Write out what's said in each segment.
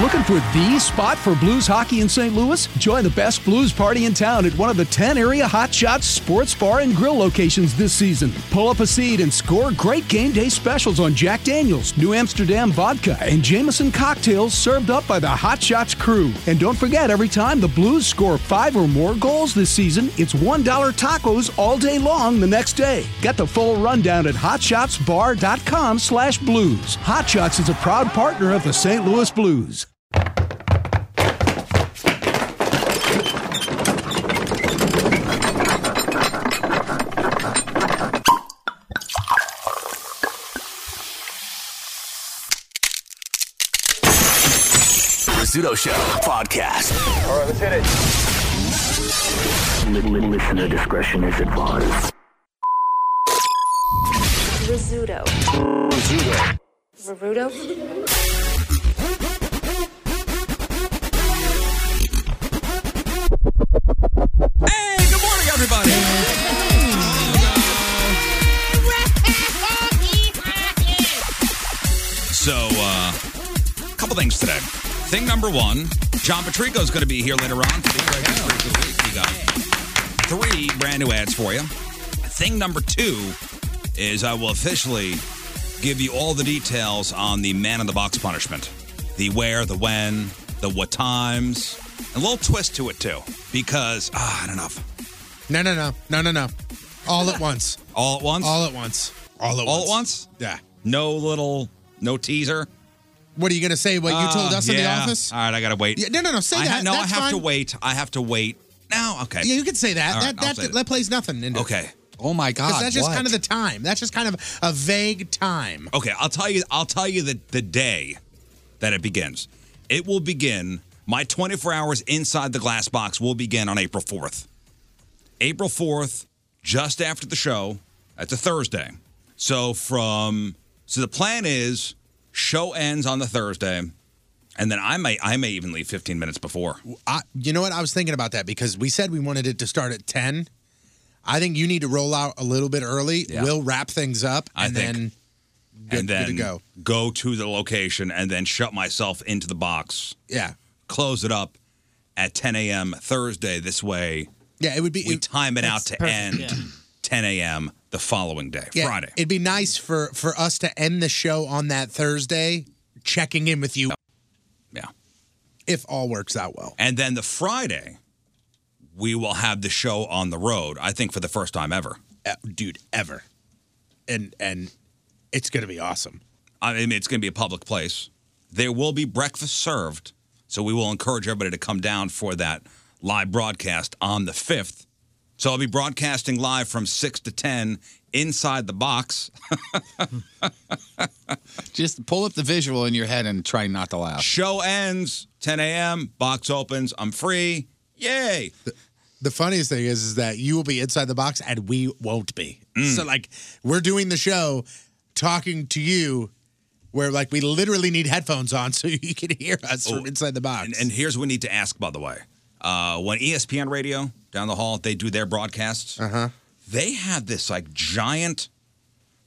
Looking for the spot for blues hockey in St. Louis? Join the best blues party in town at one of the 10 area Hot Shots sports bar and grill locations this season. Pull up a seat and score great game day specials on Jack Daniels, New Amsterdam vodka, and Jameson cocktails served up by the Hot Shots crew. And don't forget, every time the Blues score five or more goals this season, it's $1 tacos all day long the next day. Get the full rundown at hotshotsbar.com slash blues. Hot Shots is a proud partner of the St. Louis Blues. Rizzuto Show podcast. All right, let's hit it. Listener discretion is advised. Rizzuto. Rizzuto. Hey, good morning, everybody. So, uh, a couple things today. Thing number one, John Patrico's going to be here later on. Today, right Patrico Week. We got three brand new ads for you. Thing number two is I will officially give you all the details on the man in the box punishment. The where, the when, the what times, and a little twist to it too, because ah, I don't know. No, no, no, no, no, no. All at once. All at once. All at once. All at All at once? once. Yeah. No little, no teaser. What are you gonna say? What you told Ah, us in the yeah. office? All right, I gotta wait. Yeah, no, no, no, say I ha- that. no, That's I have to fine. wait. I have to wait. Now, okay. Yeah, you could say that. All that right, I'll that, say that plays nothing into it. Okay. Oh my God, That's just what? kind of the time. That's just kind of a vague time. Okay, I'll tell you. I'll tell you the the day that it begins. It will begin. My 24 hours inside the glass box will begin on April 4th. April 4th, just after the show. That's a Thursday. So from so the plan is show ends on the Thursday, and then I may I may even leave 15 minutes before. I, you know what? I was thinking about that because we said we wanted it to start at ten. I think you need to roll out a little bit early. Yeah. We'll wrap things up I and think. then good- and good then to go. go to the location and then shut myself into the box. Yeah. Close it up at 10 a.m. Thursday. This way, yeah, it would be we time it out to perfect, end 10 a.m. the following day, Yeah, Friday. It'd be nice for for us to end the show on that Thursday, checking in with you. Yeah. If all works out well. And then the Friday, we will have the show on the road. I think for the first time ever, E, dude, ever. And and it's gonna be awesome. I mean, it's going to be a public place. There will be breakfast served, so we will encourage everybody to come down for that live broadcast on the fifth. So I'll be broadcasting live from six to ten inside the box. Just pull up the visual in your head and try not to laugh. Show ends 10 a.m. Box opens. I'm free. Yay! The funniest thing is, is that you will be inside the box and Mm. we won't be. So like we're doing the show, talking to you where like we literally need headphones on so you can hear us Oh, from inside the box. And, and here's what we need to ask, by the way. Uh, when ESPN Radio down the hall, they do their broadcasts. Uh-huh. They have this like giant,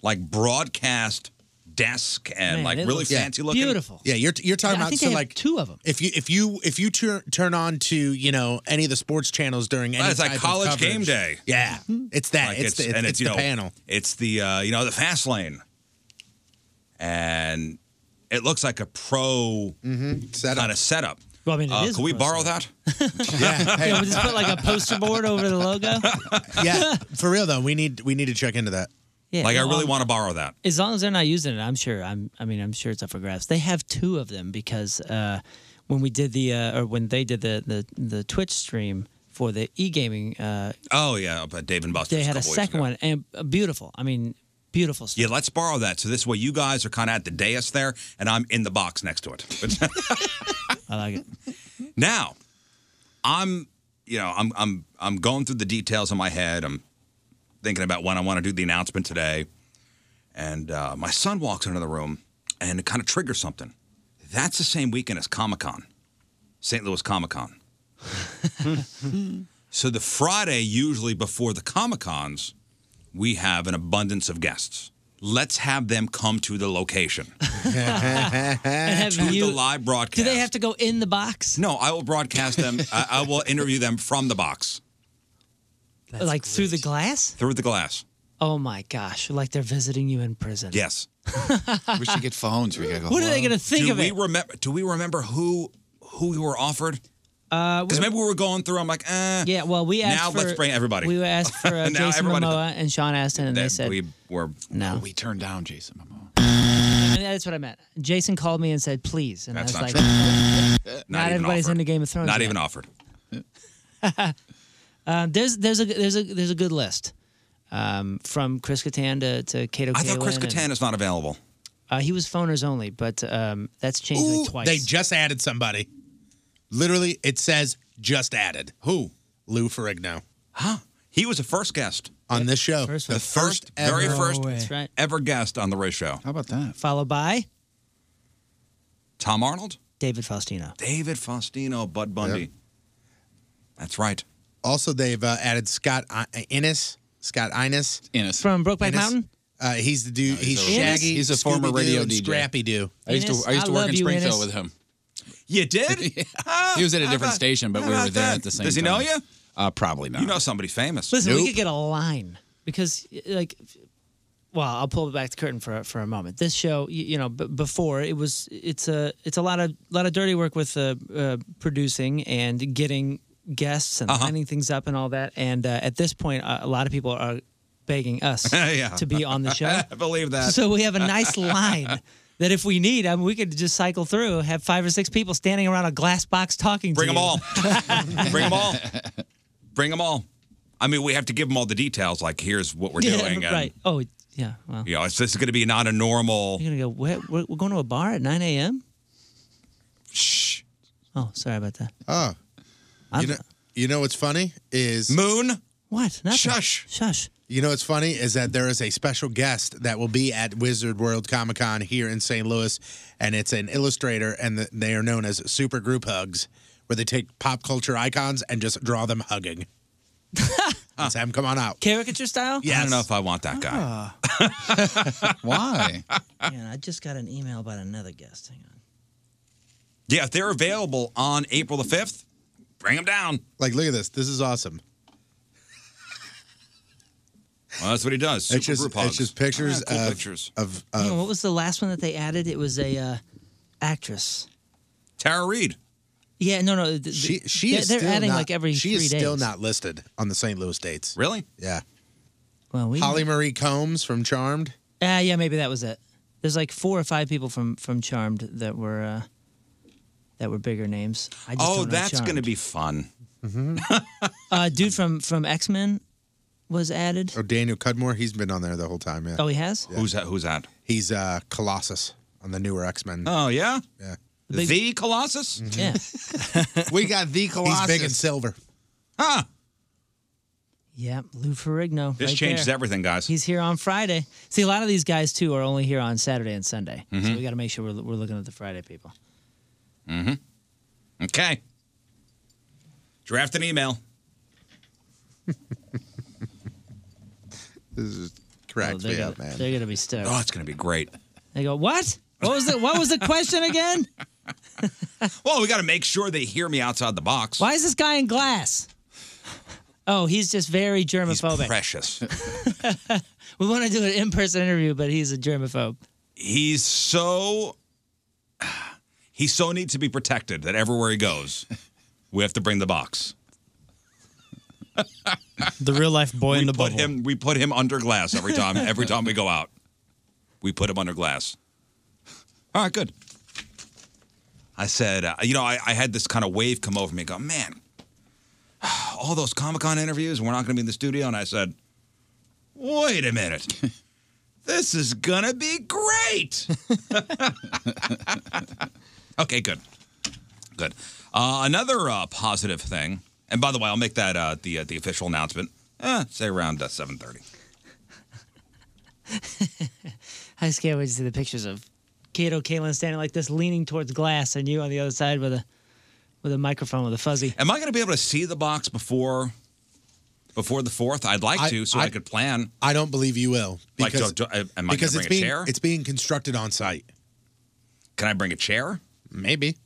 like broadcast desk and Man, like it really looks fancy looking. Yeah, you're you're talking Yeah, I about think so they have like two of them. If you if you if you turn turn on to you know any of the sports channels during any It's like type of college coverage- game day. Yeah, it's that. Like, it's, the, it's, and it's you the know, panel. It's the uh, you know the fast lane, and it looks like a pro Mm-hmm. kind of setup. Well, I mean, it Uh, is can we pro borrow that? Yeah, Yeah, we'll just put like a poster board over the logo. yeah, for real though. We need we need to check into that. Yeah, Like, I no, really I'm- wanna borrow that. As long as they're not using it, I'm sure. I'm. I mean, I'm sure it's up for grabs. They have two of them because uh, when we did the uh, or when they did the the, the Twitch stream for the e gaming, uh, Oh yeah, but Dave and Buster's. they had a couple weeks second ago. one and uh, beautiful. I mean, beautiful stuff. Yeah, let's borrow that. So this way, you guys are kind of at the dais there, and I'm in the box next to it. I like it. Now, I'm, you know, I'm, I'm, I'm going through the details in my head. I'm thinking about when I want to do the announcement today, and uh, my son walks into the room, and it kind of triggers something. That's the same weekend as Comic Con, St. Louis Comic Con. so the Friday usually before the Comic Cons, we have an abundance of guests. Let's have them come to the location. And have to you- the live broadcast. Do they have to go in the box? No, I will broadcast them. I, I will interview them from the box like through the glass? through the glass. Oh my gosh! Like they're visiting you in prison. Yes. we should get phones. We gotta go, What are they "Hello?" gonna think do of we it? Remember, do we remember who who we were offered? Because maybe we were going through. I'm like, eh. Uh, Yeah, well, we asked now for, let's bring everybody. We asked for uh, Now Jason everybody- Momoa and Sean Astin, and they said we were no. We turned down Jason Momoa. And that's what I meant. Jason called me and said, "Please," and That's I not was true. Not like, "Not, even everybody's offered. into Game of Thrones." Not yet. even offered. Um, there's there's a there's a there's a good list um, from Chris Kattan to, to Kato. I thought Chris Kalin and- Kattan is not available. Uh, he was phoners only, but um, that's changed like twice. They just added somebody. Literally, it says just added. Who? Lou Ferrigno. Huh? He was the first guest on this show. the First, very ever- first That's right. ever guest on the Ray Show. How about that? Followed by Tom Arnold, David Faustino. David Faustino, Bud Bundy. That's right. Also, they've uh, added Scott I- Innes. Scott Innes. Innes. From Brokeback Mountain? Uh, he's the dude. he's a- Innes? Shaggy. He's a former Scooby-Doo, radio and DJ. Scrappy Doo. I used to- Innes, I used to I work in love you, Springfield Innes. with him. You did? he was at a How different about- station, but how we were about there that? at the same time. Does he know you? Uh, probably not. You know somebody famous. Listen, we could get a line because, uh, like, well, I'll pull back the curtain for for a moment. This show, you, you know, b- before it was, it's a it's a lot of lot of dirty work with uh, uh, producing and getting guests and Uh-huh. lining things up and all that. And uh, at this point, uh, a lot of people are begging us Yeah. to be on the show. I believe that. So we have a nice line. That if we need, I mean, we could just cycle through, have five or six people standing around a glass box talking Bring to them you. all. Bring them all. Bring them all. I mean, we have to give them all the details. Like, here's what we're Yeah, doing. And, right. Oh, yeah. Well, You know, it's, this is going to be not a normal. You're gonna go. Where, we're, we're going to a bar at 9 a.m. Shh. Oh, sorry about that. Oh. You know, you know what's funny is Moon. What? Nothing. Shush. Shush. You know what's funny is that there is a special guest that will be at Wizard World Comic Con here in St. Louis, and it's an illustrator, and the, they are known as Super Group Hugs, where they take pop culture icons and just draw them hugging. Let's have them come on out. Caricature style? Oh. I don't know if I want that guy. Why? Man, I just got an email about another guest. Hang on. Yeah, if they're available on April the 5th, bring them down. Like, look at this. This is awesome. Well, that's what he does. Super it's just group hugs. it's just pictures, Ah, cool of, pictures. of Hang on, what was the last one that they added? It was a uh, actress. Tara Reed. Yeah, no, no. th- th- She she they're, is they're still adding not- like every she three is still days. not listed on the St. Louis dates. Really? Yeah. Well, we Holly Marie Combs from Charmed. Ah, yeah, maybe that was it. There's like four or five people from from Charmed that were uh, that were bigger names. I just Oh, don't know that's Charmed. going to be fun. uh, dude from from X Men was added. Oh, Daniel Cudmore, he's been on there the whole time. Yeah. Oh, he has. Who's that? Who's that? He's uh, Colossus on the newer X Men. Oh, yeah? Yeah. The, Colossus? Yeah. we got the Colossus. He's big and silver. Huh. Yep, Lou Ferrigno. This right changes there. everything, guys. He's here on Friday. See, a lot of these guys too are only here on Saturday and Sunday, so Mhm. we got to make sure we're, we're looking at the Friday people. Mm-hmm. Okay. Draft an email. This is Oh, correct. they're, yeah, gonna, man. they're gonna be stoked. Oh, it's going to be great. They go, what? What was the What was the question again? Well, we got to make sure they hear me outside the box. Why is this guy in glass? Oh, he's just very germophobic. Precious. we want to do an in-person interview, but he's a germaphobe. he's so he so needs to be protected that everywhere he goes, we have to bring the box. The real life boy in the Put bubble. him. We put him under glass every time. Every time we go out, we put him under glass. All right, good. I said, uh, you know, I, I had this kind of wave come over me. Go, man, all those Comic Con interviews, and we're not going to be in the studio. And I said, wait a minute, this is gonna be great. okay, good, good. Uh, another uh, positive thing, and by the way, I'll make that uh, the uh, the official announcement. Eh, say around uh, seven thirty. I just can't wait to see the pictures of Kato Kalin standing like this, leaning towards glass, and you on the other side with a with a microphone with a fuzzy. Am I going to be able to see the box before before the fourth? I'd like I- to, so I, I- could plan. I don't believe you will. Like, Because, do- do- am I gonna because bring it's a being chair? it's being constructed on site. Can I bring a chair? Maybe.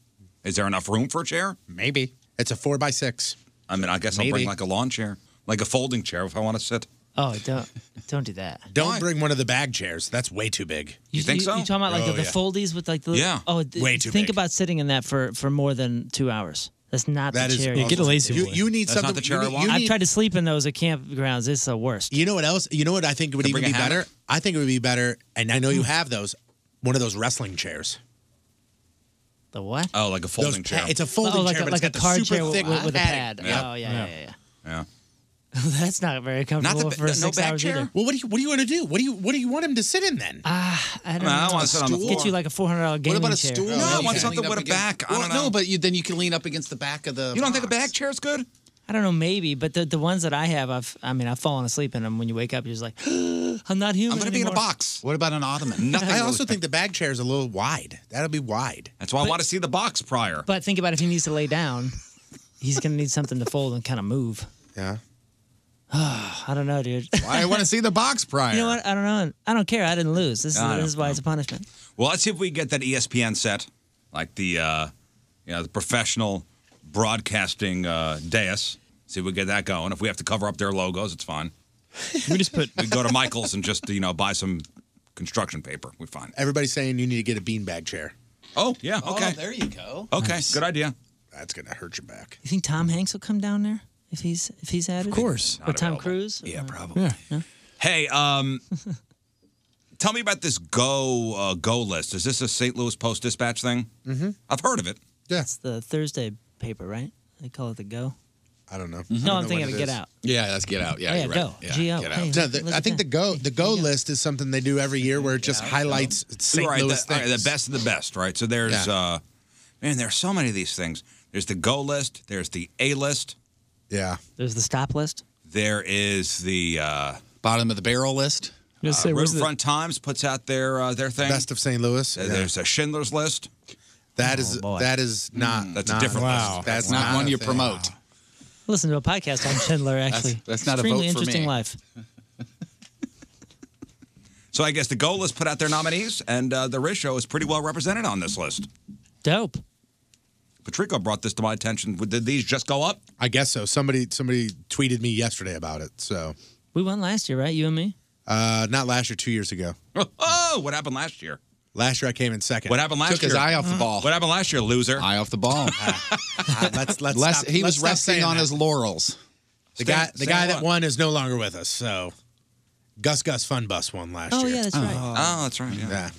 Is there enough room for a chair? Maybe. It's a four by six. I mean, I guess I'll Maybe. bring like a lawn chair, like a folding chair, if I want to sit. Oh, don't don't do that. Don't bring one of the bag chairs. That's way too big. You think so? You talking about like Oh, the, the yeah. foldies with like the Yeah. Oh, th- Way too Think big. about sitting in that for for more than two hours. That's not That the is chair. awful. You get a lazy You- boy. you need That's not something- the chair I you need- want. you I've need- tried to sleep in those at campgrounds. It's the worst. You know what else? You know what I think would To even bring be a hammock? better? I think it would be better, and I know you have those, one of those wrestling chairs. The what? Oh, like a folding Those chair. pa- it's a folding oh, like chair, a, but like it's got a the car super chair with, thick with, with a pad. padding. Yeah. Oh yeah, yeah, yeah. Yeah. Yeah. yeah. That's not very comfortable for six hours either. Well, what do you what do you want to do? What do you what do you want him to sit in then? Ah, I don't I know. wanna sit on the Get floor. you like a four hundred dollar gaming what about a chair. stool? well, No, but you, then you can lean up against the back of the. You don't think a back chair is good? I don't know, maybe, but the, the ones that I have, I've I mean, I've fallen asleep in them. When you wake up, you're just like, I'm not human. anymore. What about an ottoman? I also think the bag chair is a little wide. That'll be wide. That's why I want to see the box prior. But think about if he needs to lay down, he's gonna need something to fold and kind of move. Yeah. I don't know, dude. Why I wanna see the box prior? You know what? I don't know. I don't care. I didn't lose. This is I this is don't why it's a punishment. Well, let's see if we can get that E ESPN set, like the uh, you know the professional broadcasting uh, dais. See if we get that going. If we have to cover up their logos, it's fine. We just put. We go to Michaels and just you know buy some construction paper. We're fine. Everybody's saying you need to get a beanbag chair. Oh yeah. Okay. there you go. Okay. Good idea. That's gonna hurt your back. You think Tom Hanks will come down there if he's if he's at it? Of course. Or Not Tom available. Cruise? Yeah, Or- probably. Hey, um, tell me about this Go uh, Go list. Is this a St. Louis Post Dispatch thing? Mm-hmm. I've heard of it. Yeah. It's the Thursday paper, right? They call it the Go. I don't know. Mm-hmm. No, I'm thinking of Get Out. Yeah, that's get out. Yeah, Oh, yeah, you're right. go. Yeah, G-O. Get Out. Hey, No, the- look I at think the go the go list is something they do every year where it just highlights St. Right, Louis the, all right, things. the best of the best, right? So there's, Yeah. uh, man, there's so many of these things. There's the Go list. There's the A list. Yeah. There's the stop list. There is the uh, bottom of the barrel list. Uh, Just say, where's the- Riverfront Times puts out their uh, their thing. Best of St. Louis. Uh, There's a Schindler's List. Mm. That Oh, is that is not that's not- a different wow. list. That's not a thing. Listen to a podcast on Schindler, actually. that's not a Extremely vote for interesting me. life. So I guess the Go list put out their nominees, and uh, the Riz Show is pretty well represented on this list. Dope. Patrico brought this to my attention. Did these just go up? I guess so. Somebody somebody tweeted me yesterday about it. So We won last year, right? You and me? uh, not last year, two years ago. Oh, what happened last year? Last year I came in second. What happened last Took year? his eye off Uh, the ball. What happened last year, loser? Eye off the ball. Uh, let's let's Less- stop- he let's was stop resting saying on that. his laurels. The guy the guy that won is no longer with us. So Gus Gus Fun Bus won last Oh, year. yeah, that's right. Oh, that's right. Yeah.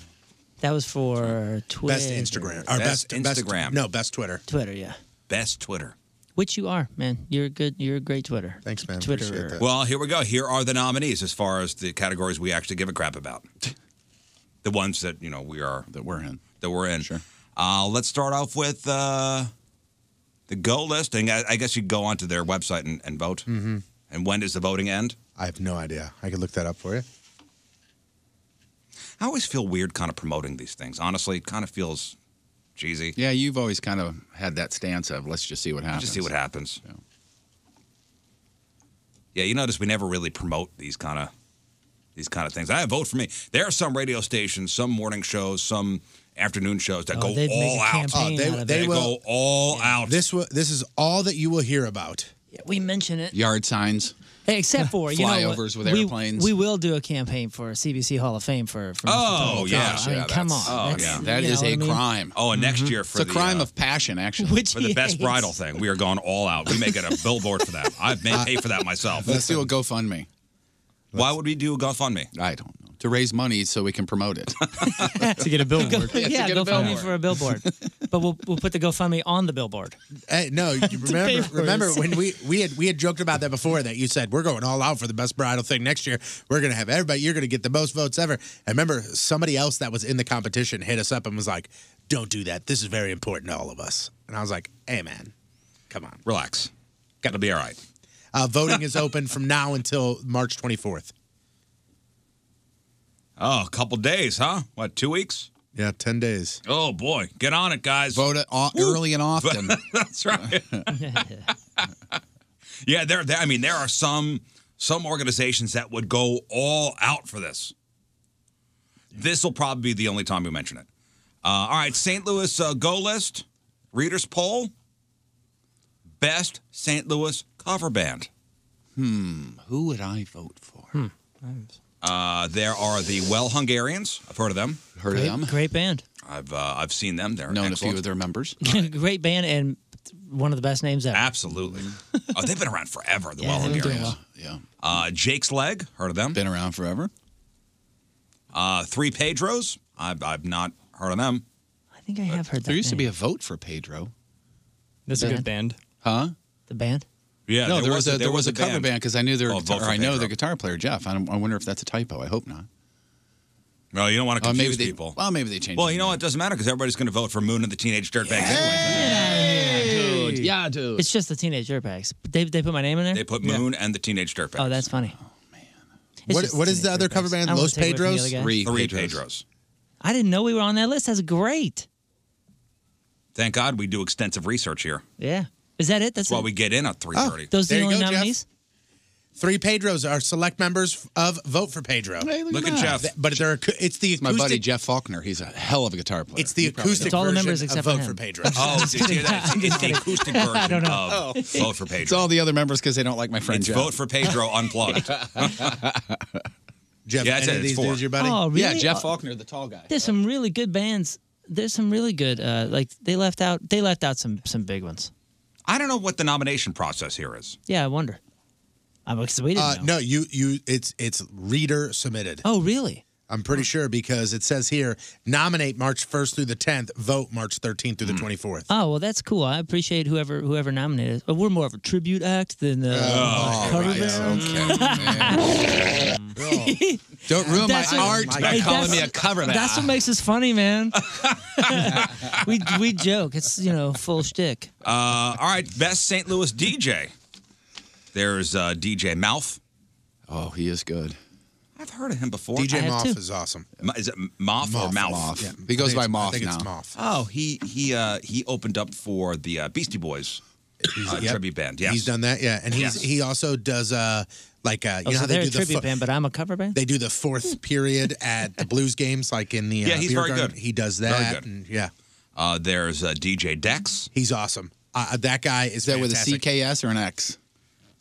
That was for Twitter. Best Instagram or best, best- no, best Twitter. Twitter, yeah. Best Twitter. Which you are, man. You're a good. You're a great Twitter. Thanks, man. Twitter. Well, here we go. Here are the nominees as far as the categories we actually give a crap about. the ones that you know we are that we're in. That we're in. Sure. Uh, let's start off with uh, the go listing. I, I guess you go onto their website and, and vote. Mm-hmm. And when does the voting end? I have no idea. I could look that up for you. I always feel weird kind of promoting these things. Honestly, it kind of feels cheesy. Yeah, you've always kind of had that stance of let's just see what happens. Just see what happens. Yeah. you notice we never really promote these kind of these kind of things. I vote for me. There are some radio stations, some morning shows, some afternoon shows that Oh, go they'd all make a out. campaign Oh, they- out of they it. will- go all out. This will, this is all that you will hear about. we mention it. Yard signs. Hey, except for you know what? Flyovers with we, airplanes. We will do a campaign for CBC Hall of Fame for. for Mr. Oh, Tony yeah. Khan. Gosh, I mean, yeah, come on. that's- oh, That's- Mm-hmm. yeah. you That know is what a I mean? crime. Oh, and next year for it's a the, crime uh, of passion, actually. Which for the best hates. bridal thing. We are going all out. We may get a billboard for that. I've Uh, made pay for that myself. Let's do a GoFundMe. Why would we do a GoFundMe? I don't know. To raise money so we can promote it. to get a billboard. yeah, to get a GoFundMe billboard. for a billboard. but we'll we'll put the GoFundMe on the billboard. Hey, no, you pay remember for remember it. when we we had we had joked about that before that you said we're going all out for the best bridal thing next year. We're gonna have everybody. You're gonna get the most votes ever. I remember somebody else that was in the competition hit us up and was like, "Don't do that. This is very important to all of us." And I was like, "Hey, man, come on, relax. Got to be all right." Uh, voting is open from now until March 24th. Oh, a couple days, huh? What, two weeks? Yeah, 10 days. Oh boy, get on it, guys! Vote early and often. That's right. yeah, there, there. I mean, there are some some organizations that would go all out for this. This will probably be the only time we mention it. Uh, all right, St. Louis uh, Go List Readers Poll. Best St. Louis cover band. Hmm. Who would I vote for? Uh, there are the Well Hungarians. I've heard of them. Heard Great, great band. I've uh, I've seen them. They're Known a few excellent. of their members. great band and one of the best names ever. Absolutely. oh, they've been around forever. The Yeah, Well they've been doing Hungarians. Yeah. Uh, Jake's Leg, heard of them? Been around forever. Uh, Three Pedros, I've, I've not heard of them. I think I have heard that. There used to name. be a vote for Pedro. That's a good band. Huh? the band. Yeah, no, there there, was was, a- a there, there was, was a a cover band. band because I knew their Oh, vote guitar, for I know their guitar player Jeff. I, don't, I wonder if that's a typo. I hope not. No, you don't want to Oh, maybe confuse they- people. well, maybe they changed Well, their you know what? It doesn't matter because everybody's going to vote for Moon and the Teenage Dirtbags. Hey. dude. Yeah, dude. It's just the Teenage Dirtbags. They they put my name in there. They put Moon and the Teenage Dirtbags. Oh, that's funny. It's What, just what is the other cover band? I don't Los wanna take away from the Pedros? other guy. Three, Three Pedros. I didn't know we were on that list. That's great. Thank God we do extensive research here. Yeah. Is that it? That's That's why it? we get in at Oh, 3.30. Those are the only Jeff. nominees. Three Pedros are select members of Vote for Pedro. Look at that. Jeff. But they're, it's the acoustic. My buddy Jeff Faulkner. He's a hell of a guitar player. It's the He probably acoustic It's knows. all the version members of except for Vote him. for Pedro. Oh, did you hear that? It's, it's the acoustic version I don't know. of Oh. Vote for Pedro. It's all the other members because they don't like my friend It's Jeff. Vote for Pedro Unplugged. Jeff, yeah, that's it. any of It's these four. dudes your buddy? Oh, Yeah, really? Jeff Oh. Faulkner, the tall guy. There's some really good bands. There's some really good. Uh, like they left out. They left out some some big ones. I don't know what the nomination process here is. Yeah, I wonder. I'm because we didn't Uh, know. no, you you it's it's reader submitted. Oh, really? I'm pretty sure because it says here nominate March 1st through the 10th, vote March 13th through the 24th. Oh well, that's cool. I appreciate whoever whoever nominated. us. But we're more of a tribute act than uh, Oh, cover right, band. Don't ruin That's my what- art Hey, by calling that's- me a cover band. That's what makes us funny, man. we we joke. It's you know full shtick. Uh, all right, best St. Louis DJ. There's uh, DJ Mouth. Oh, he is good. I've heard of him before. DJ I have Mouth too. is awesome. M- Is it Moth or Moth, Mouth? Moth. Yeah, He goes I think by it's- I Moth think it's now. Moth. Oh, he he uh, he opened up for the uh, Beastie Boys uh, yep. tribute band. Yes. He's done that, yeah. And he's Yes. he also does uh like uh you Oh, know so how they're they a do the tribute fo- band, but I'm a cover band. they do the fourth period at the blues games like in the uh, Yeah, he's beer very garden. good. He does Very that. good. and- yeah. Uh, there's uh, DJ Dex. He's awesome. Uh, uh, that guy is, that with a fantastic. CKS or an X?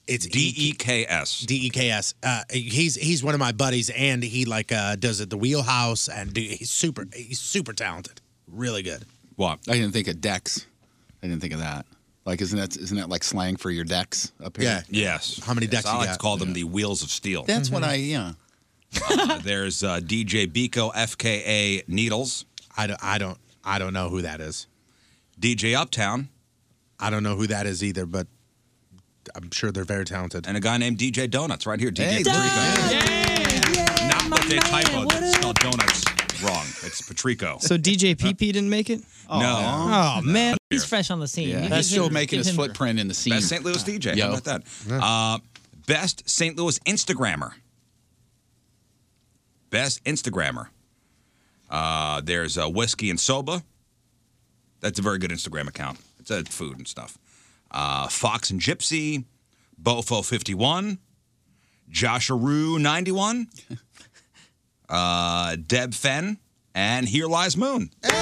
It's D E K S. D E K S. Uh, he's he's one of my buddies, and he like uh, does at the wheelhouse, and do, he's super he's super talented, really good. What? I didn't think of Dex. I didn't think of that. Like, isn't that isn't that like slang for your decks up here? Yes. How many Yes, decks I you like got? to call them the Wheels of Steel. That's what I Mm-hmm. yeah. Uh, there's uh, DJ Biko FKA Needles. I don't, I don't I don't know who that is. DJ Uptown I don't know who that is either, but I'm sure they're very talented. and a guy named DJ Donuts right here. DJ Hey, Patrico. Not that they typoed. They spelled donuts wrong. It's Patrico. So DJ PP didn't make it. No. Oh, man, he's fresh on the scene. You Yeah. give He's still him- making give his him- footprint in the scene. Ah. Best St. Louis DJ. Yo. How about that? Uh, best St. Louis Instagrammer. Best Instagrammer. Uh, there's uh, Whiskey and Soba. That's a very good Instagram account. It's uh, food and stuff. Uh, Fox and Gypsy, Bofo51, Josharoo91, uh, Deb Fenn, and Here Lies Moon. Best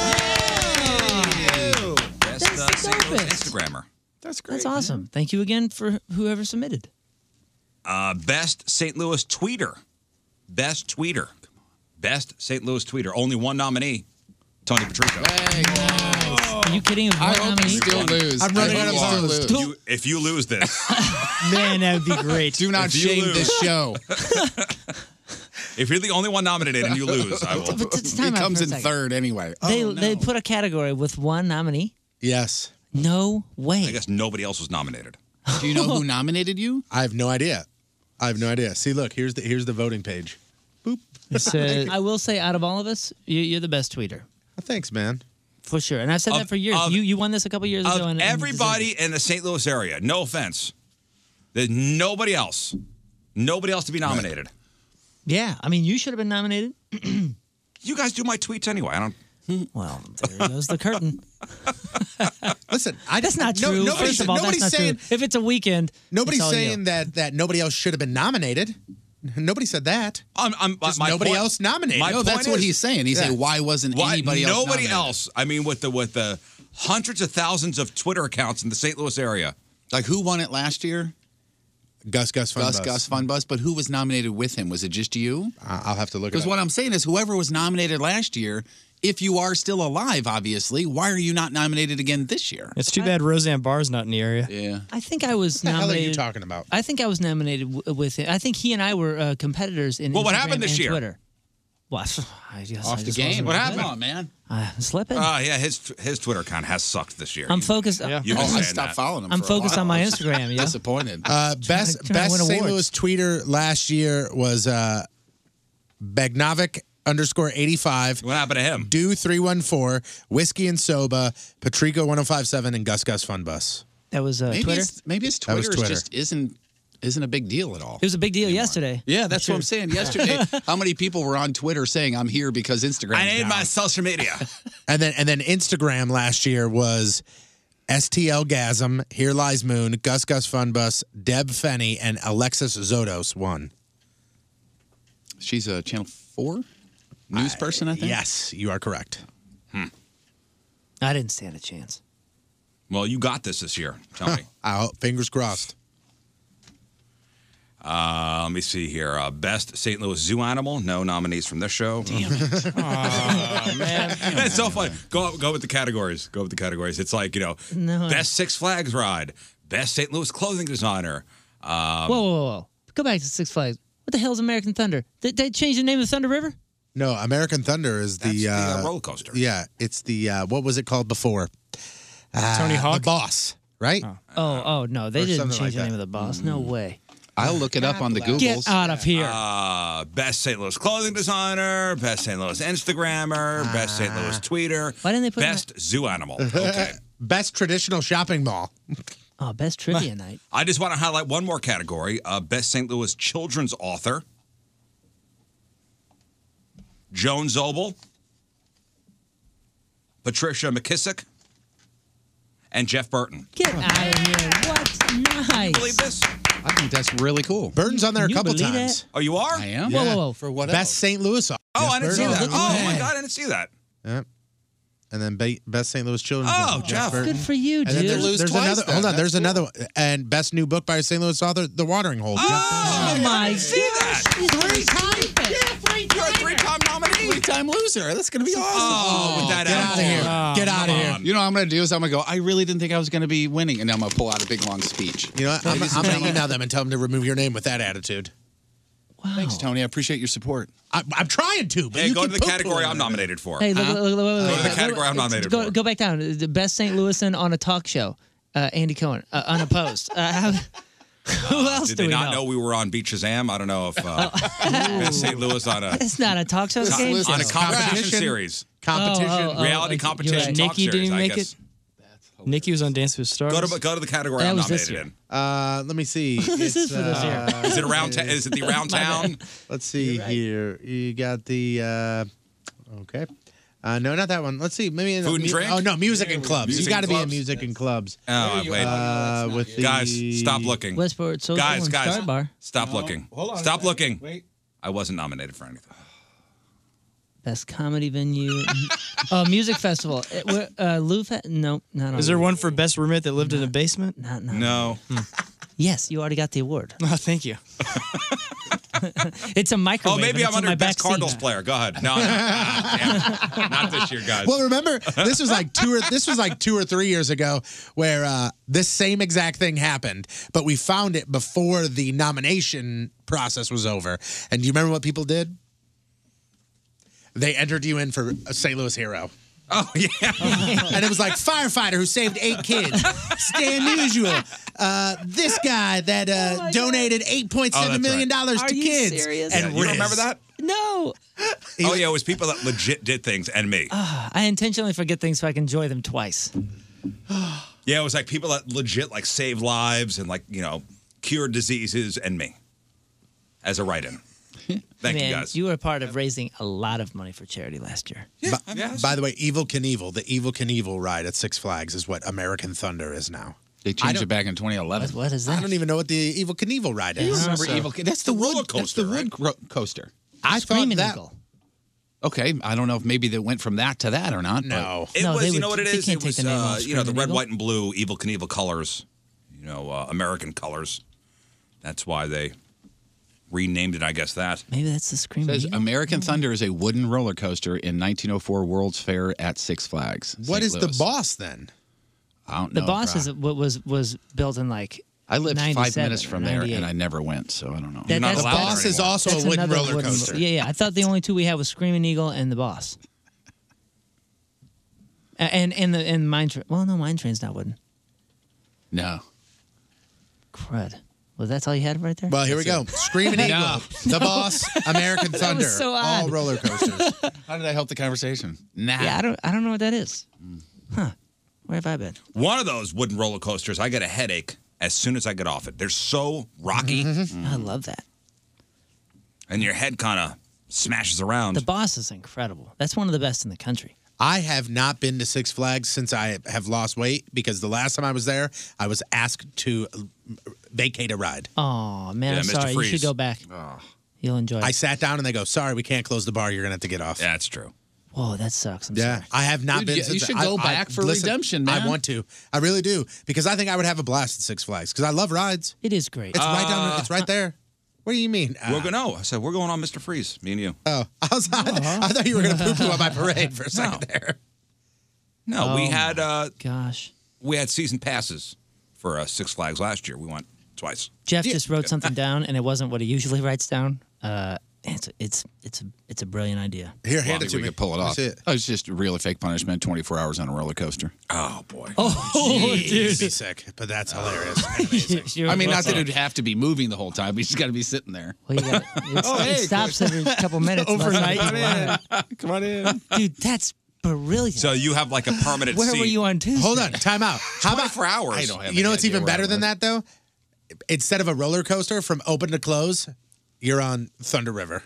uh, St. Louis Instagrammer. That's great. That's awesome. Thank you again for whoever submitted. Uh, best St. Louis tweeter. Best tweeter. Best St. Louis tweeter. Only one nominee, Tony Patrico. Are you kidding? If one nominee- I'm running out of time. Still lose. If you- If you lose this, Man, that would be great. Do not If you shame lose. this show. if you're the only one nominated and you lose, I will. But it's time out for a second. anyway. They they put a category with one nominee. yes. No way. I guess nobody else was nominated. Do you know who nominated you? I have no idea. I have no idea. See, look, here's the here's the voting page. It's, uh, I will say, out of all of us, you, you're the best tweeter Uh, Thanks, man. for sure. And I've said that for years. you you won this a couple years ago. Of And, and everybody in the St. Louis area, no offense, there's nobody else. Nobody else to be nominated. yeah, I mean, you should have been nominated. you guys do my tweets anyway. I don't. Well, there goes the curtain. Listen, I, that's not no- true. nobody's- First of all, nobody's that's not saying- true. If it's a weekend, Nobody's it's all you. saying that that nobody else should have been nominated. Nobody said that. I'm, I'm, Just my nobody point- else nominated. my point is- Yeah. Nobody nominated? else. I mean, with the with the hundreds of thousands of Twitter accounts in the St. Louis area. Like who won it last year? Gus Gus Fun Gus Bus. Gus Fun Bus. But who was nominated with him? Was it just you? I'll have to look. it Because up. what I'm saying is, whoever was nominated last year, if you are still alive, obviously, why are you not nominated again this year? It's too bad Roseanne Barr's not in the area. Yeah. I think I was What the hell are you nominated. talking about? I think I was nominated w- with him. I think he and I were uh, competitors in. Well, what Instagram happened this and year? Twitter. What? I guess I just wasn't What good. happened? man. Uh, slipping. Ah, yeah, his his Twitter account has sucked this year. I'm focused- You- Yeah. You've been Oh, I saying stopped that. following him I'm focused on my Instagram. Yeah. Disappointed. Uh, best trying to best win St. awards. Louis tweeter last year was uh, Bagnovic underscore eighty five. What happened to him? Do three one four whiskey and soba Patrico one zero five seven and Gus Gus Fun Bus. That was uh, maybe Twitter. It's, maybe it's That Twitter, was is Twitter. just isn't isn't a big deal at all. It was a big deal yesterday. Yeah, that's what I'm Sure. saying. Yesterday, how many people were on Twitter saying I'm here because Instagram? I need my social media. And then and then Instagram last year was STL Gasm, Here Lies Moon, Gus Gus Fun Bus, Deb Fenny, and Alexis Zodos won. She's a Channel Four news person, I think. Yes, you are correct. I didn't stand a chance. Well, you got this this year. Tell me. I'll, fingers crossed. Uh, let me see here. Uh, best St. Louis zoo animal. No nominees from this show. Damn. Oh, Oh, That's so fun. Go go with the categories. Go with the categories. It's like you know, No, I- best Six Flags ride, best St. Louis clothing designer. Um, whoa, whoa, whoa! Go back to Six Flags. What the hell is American Thunder? Did they change the name of Thunder River? No, American Thunder is the, uh, roller coaster. Yeah, it's the uh, what was it called before? Uh, Tony Hawk? the Boss, right? Oh, oh no, they Or didn't something change like the that. name of the boss. No Mm. way. I'll look it up on the Googles. Get out of here. Uh, best St. Louis clothing designer, best St. Louis Instagrammer, best St. Louis tweeter. Why didn't they put best zoo animal? Okay. Best traditional shopping mall. Oh, best trivia night. I just want to highlight one more category: uh, best St. Louis children's author, Joan Zobel, Patricia McKissick, and Jeff Burton. Get out of here. What? Nice. Believe this? I think that's really cool. Burton's on there a couple times. Oh, you are? I am. Yeah. Best St. Louis. Oh, Oh, I didn't see that. Oh my God, I didn't see that. And then ba- best St. Louis children. Oh, Jeff. Good for you, and then dude. there- there's another. Hold on, there's another one. And best new book by a St. Louis author, The Watering Hole. Oh, my gosh. See that? Three times. You're a three-time nominee. Three-time loser. That's gonna be awesome. Oh, with that Get out out of of here. here. Oh, Get out come of here. on. You know what I'm gonna do is I'm gonna go. I really didn't think I was gonna be winning, and I'm gonna pull out a big long speech. You know, what? I'm, I'm going to email them and tell them to remove your name with that attitude. Thanks, Tony. I appreciate your support. I, I'm trying to, but Hey, you go to can the poo-poo category on I'm it. nominated for. Hey, look, look, look, look, Go look, to the look, category look, I'm nominated go, go back down. The best St. Louisan on a talk show. Uh, Andy Cohen, uh, unopposed. Uh, how, who else Did do they we not know? Oh. know? we were on Beach Shazam? I don't know if uh, Miss St. Louis on a It's not a talk show co- game. on a competition series, Competition. Oh, oh, oh, reality like, you're competition right. talk Nikki series. didn't I make guess. it? Nikki was on Dance with Stars. Go to go to the category That I'm was this nominated in. Uh, let me see. It's, uh, Is it around? Ta- is it the around My town? Let's see here. You got the uh okay. Uh, no, not that one. Let's see. Maybe Food and drink? Oh no, music and clubs. Music you got to and be in clubs? music and clubs. Oh, wait. Uh, with the guys, stop looking. Westport Social guys, and guys, Star Bar. stop looking. hold on a stop second. looking. Wait. I wasn't nominated for anything. Best comedy venue. uh, music festival. Uh, where- uh, Lou Fe- No, not on Is there one for best roommate that lived in a basement? Hmm. Not, No. Yes, you already got the award. Oh, thank you. It's a microwave. oh, maybe and I'm it's in under my best back seat. Cardinals player. Go ahead. No, no. Ah, damn. not this year, guys. Well, remember this was like two or this was like two or three years ago where uh, this same exact thing happened, but we found it before the nomination process was over. And do you remember what people did? They entered you in for a St. Louis hero. Oh yeah, and it was like firefighter who saved eight kids. Stan Musial, uh, this guy that uh, donated eight point Oh, that's seven million dollars right. to Oh Are you kids. serious? And Yeah, you Riz. remember that? No. oh yeah, it was people that legit did things and me. Ah, I intentionally forget things so I can enjoy them twice. Yeah, it was like people that legit like save lives and like you know cure diseases and me as a write-in. Thank Man, you guys. You were a part of raising a lot of money for charity last year. By, by the way, Evil Knievel, the Evil Knievel ride at Six Flags is what American Thunder is now. They changed it back in 2011. What is I don't even know what the Evil Knievel ride I is. don't remember Evil Knie- that's the wood- Roller that's the coaster, wood coaster. I Screaming thought that. Eagle. Okay, I don't know if maybe that went from that to that or not. No, It was, you know what it is? It was, uh, you know, the red, white, and blue Evil Knievel colors, you know, uh, American colors. That's why they renamed it, I guess, that. Maybe that's the scream. Says American Thunder is a wooden roller coaster in 1904 World's Fair at Six Flags. What is the boss then? I don't know. The boss bro. is what was was built in like. I lived five 97 minutes or from there, 98. and I never went, so I don't know. That- that's- that's another wooden- Yeah, yeah. I thought the only two we had was Screaming Eagle and the Boss. A- And and the and mine train. Well, no, mine train's not wooden. No. Crud. Well, that's all you had right there. Well, here we go. Screaming Eagle, The Boss, American That Thunder, was so all odd. roller coasters. How did I help the conversation? Nah. Yeah, I don't I don't know what that is. Huh? Where have I been? One of those wooden roller coasters, I get a headache as soon as I get off it. They're so rocky. Mm-hmm. Mm-hmm. I love that. And your head kind of smashes around. The Boss is incredible. That's one of the best in the country. I have not been to Six Flags since I have lost weight because the last time I was there, I was asked to vacate a ride. Oh man, I'm sorry. You should go back. Oh. You'll enjoy. I it. sat down and they go, "Sorry, we can't close the bar. You're gonna have to get off." Yeah, that's true. Whoa, that sucks. I'm yeah, sorry. I have not Dude, been. you- since you should I- go I- back for redemption, I man. want to. I really do because I think I would have a blast at Six Flags because I love rides. It is great. It's right down. Uh, It's right there. What do you mean? Uh, We're going to, I said, we're going on Mr. Freeze, me and you. Oh, I, was, I, Uh-huh. I thought you were gonna poo poo on my parade for a second there. No, Oh, we had, uh, gosh, we had season passes for uh, Six Flags last year. We went twice. Jeff just wrote something down, and it wasn't what he usually writes down. Uh, it's it's it's a, it's a brilliant idea. Well, I think we could pull it off. That's it. Oh, it's just real or fake punishment. 24 hours on a roller coaster. Oh boy. Oh, dude, be sick, but that's hilarious. I mean, not that it'd Oh. have to be moving the whole time, but you just got to be sitting there. Well, you gotta- it's- Oh, it stops every couple minutes. Overnight. Come on Come on in, dude. That's brilliant. So you have like a permanent Where seat. were you on Tuesday? Hold on, time out. How about for hours? I don't have you know what's even better than that though? Instead of a roller coaster from open to close, you're on Thunder River.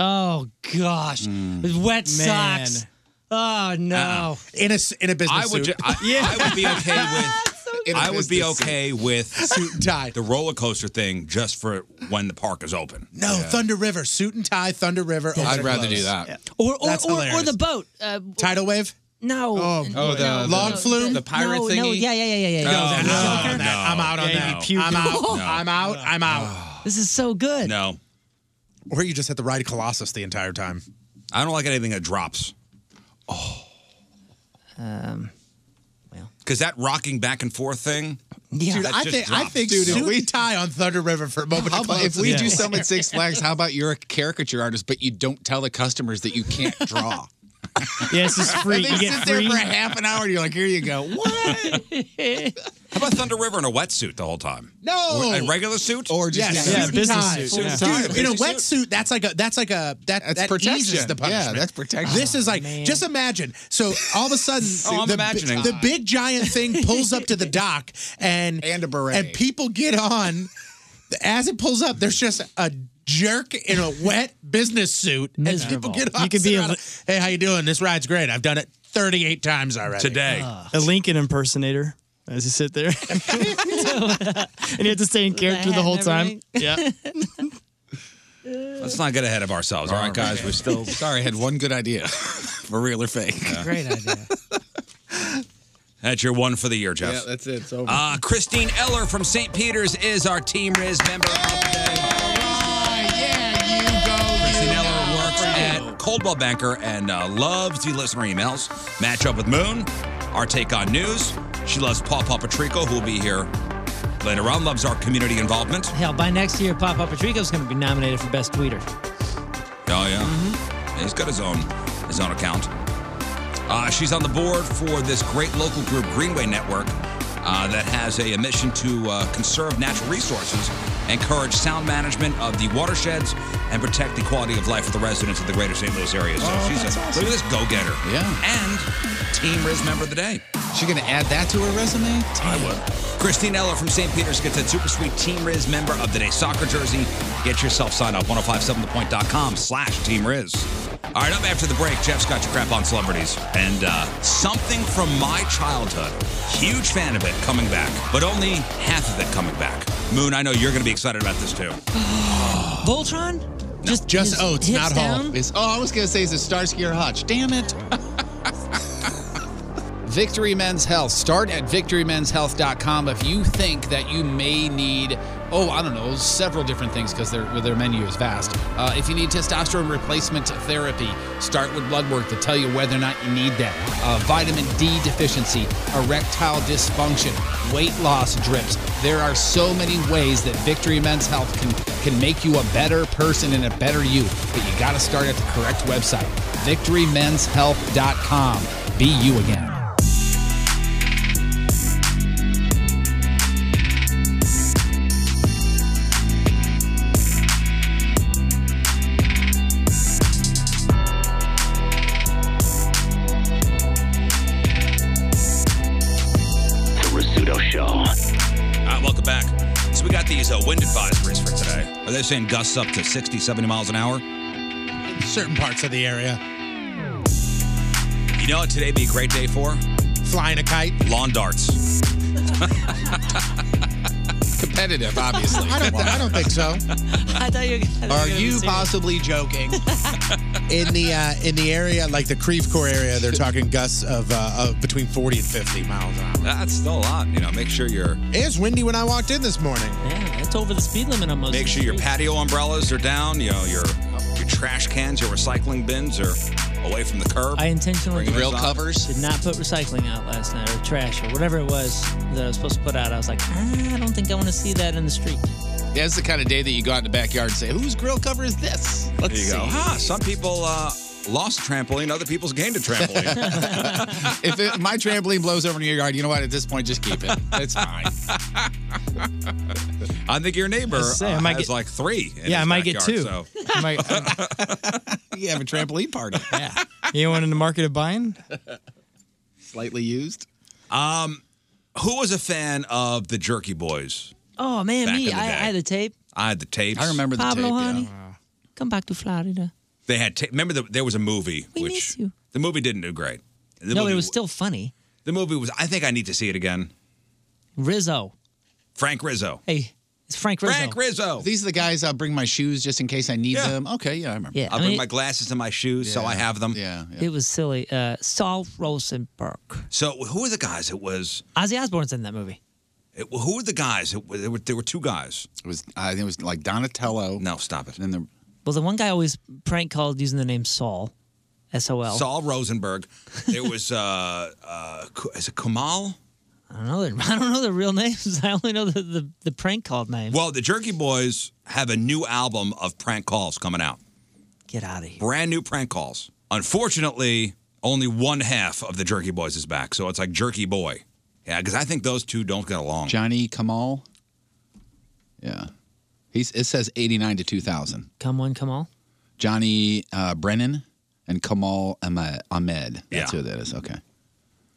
Oh gosh, with wet Man. socks. Oh no. In a s- in a business I would suit. ju- I- I would be okay with. In a I would be business suit. okay with suit and tie. The roller coaster thing just for when the park is open. No, Thunder River, suit and tie, Thunder River. I'd open to rather close. do that. Yeah. Or or, That's or, or hilarious. the boat. Uh, tidal wave. No. Oh, Oh, the- the- log the- flume, the pirate no, No, thingy? yeah, yeah, yeah, yeah, yeah. no, I'm out on Yeah, you'd that. be puking. I'm out. No. I'm out. I'm out. This is so good. No. Or you just have to ride Colossus the entire time. I don't like anything that drops. Um, Because that rocking back and forth thing. Dude, that I just think I drops. think Dude, if suit we- and tie on Thunder River for a moment. How to about close if we is do hilarious. something at Six Flags? How about you're a caricature artist, but you don't tell the customers that you can't draw? Yes, it's free. And they You get sit free. there for a half an hour, and you're like, "Here you go." What? How about Thunder River in a wetsuit the whole time? No. Or a regular suit? Or Yes, yeah, Suit and tie. Dude, in a wetsuit, that's like a that's like a that That's that protection. eases the Yeah, punishment. that's protection. This is like just imagine. So all of a sudden, Oh, I'm the, imagining. the big giant thing pulls up to the dock, and and a beret, and people get on. As it pulls up, there's just a jerk in a wet business suit, and people get on. You could be sit a- on it. hey, how you doing? This ride's great. I've done it 38 times already a Lincoln impersonator as you sit there, and you have to stay in character the whole time. Yeah. Let's not get ahead of ourselves. All right, guys, we're still. Sorry, I had one good idea for real or fake. Great idea. That's your one for the year, Jeff. that's it. It's over. Uh, Christine Eller from St. Peter's is our Team Riz member of the day. Christine Eller works at Coldwell Banker and uh, loves the listener emails. Match up with Moon, our take on news. She loves Paul Papatrico, who will be here later on, loves our community involvement. Hell, by next year, Pop Patrico's going to be nominated for Best Tweeter. Oh yeah, Mm-hmm. he's got his own his own account. Uh, she's on the board for this great local group, Greenway Network, uh, that has a, a mission to uh, conserve natural resources, encourage sound management of the watersheds, and protect the quality of life of the residents of the greater St. Louis area. So Oh, she's that's a awesome. look at this go getter. Yeah, and Team Riz member of the day. She gonna add that to her resume? I would. Christine Eller from St. Peter's gets a super sweet Team Riz member of the day soccer jersey. Get yourself signed up 1057thepoint.com slash Team Riz. All right, up after the break, Jeff's got your crap on celebrities. And uh, something from my childhood, huge fan of it coming back, but only half of it coming back. Moon, I know you're going to be excited about this too. Voltron? Just, Just oats, not Hall. It's, oh, I was gonna say is it Starsky or Hutch? Damn it! Victory Men's Health. Start at victorymenshealth.com if you think that you may need, oh, I don't know, several different things because their their menu is vast. Uh, if you need testosterone replacement therapy, start with blood work to tell you whether or not you need that. Uh, vitamin D deficiency, erectile dysfunction, weight loss drips. There are so many ways that Victory Men's Health can can make you a better person and a better you, but you got to start at the correct website, victorymenshealth.com. Be you again. The Rizzuto Show. All right, welcome back. So we got these uh, wind advisories for today. Are they saying gusts up to 60, 70 miles an hour? in certain parts of the area. You know what today'd be a great day for? Flying a kite. Lawn darts. Competitive, obviously. I don't. I don't think so. I thought you. Are you possibly joking? in the uh, in the area like the Creve Corps area, they're talking gusts of, uh, of between forty and fifty miles an hour. That's still a lot. You know, make sure you're. It's windy when I walked in this morning. Yeah, it's over the speed limit on most. Make sure your patio umbrellas are down. You know your your trash cans, your recycling bins are away from the curb. I intentionally Bring those up. Did not put recycling out last night or trash or whatever it was that I was supposed to put out. I was like, "Ah, I don't think I want to see that in the street. That's the kind of day that you go out in the backyard and say, whose grill cover is this? There you go. Ah, some people uh, lost a trampoline. Other people's gained a trampoline. if it, my trampoline blows over in your yard, you know what? At this point, just keep it. It's fine. I think your neighbor Let's say, I uh, might has get- like three. in Yeah, I his might get backyard, two. So. I might- you have a trampoline party. Yeah. Anyone in the market of buying? Slightly used. Um, who was a fan of the Jerky Boys? Oh man, Back me. in the I, I day. had the tape. I had the tapes. Pablo, honey, come back to Florida. They had. Ta- remember, the, there was a movie which the movie didn't do great. The no, movie, it was still funny. the movie was. I think I need to see it again. Rizzo. Frank Rizzo. Hey, it's Frank Rizzo. Frank Rizzo. These are the guys I'll bring my shoes just in case I need them. Okay, yeah, I remember. Yeah, I I bring mean- my glasses and my shoes, so I have them. Yeah. It was silly. Uh, Saul Rosenberg. So who were the guys? It was. Ozzy Osbourne's in that movie. It, who were the guys? It, wa- there were there were two guys. It was I think it was like Donatello. No, stop it. And then Well, the one guy always prank called using the name Saul. S O L. Saul Rosenberg. There was uh uh Ku- is it Kamal? I don't know. Their, I don't know their real names. I only know the, the, the prank called names. Well, the Jerky Boys have a new album of prank calls coming out. Get out of here. Brand new prank calls. Unfortunately, only one half of the Jerky Boys is back. So it's like Jerky Boy. Yeah, because I think those two don't get along. Johnny Kamal. Yeah. He's, it says 89 to 2000. Come one, come all. Johnny uh, Brennan and Kamal Ahmed. Ahmed. That's Yeah. who that is. Okay.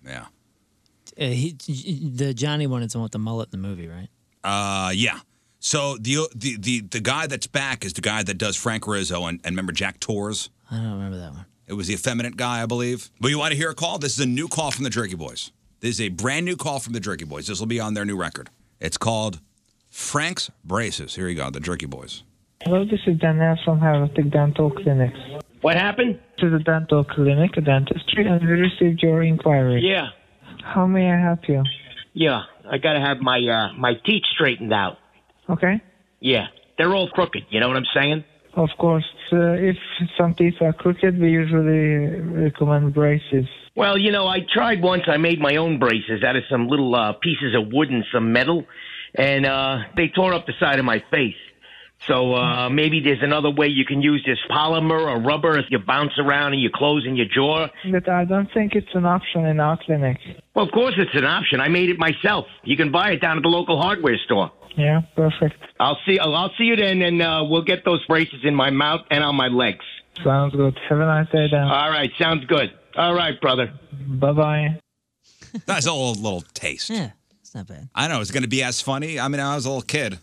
Yeah. Uh, he, the Johnny one is the one with the mullet in the movie, right? Uh, yeah. So the, the the the guy that's back is the guy that does Frank Rizzo and, and remember Jack Torres. I don't remember that one. It was the effeminate guy, I believe. But you want to hear a call? This is a new call from the Jerky Boys. This is a brand new call from the Jerky Boys. This will be on their new record. It's called Frank's Braces. Here you go, the Jerky Boys. Hello, this is Dan Nass from Helvetic Dental Clinics. What happened? To the dental clinic, a dentistry, and we received your inquiry. Yeah, How may I help you? yeah. I gotta have my uh, my teeth straightened out. Okay. Yeah, they're all crooked. You know what I'm saying? Of course, uh, if some teeth are crooked, we usually recommend braces. Well, you know, I tried once. I made my own braces out of some little uh, pieces of wood and some metal, and uh, they tore up the side of my face. So uh, maybe there's another way you can use this polymer or rubber if you bounce around and you close in your jaw. But I don't think it's an option in our clinic. Well, of course it's an option. I made it myself. You can buy it down at the local hardware store. Yeah, perfect. I'll see. I'll, I'll see you then, and uh, we'll get those braces in my mouth and on my legs. Sounds good. Have a nice day, Dan. All right, sounds good. All right, brother. Bye bye. That's a little, little taste. Yeah, it's not bad. I know it's going to be as funny. I mean, I was a little kid.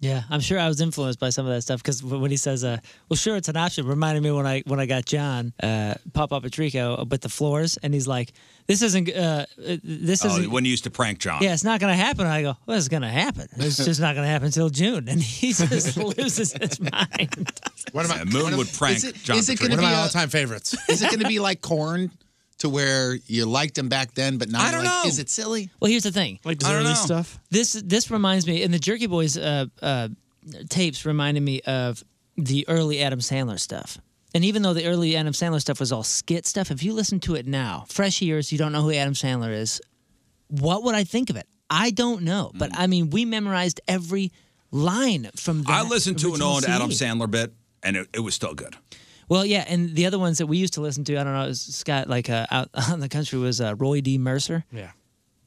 Yeah, I'm sure I was influenced by some of that stuff because when he says, uh, "Well, sure, it's an option," reminded me when I when I got John uh, Pop Up Patrico with the floors, and he's like, "This isn't uh, uh, this oh, isn't." when you used to prank John. yeah, it's not going to happen. And I go, well, it's going to happen. It's just not going to happen until June. And he just loses his mind. What am I? Yeah, Moon would prank is it, John. Is it going Petrucci. to be a- favorites? is it going to be like corn, to where you liked them back then, but now I you're don't like, know. Is it silly? Well, here's the thing. Like I don't Disney know. stuff? This this reminds me, and the Jerky Boys uh, uh, tapes reminded me of the early Adam Sandler stuff. And even though the early Adam Sandler stuff was all skit stuff, if you listen to it now, fresh ears, you don't know who Adam Sandler is. What would I think of it? I don't know, Mm. but I mean, we memorized every line from. That I listened to an original old CD. Adam Sandler bit, and it, it was still good. Well, yeah, and the other ones that we used to listen to, I don't know, it was Scott, like uh, out on the country was uh, Roy D. Mercer. Yeah.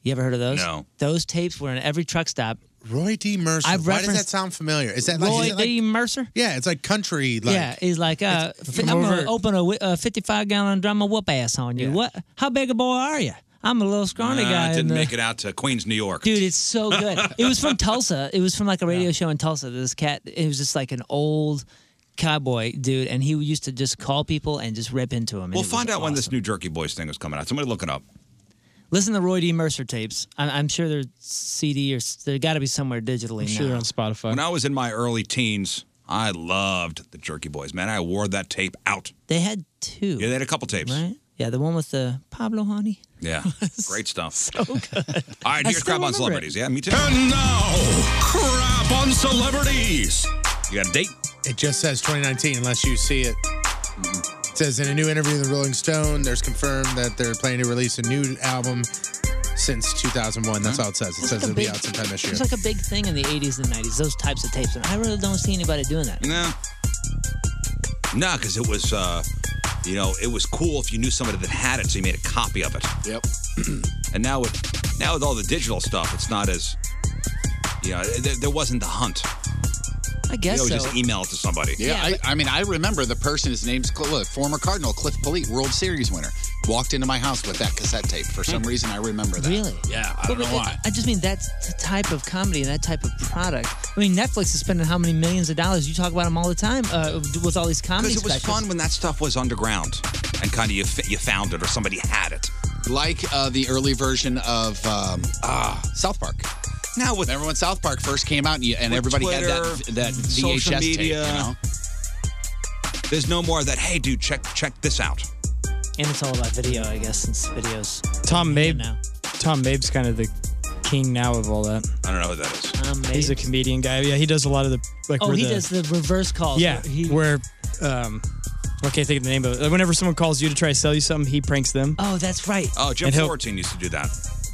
You ever heard of those? No. Those tapes were in every truck stop. Roy D. Mercer. I've Why does that referenced- sound familiar? Is that Roy like, is it like D. Mercer? Yeah, it's like country. Like, yeah, he's like, uh, It's- fi- from I'm over- gonna open a wi- a 55 gallon drum of whoop ass on you. What? How big a boy are you? I'm a little scrawny Uh, guy. in didn't the- make it out to Queens, New York. Dude, it's so good. it was from Tulsa. It was from like a radio show in Tulsa. This cat, it was just like an old cowboy dude, and he used to just call people and just rip into them. We'll find out when this new Jerky Boys thing is coming out. Somebody look it up. Listen to Roy D. Mercer tapes. I- I'm sure they're CD or s- they got to be somewhere digitally. now. Spotify. When I was in my early teens, I loved the Jerky Boys. Man, I wore that tape out. They had two. Yeah, they had a couple tapes. Right? Yeah, the one with the Pablo Honey. Yeah, great stuff. so good. All right, I here's still crap on remember celebrities. Yeah, me too. And now, crap on celebrities. You got a date? It just says 2019, unless you see it. It says in a new interview with the Rolling Stone, there's confirmed that they're planning to release a new album since 2001. That's all it says. It says like a it'll be big- out sometime It this year. was like a big thing in the 80s and 90s, those types of tapes. And I really don't see anybody doing that. No. No, because it was, uh, you know, it was cool if you knew somebody that had it, so you made a copy of it. Yep. and now with now with all the digital stuff, it's not as, you know, there, there wasn't the hunt. I guess you so. know, just email it to somebody. Yeah, I, I mean, I remember the person. His name's Cl- look, former Cardinal Cliff Polite, World Series winner, walked into my house with that cassette tape. For some Hmm. reason, I remember that. Really? Yeah, I don't But know it- why. I just mean that's the type of comedy and that type of product. I mean, Netflix is spending how many millions of dollars? You talk about them all the time uh, with all these comedy Because it was specials. fun when that stuff was underground and kind of you, fi- you found it or somebody had it. Like uh, the early version of um, uh, South Park. Now, with remember when South Park first came out, and, you, and With everybody Twitter, had that that VHS social media. tape. You know? There's no more of that. Hey, dude, check check this out. And it's all about video, I guess, since videos. Tom Mabe. Tom Mabe's kind of the king now of all that. I don't know who that is. Tom He's a Mabe. comedian guy. Yeah, he does a lot of the like. oh, where he the, does the reverse calls. Yeah, He, where um, I can't think of the name of it. Like, Whenever someone calls you to try to sell you something, he pranks them. oh, that's right. Oh, Jim And he'll- Florentine used to do that.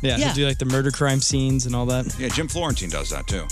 Yeah, Yeah. he'll do like the murder crime scenes and all that. Yeah, Jim Florentine does that too.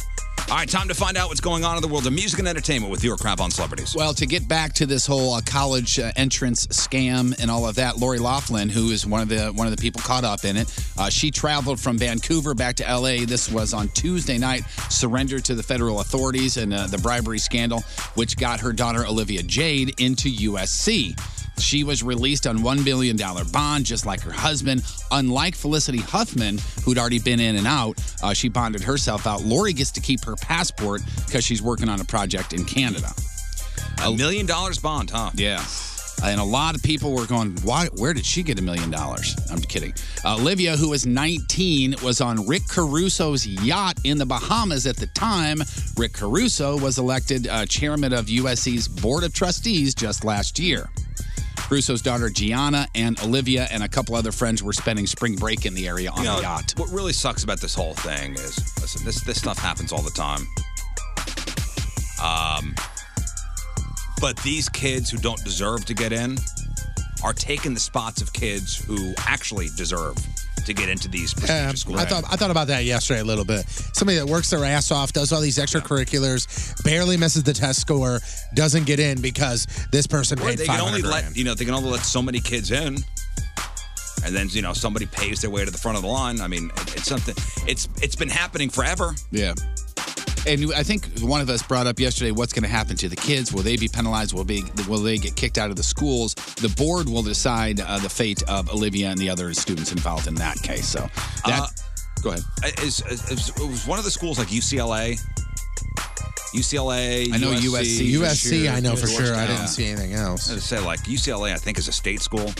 All right, time to find out what's going on in the world of music and entertainment with your crap on celebrities. Well, to get back to this whole uh, college uh, entrance scam and all of that, Lori Laughlin, who is one of the one of the people caught up in it, uh, she traveled from Vancouver back to L.A. This was on Tuesday night. Surrendered to the federal authorities and uh, the bribery scandal, which got her daughter Olivia Jade into USC. She was released on $1 billion bond, just like her husband. Unlike Felicity Huffman, who'd already been in and out, uh, she bonded herself out. Lori gets to keep her passport because she's working on a project in Canada. A million dollars bond, huh? Yeah. Uh, And a lot of people were going, "Why? Where did she get a million dollars?" I'm kidding. Uh, Olivia, who was 19, was on Rick Caruso's yacht in the Bahamas at the time. Rick Caruso was elected uh, chairman of USC's board of trustees just last year. Caruso's daughter Gianna and Olivia and a couple other friends were spending spring break in the area on You know, the yacht. What really sucks about this whole thing is, listen, this this stuff happens all the time. Um, but these kids who don't deserve to get in are taking the spots of kids who actually deserve to get into these prestigious Um, schools. I thought I thought about that yesterday a little bit. Somebody that works their ass off, does all these extracurriculars, barely misses the test score, doesn't get in because this person Right, paid they five can only hundred grand. let you know they can only let so many kids in, and then you know somebody pays their way to the front of the line. I mean, it- it's something. It's it's been happening forever. Yeah. And I think one of us brought up yesterday what's going to happen to the kids. Will they be penalized? Will be will they get kicked out of the schools? The board will decide uh, the fate of Olivia and the other students involved in that case. So that Uh, go ahead. Is, is, is, it was one of the schools like UCLA. UCLA. I know USC. for USC, sure, I know for sure. I Georgetown. didn't see anything else. I was gonna say like UCLA, I think is a state school.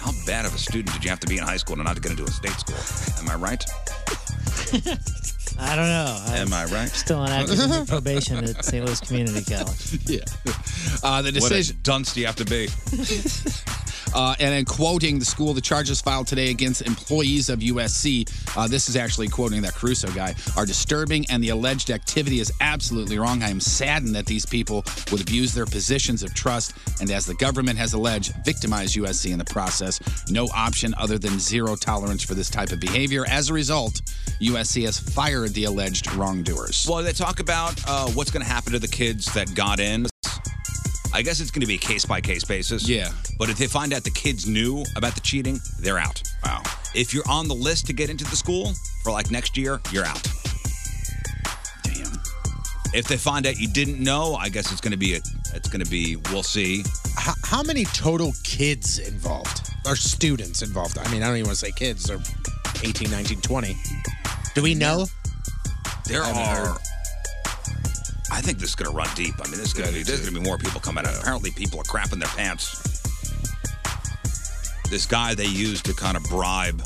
How bad of a student did you have to be in high school to not get into a state school? Am I right? I don't know. Am I right? Uh, Still on active probation at St. Louis Community College. Yeah. Uh, the decision. What a dunce do you have to be? Uh, and then quoting the school, the charges filed today against employees of USC, uh, this is actually quoting that Caruso guy, are disturbing and the alleged activity is absolutely wrong. I am saddened that these people would abuse their positions of trust and, as the government has alleged, victimize USC in the process. No option other than zero tolerance for this type of behavior. As a result, USC has fired the alleged wrongdoers. Well, they talk about uh, what's going to happen to the kids that got in. I guess it's going to be a case by case basis. Yeah. But if they find out the kids knew about the cheating, they're out. Wow. If you're on the list to get into the school for like next year, you're out. Damn. If they find out you didn't know, I guess it's going to be a, it's going to be we'll see. How, how many total kids involved or students involved? I mean, I don't even want to say kids. They're 18, 19, 20. Do we know? There are. I think this is going to run deep. I mean, this is going to be there's going to be more people coming out. Apparently, people are crapping their pants. This guy they used to kind of bribe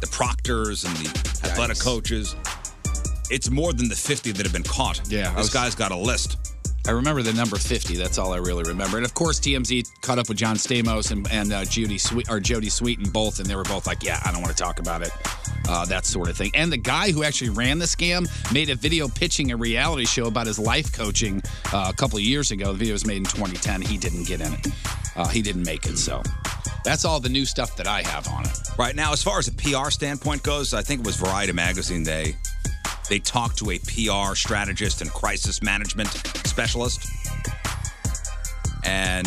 the proctors and the athletic coaches. It's more than the 50 that have been caught. Yeah, I this was- guy's got a list. I remember the number 50. That's all I really remember. And of course, TMZ caught up with John Stamos and, and uh, Judy Sweet or Jody Sweeten both, and they were both like, "Yeah, I don't want to talk about it." Uh, that sort of thing. And the guy who actually ran the scam made a video pitching a reality show about his life coaching uh, a couple of years ago. The video was made in 2010. He didn't get in it. Uh, he didn't make it. So that's all the new stuff that I have on it. Right now, as far as a PR standpoint goes, I think it was Variety magazine. They they talked to a PR strategist and crisis management specialist, and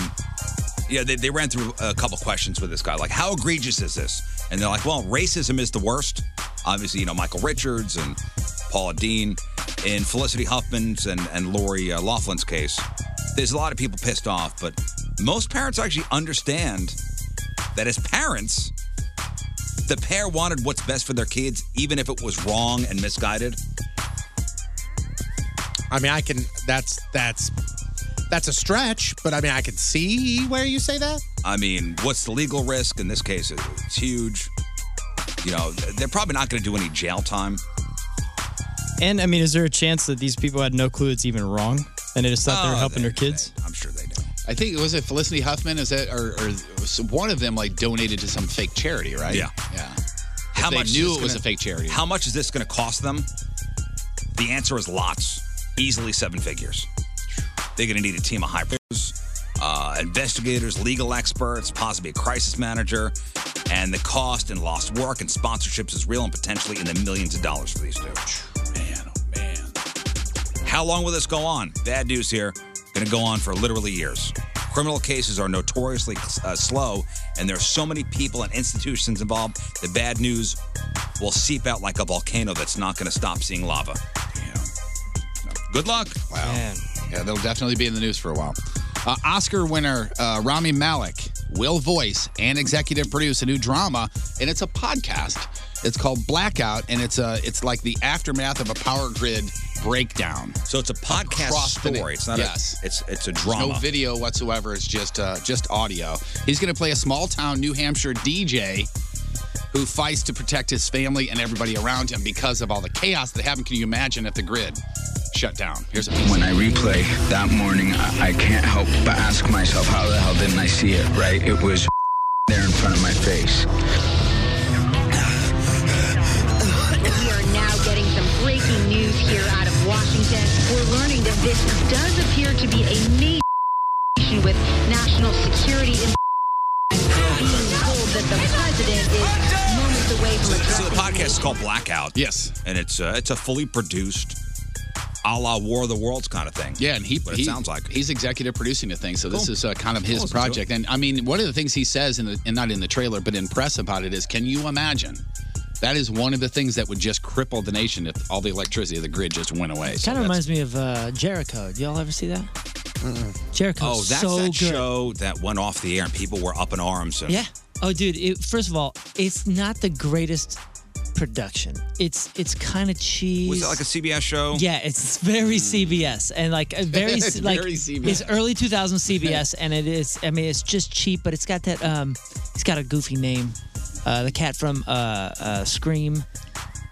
yeah, they, they ran through a couple questions with this guy, like how egregious is this? And they're like, well, racism is the worst. Obviously, you know Michael Richards and Paula Dean, in Felicity Huffman's and and Lori uh, Laughlin's case, there's a lot of people pissed off, but most parents actually understand that as parents the pair wanted what's best for their kids, even if it was wrong and misguided. I mean, I can. That's that's that's a stretch, but I mean, I can see where you say that. I mean, what's the legal risk in this case? It- It's huge. You know, they're probably not going to do any jail time. And I mean, is there a chance that these people had no clue it's even wrong, and they just thought they were Oh, helping their kids? I'm sure they I think was it Felicity Huffman? Is that or, or was one of them like donated to some fake charity, right? Yeah. yeah. How they much is knew this it was gonna- a fake charity. How much is this going to cost them? The answer is lots, easily seven figures. They're going to need a team of high pros, uh, investigators, legal experts, possibly a crisis manager, and the cost and lost work and sponsorships is real and potentially in the millions of dollars for these two. Man, oh man. How long will this go on? Bad news here. Going to go on for literally years. Criminal cases are notoriously uh, slow, and there are so many people and institutions involved. The bad news will seep out like a volcano that's not going to stop seeing lava. Good luck. Wow. Yeah, they'll definitely be in the news for a while. Uh, Oscar winner uh, Rami Malik will voice and executive produce a new drama, and it's a podcast. It's called Blackout, and it's a it's like the aftermath of a power grid breakdown. So it's a podcast story. It's not a- yes. it's it's a There's drama. No video whatsoever. It's just uh, just audio. He's going to play a small town New Hampshire DJ who fights to protect his family and everybody around him because of all the chaos that happened. Can you imagine if the grid shut down? Here's a When I replay that morning, I, I can't help but ask myself, how the hell didn't I see it, right? It was there in front of my face. We are now getting some breaking news here out of Washington. We're learning that this does appear to be a major issue with national security and being told that the president is moments away from So the addressing podcast is called Blackout. Yes, and it's uh, it's a fully produced, a la War of the Worlds kind of thing. Yeah, and he, what he- it sounds like. he's executive producing the thing, so this Cool. is uh, kind of Cool, his listen to it. project. And I mean, one of the things he says in the and not in the trailer, but in press about it is, can you imagine? That is one of the things that would just cripple the nation if all the electricity of the grid just went away. Kind of reminds me of uh, Jericho. Do y'all ever see that? Jericho. Oh, that's so that good. show that went off the air and people were up in arms. And Yeah. Oh, dude. It, first of all, it's not the greatest production. It's it's kind of cheese. Was it like a CBS show? Hmm. Yeah, it's very CBS and like a very It's like very CBS. it's early 2000 CBS and it is I mean it's just cheap but it's got that um it's got a goofy name. Uh, the cat from uh, uh, Scream.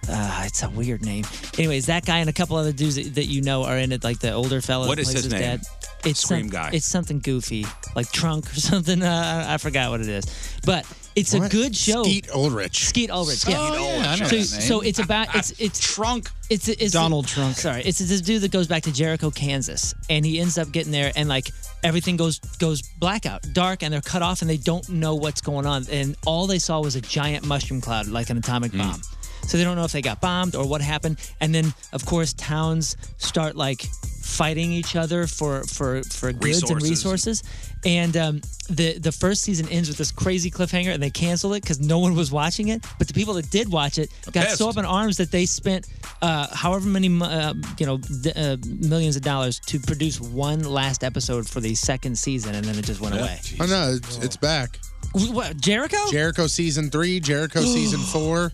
Uh, it's a weird name. Anyways, that guy and a couple other dudes that, that you know are in it, like the older fellow. What that is plays his name? Dad. It's Scream some- guy. It's something goofy, like Trunk or something. Uh, I I forgot what it is, but it's a good show. Skeet Ulrich. Skeet Ulrich. Skeet yeah. Oh, Ulrich, I know So, that name. so it's about it's it's Trunk. It's, it's Donald Trunk. Sorry, it's this dude that goes back to Jericho, Kansas, and he ends up getting there, and like everything goes goes blackout, dark, and they're cut off, and they don't know what's going on, and all they saw was a giant mushroom cloud, like an atomic bomb. So they don't know if they got bombed or what happened, and then of course towns start like fighting each other for for for goods and Resources. resources resources. And um, the the first season ends with this crazy cliffhanger, and they canceled it because no one was watching it. But the people that did watch it got Pissed. so up in arms that they spent uh, however many mo- uh, you know d- uh, millions of dollars to produce one last episode for the second season, and then it just went away. Oh no, it's, it's back. What Jericho? Jericho season three, Jericho season four.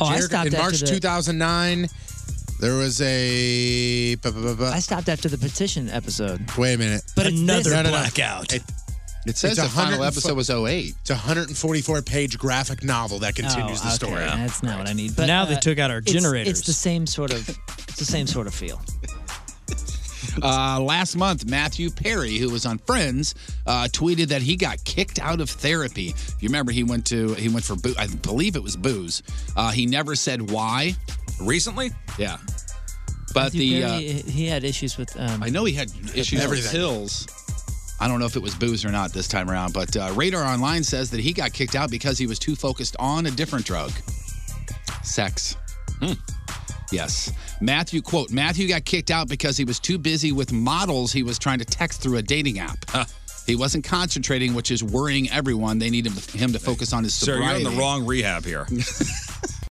Oh, I stopped in after March the- 2009. There was a. I stopped after the petition episode. Wait a minute. But it's Another this- No, no, no. blackout. It, It says the final episode was 08. It's a 144 page graphic novel that continues Oh, the story. okay, That's not what I need. But uh, Now they took out our it's- generators. It's the same sort of it's the same sort of feel. Uh, last month, Matthew Perry, who was on Friends, uh, tweeted that he got kicked out of therapy. If you remember, he went to he went for boo- I believe it was booze. Uh, he never said why. Recently, yeah, but Matthew the uh, Perry, he had issues with. Um, I know he had issues with Everything. pills. I don't know if it was booze or not this time around, but uh, Radar Online says that he got kicked out because he was too focused on a different drug, sex. Hmm. Yes. Matthew, quote, Matthew got kicked out because he was too busy with models he was trying to text through a dating app. He wasn't concentrating, which is worrying everyone. They need him to, him to focus on his Sir, sobriety. you're in the wrong rehab here. I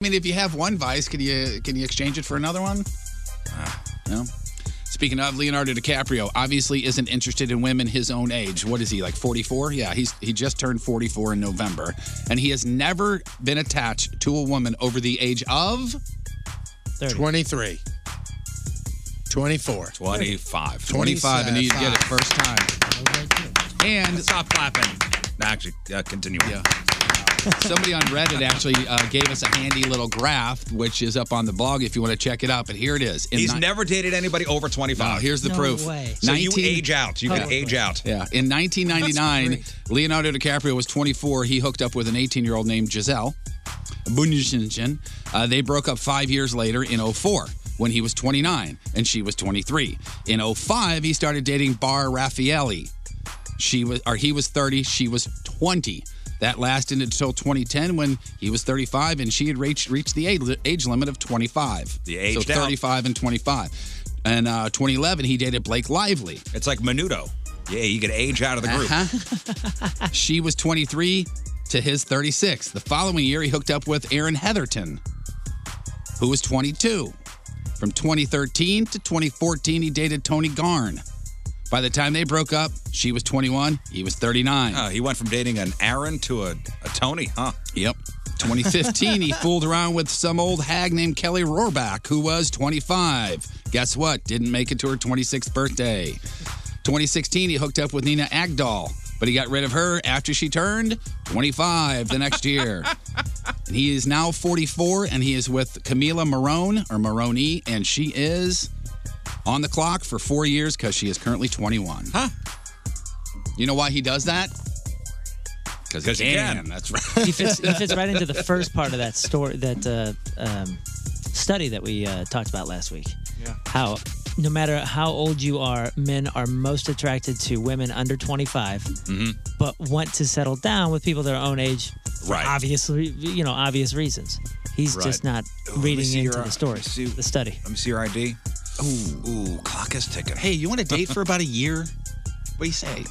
mean, if you have one vice, can you can you exchange it for another one? No. Speaking of Leonardo DiCaprio, obviously isn't interested in women his own age. What is he like 44? Yeah, he's he just turned 44 in November, and he has never been attached to a woman over the age of 23, 24, 25, 25, and he get it first time. And stop clapping. No, actually, uh, continue. Yeah. Somebody on Reddit actually uh, gave us a handy little graph, which is up on the blog if you want to check it out. But here it is. In He's ni- never dated anybody over 25. No, here's the proof. So you age out. You can age out. Yeah. In 1999, Leonardo DiCaprio was 24. He hooked up with an 18 year old named Giselle Bundchen. Uh, they broke up five years later in 04 when he was 29 and she was 23. In 05, he started dating Bar Raffaelli. She was, or he was 30. She was 20. That lasted until 2010 when he was 35 and she had reached, reached the age, age limit of 25. The So aged out. 35 and 25. And uh, 2011, he dated Blake Lively. It's like Menudo. Yeah, you could age out of the group. Uh-huh. she was 23 to his 36. The following year, he hooked up with Aaron Heatherton, who was 22. From 2013 to 2014, he dated Tony Garn. By the time they broke up, she was 21, he was 39. Oh, he went from dating an Aaron to a, a Tony, huh? Yep. 2015, he fooled around with some old hag named Kelly Rohrbach, who was 25. Guess what? Didn't make it to her 26th birthday. 2016, he hooked up with Nina Agdal, but he got rid of her after she turned 25 the next year. and he is now 44, and he is with Camila Marone, or Maroni, and she is on the clock for four years because she is currently 21. Huh? You know why he does that? Because he can. That's right. he fits, he fits right into the first part of that story that uh, um, study that we uh, talked about last week. Yeah. How no matter how old you are, men are most attracted to women under 25, Mm-hmm. but want to settle down with people their own age. for Right. Obviously, you know, obvious reasons. He's Right. just not Ooh, let me reading see into your- the story, the study. Let me see your ID. Ooh, ooh, clock is ticking. Hey, you want to date for about a year? What do you say?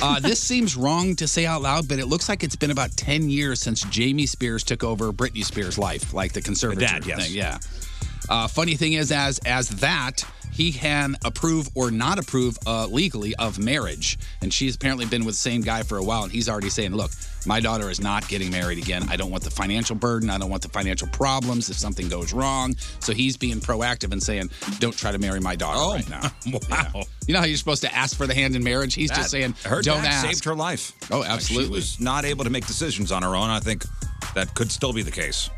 Uh, this seems wrong to say out loud, but it looks like it's been about 10 years since Jamie Spears took over Britney Spears' life, like the conservative dad, yes. thing. Yeah. Uh, funny thing is, as as that, he can approve or not approve uh, legally of marriage, and she's apparently been with the same guy for a while, and he's already saying, "Look, my daughter is not getting married again. I don't want the financial burden. I don't want the financial problems if something goes wrong." So he's being proactive and saying, "Don't try to marry my daughter right now." Wow. You know how you're supposed to ask for the hand in marriage? He's That- just saying, her "Don't dad ask." saved her life. Oh, She absolutely. was not able to make decisions on her own. I think that could still be the case.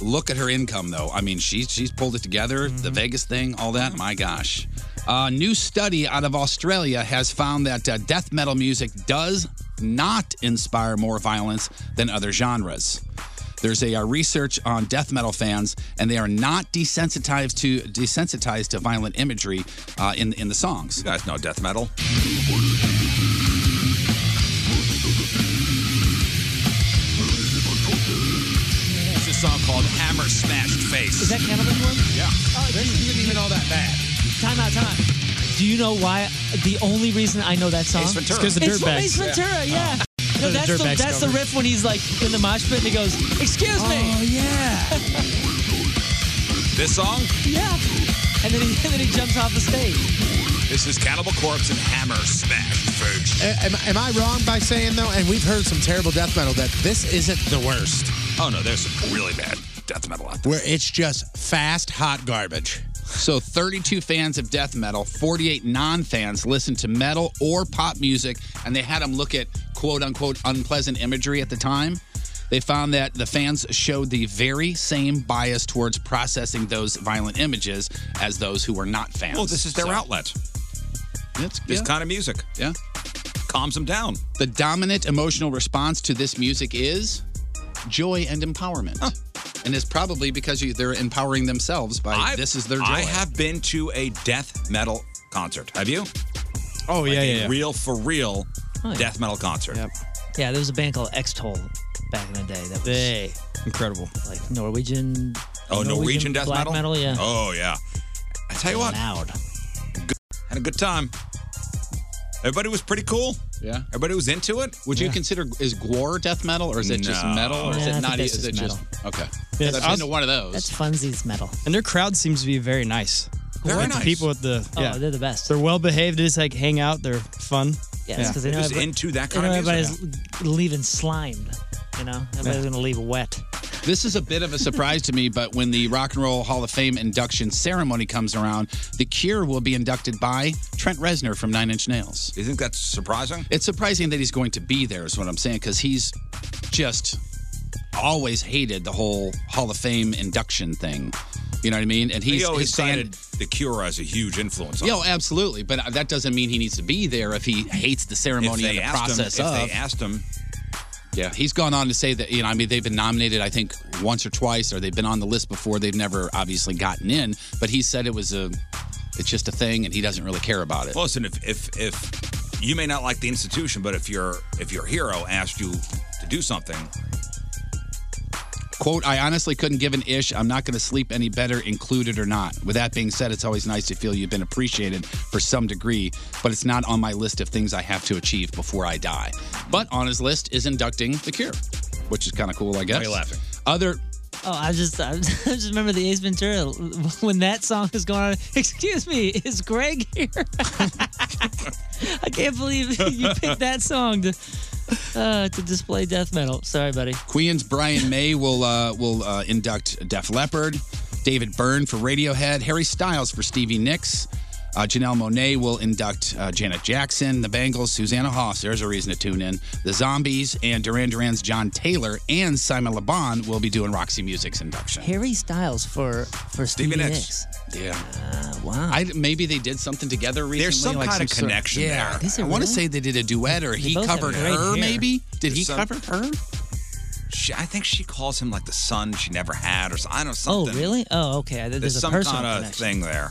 look at her income though. I mean, she's she's pulled it together. The Vegas thing, all that. My gosh. A new study out of Australia has found that uh, death metal music does not inspire more violence than other genres. There's a, uh research on death metal fans, and they are not desensitized to desensitized to violent imagery uh, in in the songs. You guys know death metal. It's a song called Hammer Smashed Face. Is that Cannibal Corpse? Yeah. Oh, this isn't even all that bad. Time out, time out. Do you know why? The only reason I know that song Ace Ventura. It's 'cause the It's from Dirtbags. Ace Ventura, Yeah. yeah. Oh. No, The that's the, Dirtbags that's the cover. riff when he's like in the mosh pit and he goes, "Excuse me." Oh yeah. This song, yeah. And then he and then he jumps off the stage. this is Cannibal Corpse and Hammer Smash Face. A- Am, am I wrong by saying though? And we've heard some terrible death metal that this isn't the worst. Oh no, there's some really bad death metal out there. Where it's just fast, hot garbage. So 32 fans of death metal, 48 non-fans listen to metal or pop music, and they had them look at quote unquote unpleasant imagery at the time. They found that the fans showed the very same bias towards processing those violent images as those who were not fans. Well, this is their So- outlet. It's this yeah. kind of music. Yeah. Calms them down. The dominant emotional response to this music is joy and empowerment. And it's probably because you, they're empowering themselves by I- this is their joy. I have been to a death metal concert. Have you? Oh Like yeah, a yeah, yeah. Real for real Oh, yeah. death metal concert. Yeah, there was a band called Extol back in the day that was incredible. Like Norwegian. Oh, Norwegian, death black metal? metal. Yeah. Oh yeah. I tell you what. Loud. Had a good time. Everybody was pretty cool. Yeah. Everybody was into it. Would you consider is gore death metal or is it just No. metal or is Yeah, I it think not? e, that's Is it just just metal. okay? Yeah, I've that's- been to one of those. That's funsies metal. And their crowd seems to be very nice. Very Like, nice. The people at the Oh, yeah, they're the best. They're well behaved. They just like hang out. They're fun. Yeah, because they know everybody- they know everybody's leaving slimed. You know, everybody's gonna leave wet. This is a bit of a surprise to me, but when the Rock and Roll Hall of Fame induction ceremony comes around, The Cure will be inducted by Trent Reznor from Nine Inch Nails. You think that's surprising? It's surprising that he's going to be there, is what I'm saying, because he's just always hated the whole Hall of Fame induction thing. You know what I mean? And he's he always his band- cited The Cure as a huge influence on Yeah, oh, absolutely. But that doesn't mean he needs to be there if he hates the if ceremony they and the asked process him, of. If they asked him, yeah, he's gone on to say that you know, I mean, they've been nominated, I think, once or twice, or they've been on the list before. They've never obviously gotten in, but he said it was a, it's just a thing, and he doesn't really care about it. Well, listen, if if if you may not like the institution, but if your if your hero asked you to do something, Quote, I honestly couldn't give an ish. I'm not going to sleep any better, included or not. With that being said, it's always nice to feel you've been appreciated for some degree, but it's not on my list of things I have to achieve before I die. But on his list is inducting The Cure, which is kind of cool, I guess. you laughing? Other. Oh, I just I just I just remember the Ace Ventura when that song was going on. Excuse me, is Greg here? I can't believe you picked that song to uh, to display death metal. Sorry, buddy. Queen's Brian May will uh, will uh, induct Def Leppard, David Byrne for Radiohead, Harry Styles for Stevie Nicks, uh, Janelle Monet will induct uh, Janet Jackson, The Bangles, Susanna Hoffs. There's a reason to tune in. The Zombies and Duran Duran's John Taylor and Simon LeBon will be doing Roxy Music's induction. Harry Styles for for Stevie, Stevie Nicks. Uh, Nicks. Yeah. wow. I, maybe they did something together recently. There's some like kind of sort- connection yeah. there. I want to say they did a duet, or he covered her. Maybe did he cover her? She, I think she calls him like the son she never had, or so- I don't know Oh, something. really? Oh, okay. I- There's, There's a some personal kind of connection. thing there.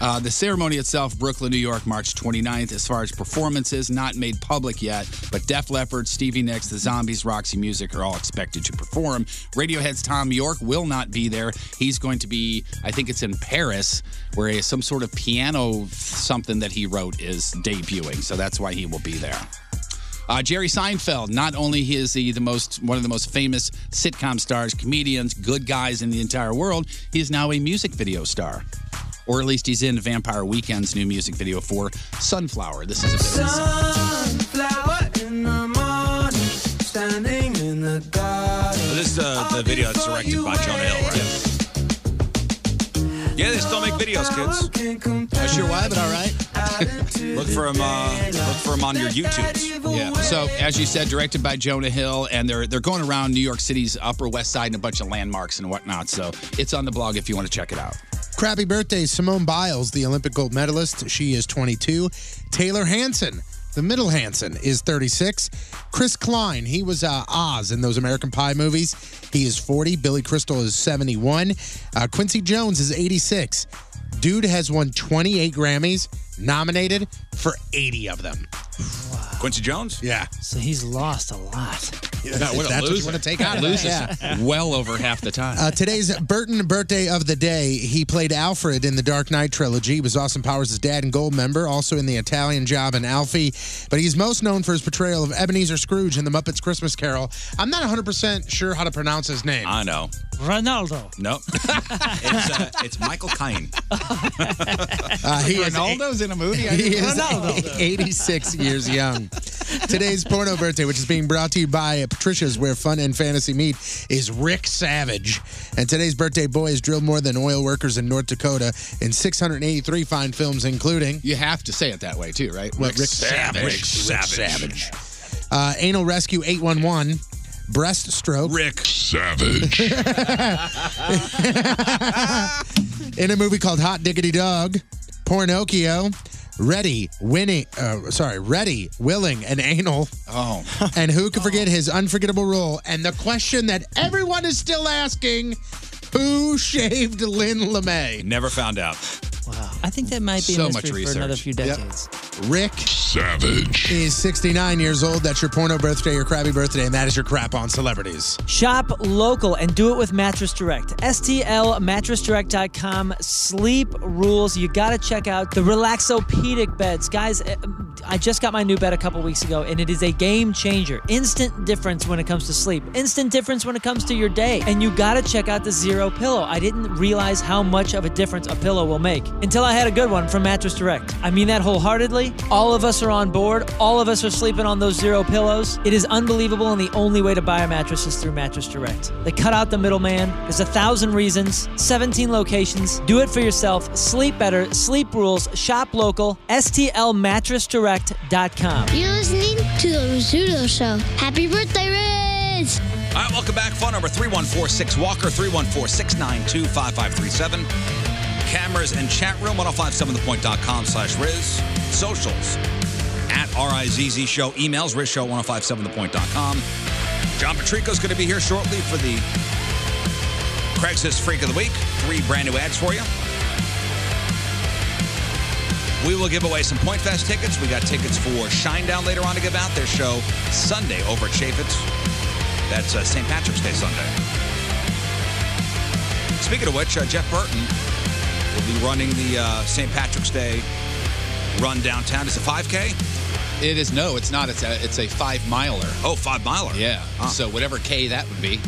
Uh, the ceremony itself, Brooklyn, New York, March 29th. As far as performances, not made public yet, but Def Leppard, Stevie Nicks, The Zombies, Roxy Music are all expected to perform. Radiohead's Tom York will not be there. He's going to be, I think it's in Paris, where he has some sort of piano something that he wrote is debuting. So that's why he will be there. Uh, Jerry Seinfeld. Not only is he the most one of the most famous sitcom stars, comedians, good guys in the entire world, he is now a music video star, or at least he's in Vampire Weekend's new music video for Sunflower. This is a bit. Sunflower in the morning, standing in the garden. This is the, the video that's directed by Jonah Hill, right? Yeah, they still make videos, kids. Not sure why, but all right. look for him. Uh, look for him on your YouTubes. Yeah. So, as you said, directed by Jonah Hill, and they're they're going around New York City's Upper West Side and a bunch of landmarks and whatnot. So, it's on the blog if you want to check it out. Crappy birthday, Simone Biles, the Olympic gold medalist. She is 22. Taylor Hansen, the middle Hansen, is 36. Chris Klein, he was uh, Oz in those American Pie movies. He is 40. Billy Crystal is 71. Uh, Quincy Jones is 86. Dude has won 28 Grammys, nominated for 80 of them. Quincy Jones? Yeah. So he's lost a lot. If that's what you want to take out of it, loses yeah. well over half the time. Uh, today's Burton birthday of the day. He played Alfred in the Dark Knight trilogy. He was Austin Powers' dad and gold member, also in the Italian Job and Alfie. But he's most known for his portrayal of Ebenezer Scrooge in the Muppets Christmas Carol. I'm not 100% sure how to pronounce his name. I know. Ronaldo. Nope. it's, uh, it's Michael Caine. Uh, he is Ronaldo's in a movie. He is 86 years young. Today's porno birthday, which is being brought to you by Patricia's, where fun and fantasy meet, is Rick Savage. And today's birthday boy is drilled more than oil workers in North Dakota in 683 fine films, including. You have to say it that way too, right? What, Rick Savage. Rick Savage. Rick Uh, Anal Rescue 811, Breaststroke. Rick Savage. In a movie called Hot Diggity Dog, Pornocchio, Ready, Winning, uh, sorry, Ready, Willing, and Anal. Oh. And who could forget his unforgettable role? And the question that everyone is still asking who shaved Lynn LeMay? Never found out. I think that might be a So much mystery research. for another few Yep. decades. Rick Savage is 69 years old. That's your porno birthday, your crabby birthday, and that is your crap on celebrities. Shop local and do it with Mattress Direct. STLmattressdirect.com. Sleep rules. You got to check out the Relaxopedic beds. Guys, eh, I just got my new bed a couple weeks ago and it is a game changer. Instant difference when it comes to sleep, instant difference when it comes to your day. And you got to check out the Zero Pillow. I didn't realize how much of a difference a pillow will make until I had a good one from Mattress Direct. I mean that wholeheartedly. All of us are on board, all of us are sleeping on those Zero Pillows. It is unbelievable, and the only way to buy a mattress is through Mattress Direct. They cut out the middleman. There's a thousand reasons, 17 locations. Do it for yourself. Sleep better. Sleep rules. Shop local. STLmattressdirect.com. You're listening to the Rizzuto Show. Happy birthday, Riz! All right, welcome back. Phone number 3146 Walker, 314 692 5537. Cameras and chat room, 1057thepoint.com slash Riz. Socials at RIZZ Show. oh Emails, RizShow, 1057thepoint.com. John Patrico's going to be here shortly for the Craigslist Freak of the Week. Three brand new ads for you. We will give away some Point Fest tickets. We got tickets for Shinedown later on to give out. Their show Sunday over at Chaffetz. That's uh, St. Patrick's Day Sunday. Speaking of which, uh, Jeff Burton will be running the uh, St. Patrick's Day run downtown. Is it 5K? It is no, it's not. It's a it's a five miler. Oh, five miler. Yeah. So whatever K that would be.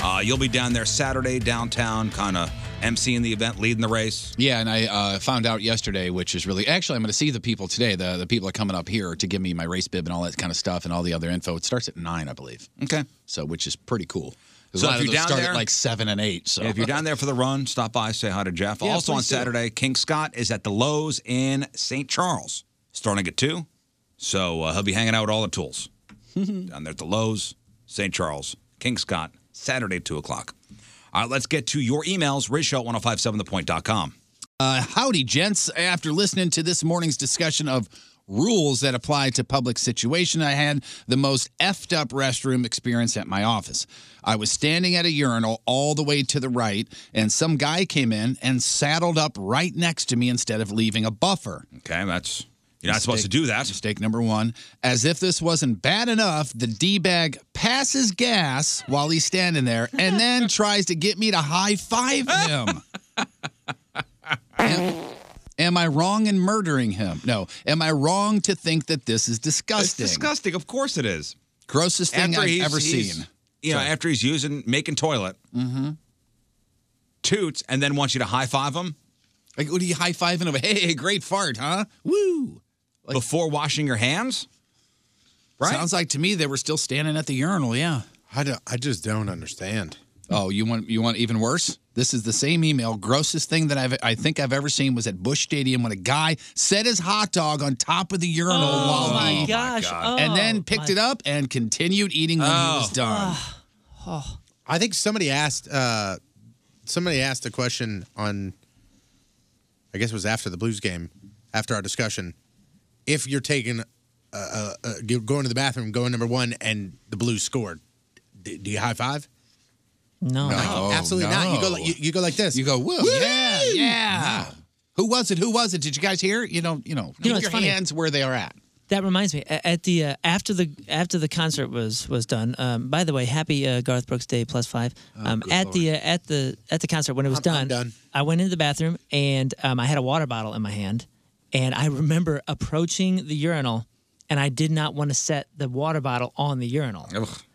Uh, you'll be down there Saturday downtown, kind of emceeing the event, leading the race. Yeah, and I uh, found out yesterday, which is really actually I'm going to see the people today. The the people are coming up here to give me my race bib and all that kind of stuff and all the other info. It starts at nine, I believe. Okay. So which is pretty cool. 'Cause So a lot if of you're those down start there- at like seven and eight. So Yeah, if you're down there for the run, stop by, say hi to Jeff. Yeah, also on please do. Saturday, King Scott is at the Lowe's in St. Charles, starting at 2. So uh, he'll be hanging out with all the tools down there at the Lowe's, St. Charles, King Scott, Saturday, 2 o'clock. All right, let's get to your emails, rizshow at 1057thepoint.com. Uh, howdy, gents. After listening to this morning's discussion of rules that apply to public situation, I had the most effed up restroom experience at my office. I was standing at a urinal all the way to the right, and some guy came in and saddled up right next to me instead of leaving a buffer. Okay, that's you're not supposed to do that. Mistake number one. As if this wasn't bad enough, the D bag passes gas while he's standing there and then tries to get me to high five him. am, am I wrong in murdering him? No. Am I wrong to think that this is disgusting? It's disgusting. Of course it is. Grossest thing I've ever seen. You know, So- after he's using, making toilet, Mm-hmm. toots, and then wants you to high five him. Like, what are you high fiving him? Hey, great fart, huh? Woo! Before washing your hands? Right? Sounds like to me they were still standing at the urinal. Yeah. I, do, I just don't understand. Oh, you want you want even worse? This is the same email. Grossest thing that I've I think I've ever seen was at Bush Stadium when a guy set his hot dog on top of the urinal Oh, while my he- gosh. Oh, and then picked my- it up and continued eating when he was done. Oh. I think somebody asked uh, somebody asked a question on I guess it was after the Blues game, after our discussion, if you're taking uh, uh, uh, you're going to the bathroom, going number one, and the Blues scored, d- do you high five? No, Like, absolutely not. You go like you, you go like this. You go woo, yeah, yeah. Who was it? Who was it? Did you guys hear? You know, you know. You know, keep it's your funny. hands where they are at. That reminds me, a- at the uh, after the after the concert was was done. Um, by the way, happy uh, Garth Brooks Day plus five. Um, at the uh, at the at the concert when it was done, I went into the bathroom and um, I had a water bottle in my hand, and I remember approaching the urinal, and I did not want to set the water bottle on the urinal.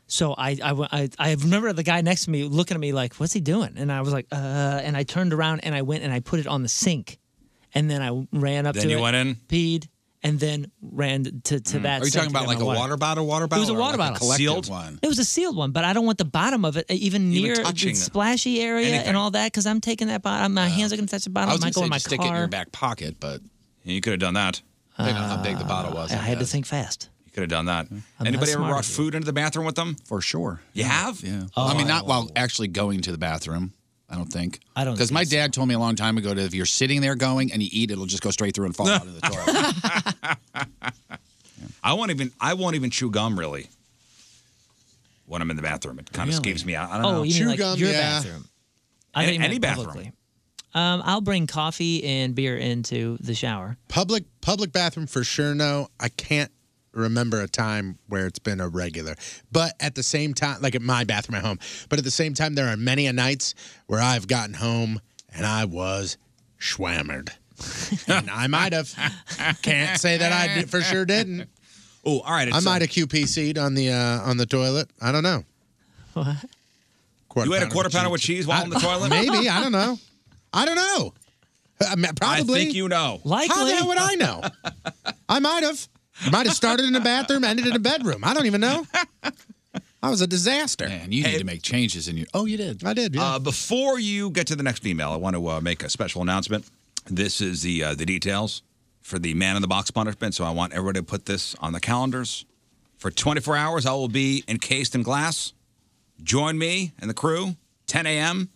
So I, I, went- I, I remember the guy next to me looking at me like, what's he doing? And I was like, uh, and I turned around and I went and I put it on the sink. And then I ran up Then to you it, went in? peed, and then ran to, to that. Hmm. Are you sink to talking about get like my a water bottle, water It was a bottle, or water like a bottle. collective Sealed? one? It was a sealed one, but I don't want the bottom of it uh, even Even near touching the it. splashy area Anything. Oh, and all that because I'm taking that bottom. My hands are going to touch the bottom. I was might gonna go say in my just car. Uh, stick it in your back pocket, but You could have done that. depending on how big the bottle was. I had to think fast. You could have done that. not Anybody ever smart brought of you. food into the bathroom with them? For sure. You have? Yeah. Oh, I mean, not I- while actually going to the bathroom. I don't think. I don't Because my dad told me a long time ago that if you're sitting there going and you eat, it'll just go straight through and fall out of the toilet. I won't even I won't even chew gum really when I'm in the bathroom. It kind of Really? escapes me. I, I don't Oh, know. you mean Chew like gum, your yeah. bathroom. I any thought you meant any bathroom. publicly. Um, I'll bring coffee and beer into the shower. Public public bathroom for sure. No, I can't remember a time where it's been a regular. But at the same time, like at my bathroom at home. But at the same time, there are many a nights where I've gotten home and I was schwammered. and I might have. Can't say that I did, for sure didn't. Oh, all right. I might have QPC'd on the uh, on the toilet. I don't know. What? you had a quarter pounder with cheese while in the toilet? Maybe I don't know. I don't know. I mean, probably. think you know. How Likely. the hell would I know? I might have. Might have started in a bathroom, ended in a bedroom. I don't even know. I was a disaster. Man, you need to make changes in your. Oh, you did. I did. Uh, before you get to the next email, I want to uh, make a special announcement. This is the uh, the details for the man in the box punishment. So I want everybody to put this on the calendars. For 24 hours, I will be encased in glass. Join me and the crew 10 a.m.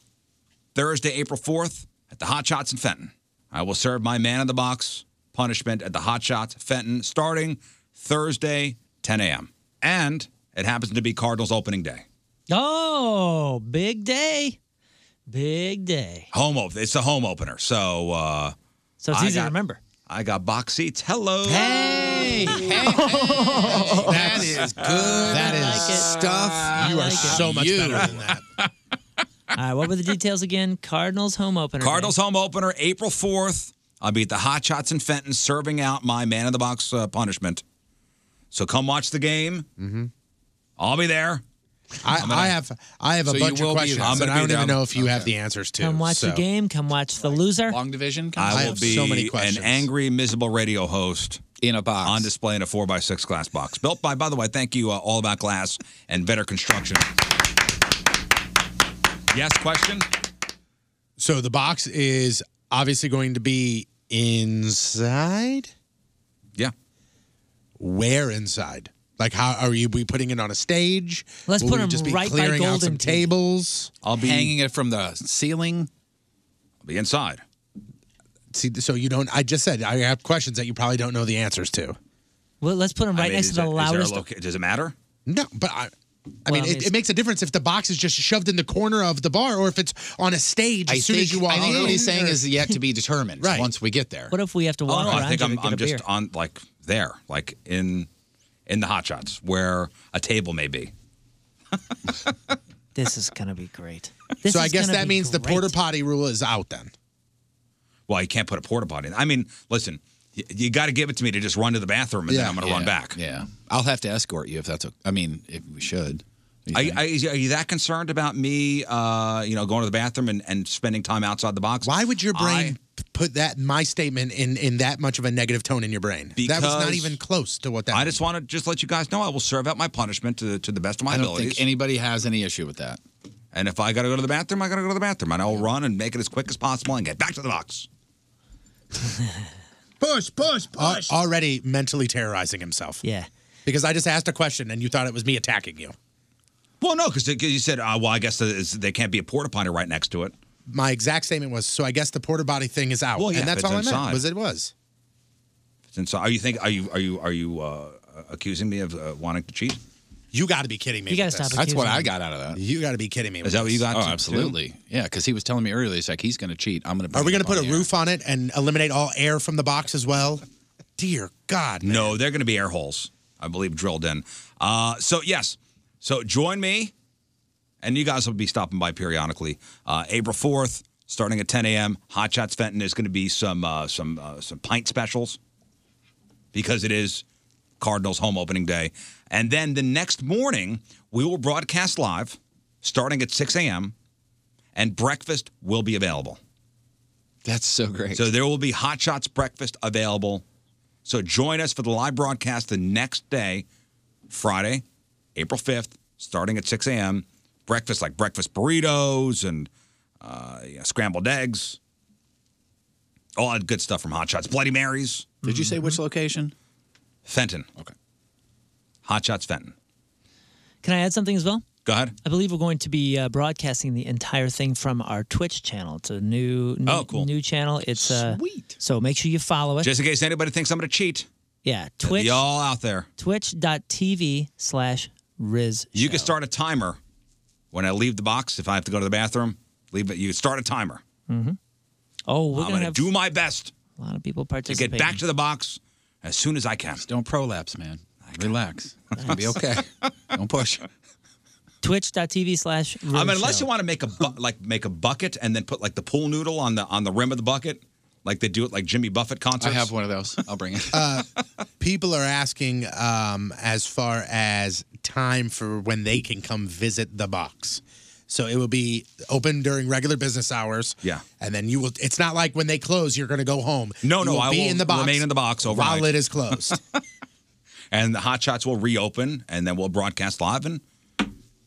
Thursday, April 4th at the Hot Shots in Fenton. I will serve my man in the box punishment at the Hot Shots Fenton starting Thursday 10 a.m. And it happens to be Cardinals opening day. Oh, big day. Big day. Home op- it's a home opener. So uh So it's I easy to got- remember. I got box seats. Hello. Hey, that is good. That is stuff. You are so much better than that. All right, what were the details again? Cardinals home opener. Cardinals home opener, April 4th. I'll be at the Hot Shots in Fenton serving out my man of the box uh, punishment. So come watch the game. Mm-hmm. I'll be there. I, I have I have a bunch of questions I'm that gonna I be don't there. even know if you have the answers to. Come watch so. the game. Come watch the loser. Long division. I will be so many questions. an angry, miserable radio host in a box on display in a four by six glass box built by. By the way, thank you, uh, All About Glass and Better Construction. yes, question. So the box is obviously going to be inside. Yeah. Where inside? Like, how are you? We putting it on a stage? Let's Will put we 'em just be right by clearing out Golden some Tee. tables. I'll be hanging it from the ceiling. I'll be inside. See, so you don't. I just said I have questions that you probably don't know the answers to. Well, let's put them right I mean, next to is the it- is there a loudest. loca- does it matter? No, but I. I Well, mean, I mean, it, it's- it makes a difference if the box is just shoved in the corner of the bar or if it's on a stage as I soon think, as you walk I in. think what he's saying or- is yet to be determined Right. once we get there. what if we have to Oh walk no, around I think to I'm, get I'm a just beer? on like there, like in in the hot shots where a table may be. This is gonna be great. so I guess that means the porta potty rule is out then. Well, you can't put a porta potty. in. I mean, listen, you, you got to give it to me to just run to the bathroom and then I'm going to run back. Yeah, I'll have to escort you if that's. A, I mean, if we should. Are, you- are you- are you that concerned about me, uh, you know, going to the bathroom and, and spending time outside the box? Why would your brain p- put that my statement in in that much of a negative tone in your brain? that was not Because- even close to what that. I just want to just let you guys know I will serve out my punishment to, to the best of my I don't abilities. think anybody has any issue with that. and if I got to go to the bathroom, I got to go to the bathroom, and I'll run and make it as quick as possible and get back to the box. push, push, push. already mentally terrorizing himself. Yeah. Because I just asked a question and you thought it was me attacking you. Well, no, because you said, uh, well, I guess there is- there can't be a porta potty right next to it. My exact statement was so I guess the porta body thing is out. Well, yeah, and that's if it's all I inside. meant was it was. Since are you think are you are you are you uh, accusing me of uh, wanting to cheat? You got to be kidding me You gotta with this. stop That's what accusing I got me. out of that. You got to be kidding me. Is with that what you this. got? Oh, absolutely. Yeah, because he was telling me earlier, he's like, he's going to cheat. I'm going to. Are we going to put a roof on it and eliminate all air from the box as well? Dear God. No, they're going to be air holes, I believe, drilled in. Uh, so, yes. So, join me, and you guys will be stopping by periodically. Uh, April 4th, starting at 10 a.m., Hot Shots Fenton is going to be some, uh, some, uh, some pint specials because it is Cardinals home opening day. And then the next morning, we will broadcast live starting at 6 a.m., and breakfast will be available. That's so great. So there will be Hot Shots breakfast available. So join us for the live broadcast the next day, Friday, April 5th, starting at 6 a.m. Breakfast like breakfast burritos and uh, yeah, scrambled eggs. All that good stuff from Hot Shots. Bloody Marys. Mm-hmm. Did you say which location? Fenton. Okay. Hot Shots Fenton. Can I add something as well? Go ahead. I believe we're going to be uh, broadcasting the entire thing from our Twitch channel. It's a new, new Oh, new channel. It's uh, sweet. So make sure you follow it. Just in case anybody thinks I'm going to cheat. yeah, Twitch. Y'all out there. Twitch.tv slash Riz. You can start a timer when I leave the box. If I have to go to the bathroom, leave it. You start a timer. Mm-hmm. Oh, we're I'm gonna going to have do my best a lot of people to participating. get back to the box as soon as I can. Just don't prolapse, man. Relax. It's going to be okay. don't push. Twitch.tv slash Riz. I mean, unless Show. you want to make a bu- like make a bucket and then put like the pool noodle on the on the rim of the bucket, like they do at like Jimmy Buffett concerts. have one of those. I'll bring it. uh, people are asking um, as far as time for when they can come visit the box. So it will be open during regular business hours. Yeah. and then you will. It's not like when they close, you're going to go home. No, You no, will I be will in the box. remain in the box overnight. while it is closed. and the hot shots will reopen and then we'll broadcast live and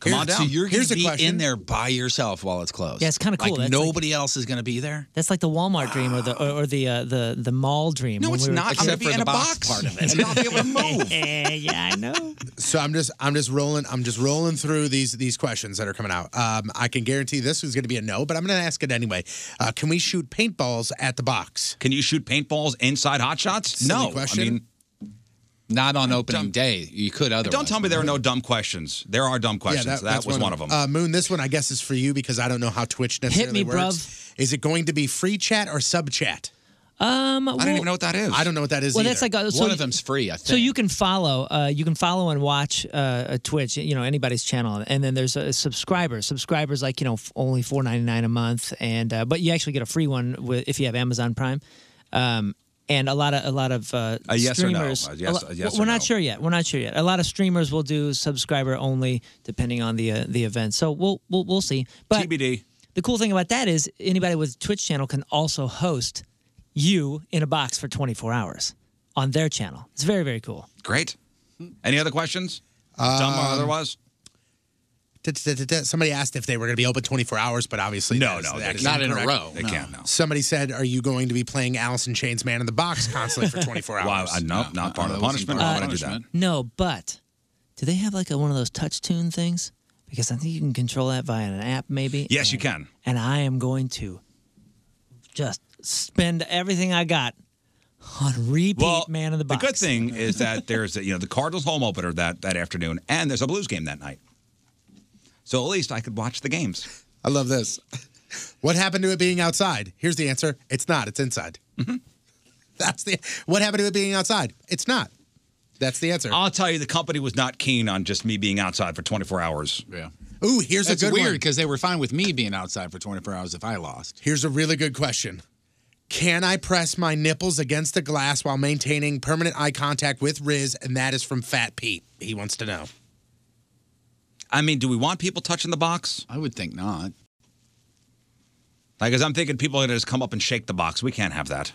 come on down. So you're going to be in there by yourself while it's closed. Yeah, it's kinda cool. Like, That's like- nobody else is going to be there. That's like the Walmart dream or the or, or the uh, the the mall dream. No, when it's we were- not. I'm Except gonna be for in the a box box. part of it. And not be able to move. yeah, I know. so I'm just I'm just rolling I'm just rolling through these these questions that are coming out. Um, I can guarantee this is going to be a no, but I'm going to ask it anyway. Uh, can we shoot paintballs at the box? Can you shoot paintballs inside hot shots? Silly no, question. I mean not on opening day. You could otherwise. Don't tell me there are no dumb questions. There are dumb questions. Yeah, that was one of them. Uh, Moon, this one I guess is for you because I don't know how Twitch necessarily me, works. Is it going to be free chat or sub chat? Um, I I don't know what that is. Well, either. that's like a, so you- So you can follow, uh, you can follow and watch uh, a Twitch, you know, anybody's channel, and then there's a subscriber. Subscribers like you know f- only four ninety nine a month, and uh, but you actually get a free one with, if you have Amazon Prime. Um, and a lot of a lot of uh, A yes or no? streamers. A yes- a lot- a yes we're or not sure yet. We're not sure yet. A lot of streamers will do subscriber only, depending on the uh, the event. So we'll we'll, we'll see. But TBD. The cool thing about that is anybody with Twitch channel can also host you in a box for 24 hours on their channel. It's very very cool. Great. Any other questions? Dumb or Um, otherwise? Da- da- da- da- Somebody asked if they were going to be open 24 hours, but obviously No, that is- no, that that is is Not in a incorrect. row, They no. can't, no. Somebody said, "Are you going to be playing Alice in Chains Man in the Box constantly for 24 hours?" Wow, uh, nope, not part of the punishment. part I of want to do that. Uh, No, but do they have like a, one of those touch tune things? Because I think you can control that via an app, maybe. Yes, you can. And I am going to just spend everything I got on repeat man in the The box. good thing is that there's you know the Cardinals home opener that that afternoon, and there's a Blues game that night. So at least I could watch the games. I love this. What happened to it being outside? Here's the answer: It's not. It's inside. Mm-hmm. That's the. What happened to it being outside? It's not. That's the answer. I'll tell you, the company was not keen on just me being outside for 24 hours. Yeah. Ooh, here's That's a good weird one. because they were fine with me being outside for 24 hours if I lost. Here's a really good question. Can I press my nipples against the glass while maintaining permanent eye contact with Riz? And that is from Fat Pete. He wants to know. I mean, do we want people touching the box? I would think not. Like, as I'm thinking, people are going to just come up and shake the box. We can't have that.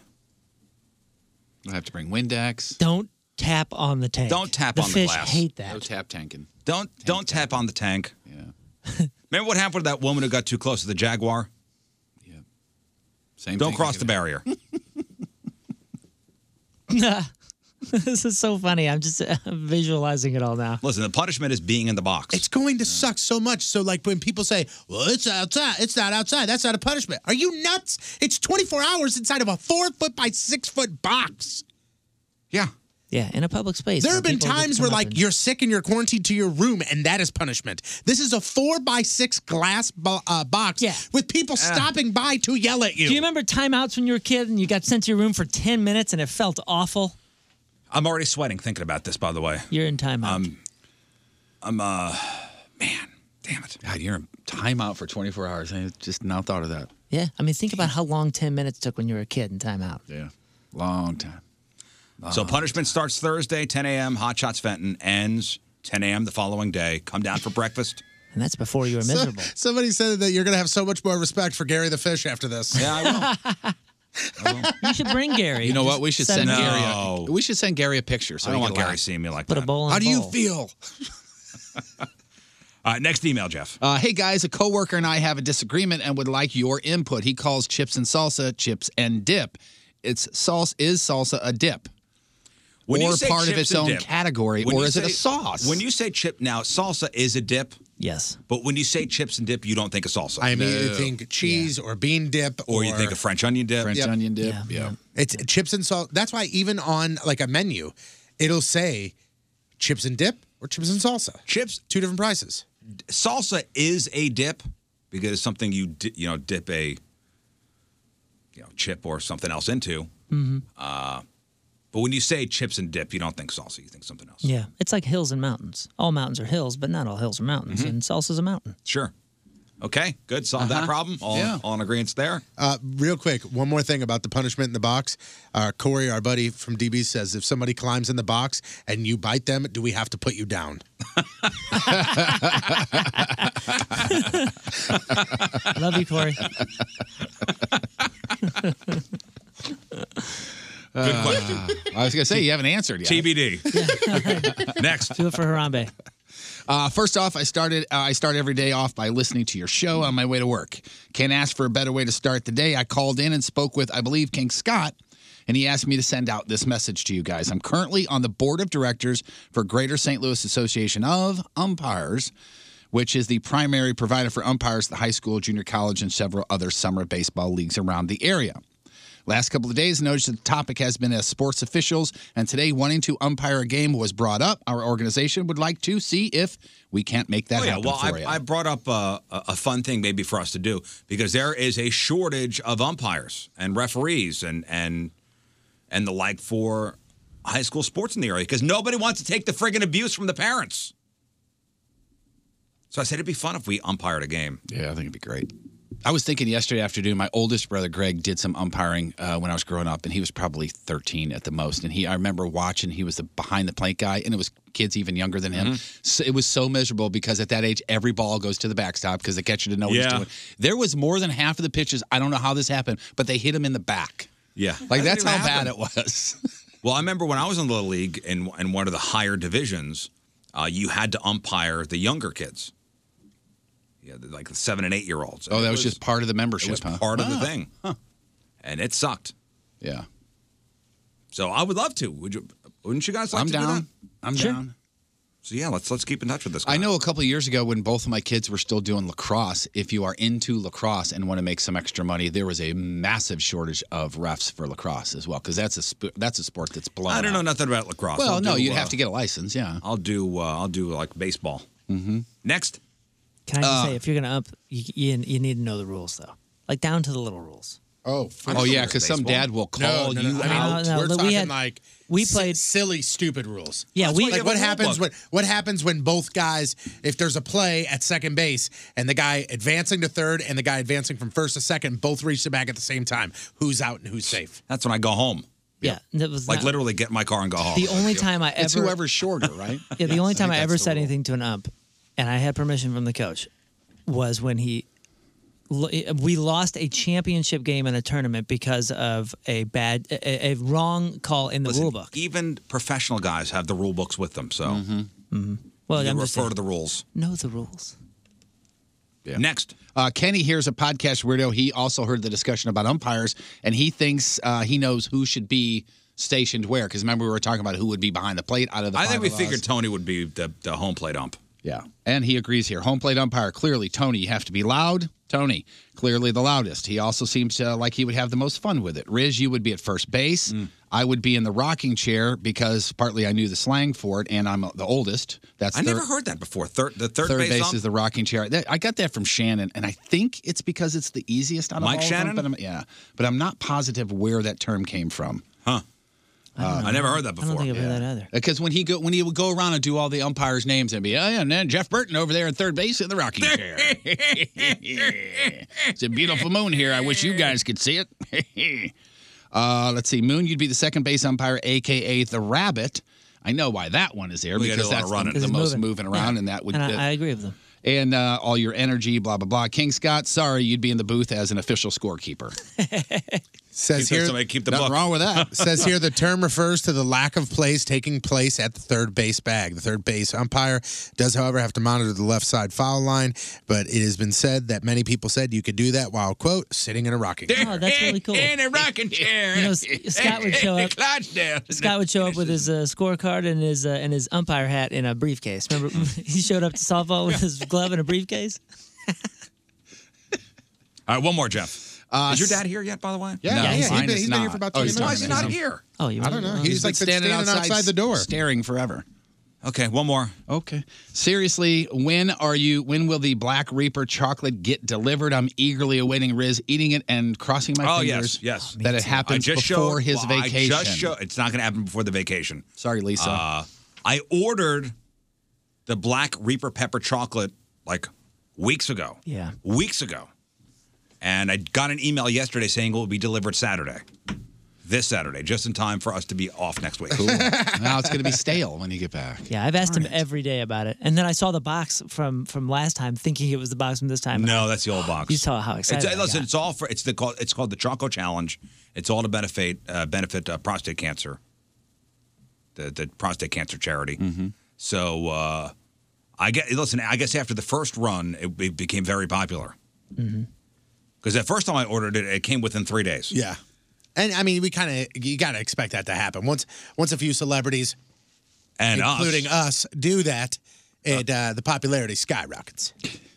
I have to bring Windex. Don't tap on the tank. Don't tap the on the fish glass. Hate that. No tap tanking. Don't don't tap on the tank. Yeah. Remember what happened to that woman who got too close to the jaguar? Yeah. Same. Don't thing cross the barrier. this is so funny. I'm just uh, visualizing it all now. Listen, the punishment is being in the box. It's going to suck so much. So, like, when people say, well, it's outside, it's not outside, that's not a punishment. Are you nuts? It's 24 hours inside of a four foot by six foot box. Yeah. Yeah, in a public space. There where have been people just times come where, up like, and- you're sick and you're quarantined to your room, and that is punishment. This is a four by six glass bo- uh, box with people stopping by to yell at you. Do you remember timeouts when you were a kid and you got sent to your room for 10 minutes and it felt awful? I'm already sweating thinking about this, by the way. You're in timeout. Um, I'm, uh, God, you're in timeout for 24 hours. I just now thought of that. Yeah. I mean, think about how long 10 minutes took when you were a kid in timeout. Yeah. Long time. so punishment starts Thursday, 10 a.m., Hot Shots Fenton, ends 10 a.m. the following day. Come down for breakfast. And that's before you were So- miserable. somebody said that you're going to have so much more respect for Gary the Fish after this. Yeah, I will. you should bring Gary. You know what? We should send No. Gary. A, we should send Gary a picture. So I don't he want can Gary laugh. seeing me like Put a that. bowl in How a do you bowl. feel? All right, next email, Jeff. Uh, hey guys, a coworker and I have a disagreement and would like your input. He calls chips and salsa chips and dip. It's salsa is salsa a dip, When you or say part of chips its and own dip, category, when or you is it say- a sauce? When you say chip, now salsa is a dip. Yes. But when you say chips and dip, you don't think of salsa. I immediately think cheese or bean dip, or, or, you think of French onion dip. Yep. dip. Yeah. It's chips and salt. That's why even on like a menu, it'll say chips and dip or chips and salsa. Chips, two different prices. Salsa is a dip because it's something you di- you know dip a you know chip or something else into. Mhm. Uh, but when you say chips and dip, you don't think salsa. You think something else. Yeah. It's like hills and mountains. All mountains are hills, but not all hills are mountains. And salsa's a mountain. Sure. Okay. Good. Solve that Uh-huh. problem. All, Yeah. all in agreement there. Uh, real quick, one more thing about the punishment in the box. Uh, Corey, our buddy from DB, says if somebody climbs in the box and you bite them, do we have to put you down? Love you, Corey. Uh, I was gonna say you haven't answered yet. TBD. Next. Do it for Harambe. Uh, first off, I started. Uh, I start every day off by listening to your show on my way to work. Can't ask for a better way to start the day. I called in and spoke with, I believe, King Scott, and he asked me to send out this message to you guys. I'm currently on the board of directors for Greater St. Louis Association of Umpires, which is the primary provider for umpires at the high school, junior college, and several other summer baseball leagues around the area. Last couple of days, notice that the topic has been as sports officials, and today wanting to umpire a game was brought up. Our organization would like to see if we can't make that oh, yeah. happen Well, for you. I, I brought up uh, a, a fun thing maybe for us to do because there is a shortage of umpires and referees and and and the like for high school sports in the area because nobody wants to take the friggin' abuse from the parents. So I said it'd be fun if we umpired a game. Yeah, I think it'd be great. I was thinking yesterday afternoon, my oldest brother Greg did some umpiring uh, when I was growing up, and he was probably 13 at the most. And he, I remember watching, he was the behind the plate guy, and it was kids even younger than him. Mm-hmm. So it was so miserable because at that age, every ball goes to the backstop because the catcher didn't know what he was Yeah. doing. There was more than half of the pitches. I don't know how this happened, but they hit him in the back. Yeah. Like, that's how bad it was. well, I remember when I was in Little League in, in one of the higher divisions, uh, you had to umpire the younger kids. Yeah, the- like the seven and eight year olds. Oh, that was, just part of the membership, it was huh? part of the Wow. thing. And it sucked. Yeah. So I would love to. Would you wouldn't you guys like I'm to do down. that? I'm Sure. down. So yeah, let's let's keep in touch with this guy. I know a couple of years ago when both of my kids were still doing lacrosse, if you are into lacrosse and want to make some extra money, there was a massive shortage of refs for lacrosse as well because that's a sp- that's a sport that's blown. I don't know up. nothing about lacrosse. Well, I'll no, do, you'd uh, have to get a license. Yeah. I'll do uh, I'll do like baseball. Mm-hmm. Next. Can I just Uh, say, if you're gonna up, you, you you need to know the rules though, like down to the little rules. Oh, oh yeah, because some dad will no, call no, you I mean, out. No, no, we're we talking had- like we played silly, stupid rules. Yeah, we- like what happens when what happens when both guys, if there's a play at second base and the guy advancing to third and the guy advancing from first to second both reach the bag at the same time, who's out and who's safe? That's when I go home. Yeah, that was like not- literally get in my car and go home. The only time I It's ever- whoever's shorter, right? Yeah, the only time I, think ever that's the said rule. anything to an ump, and I had permission from the coach, was when he lo- eh, we lost a championship game in a tournament because of a bad a, a wrong call in the Listen, rule book. Even professional guys have the rule books with them, so Mm-hmm. Mm-hmm. Well, you I'm refer just saying- to the rules. Know the rules. Next. Uh, Kenny here's a podcast weirdo. He also heard the discussion about umpires, and he thinks uh, he knows who should be stationed where. Because remember, we were talking about who would be behind the plate out of the. I think five we of us. figured Tony would be the, the home plate ump. Yeah. And he agrees here. Home plate umpire, clearly, Tony, you have to be loud. Tony, clearly the loudest. He also seems to like he would have the most fun with it. Riz, you would be at first base. Mm. I would be in the rocking chair because partly I knew the slang for it and I'm uh, the oldest. That's I thir- never heard that before. Third, the third, Third base, base, ump? is the rocking chair. That- I got that from Shannon, and I think it's because it's the easiest out of Mike all of them, Shannon? but I'm- yeah, but I'm not positive where that term came from. Huh? Uh, I, don't know. I never heard that I don't before. think I've heard that either. Because when he go when he would go around and do all the umpires' names, it'd be oh yeah, and then Jeff Burton over there in third base in the rocking chair. it's a beautiful moon here. I wish you guys could see it. uh, let's see, Moon, you'd be the second base umpire, aka the Rabbit. I know why that one is there We gotta because do a lot that's of running. the, the Because most it's moving, moving. around, Yeah. and that would. And I, I uh, agree with them. and uh, all your energy, blah blah blah. King Scott, sorry, you'd be in the booth as an official scorekeeper. Says Keep the- here, somebody keep the nothing book. wrong with that. Says here, the term refers to the lack of plays taking place at the third base bag. The third base umpire does, however, have to monitor the left side foul line. But it has been said that many people said you could do that while quote sitting in a rocking chair. Oh, that's really cool. In a rocking chair. You know, S- Scott would show up. Scott would show up with his uh, scorecard and his uh, and his umpire hat in a briefcase. Remember, he showed up to softball with his glove and a briefcase. All right, one more, Jeff. Uh, is your dad here yet, by the way? Yeah, No, yeah, he's- mine is not. Oh, he's Why not is he here. not here? Oh, you I don't know. He's, like been standing, outside, the door, staring forever. Okay, one more. Okay. Seriously, when are you? When will the Black Reaper chocolate get delivered? I'm eagerly awaiting Riz eating it and crossing my oh fingers. yes, yes. That it I happens before just showed- his well, vacation. I just show, it's not going to happen before the vacation. Sorry, Lisa. Uh, I ordered the Black Reaper Pepper Chocolate like weeks ago. Yeah. Weeks ago, and I got an email yesterday saying it will be delivered Saturday. This Saturday, just in time for us to be off next week. Cool. now it's going to be stale when you get back. Yeah, I've asked him every day about it, and then I saw the box from from last time, thinking it was the box from this time. No, that's the old box. You saw how excited. It's, I listen, got. it's all for it's the call, it's called the Choco Challenge. It's all to benefit uh, benefit uh, prostate cancer, the the prostate cancer charity. Mm-hmm. So uh, I get listen. I guess after the first run, it, it became very popular Mm-hmm. because the first time I ordered it, it came within three days. Yeah. And I mean, we kind of you got to expect that to happen once once a few celebrities, And us. including us, do that, and uh, the popularity uh, skyrockets.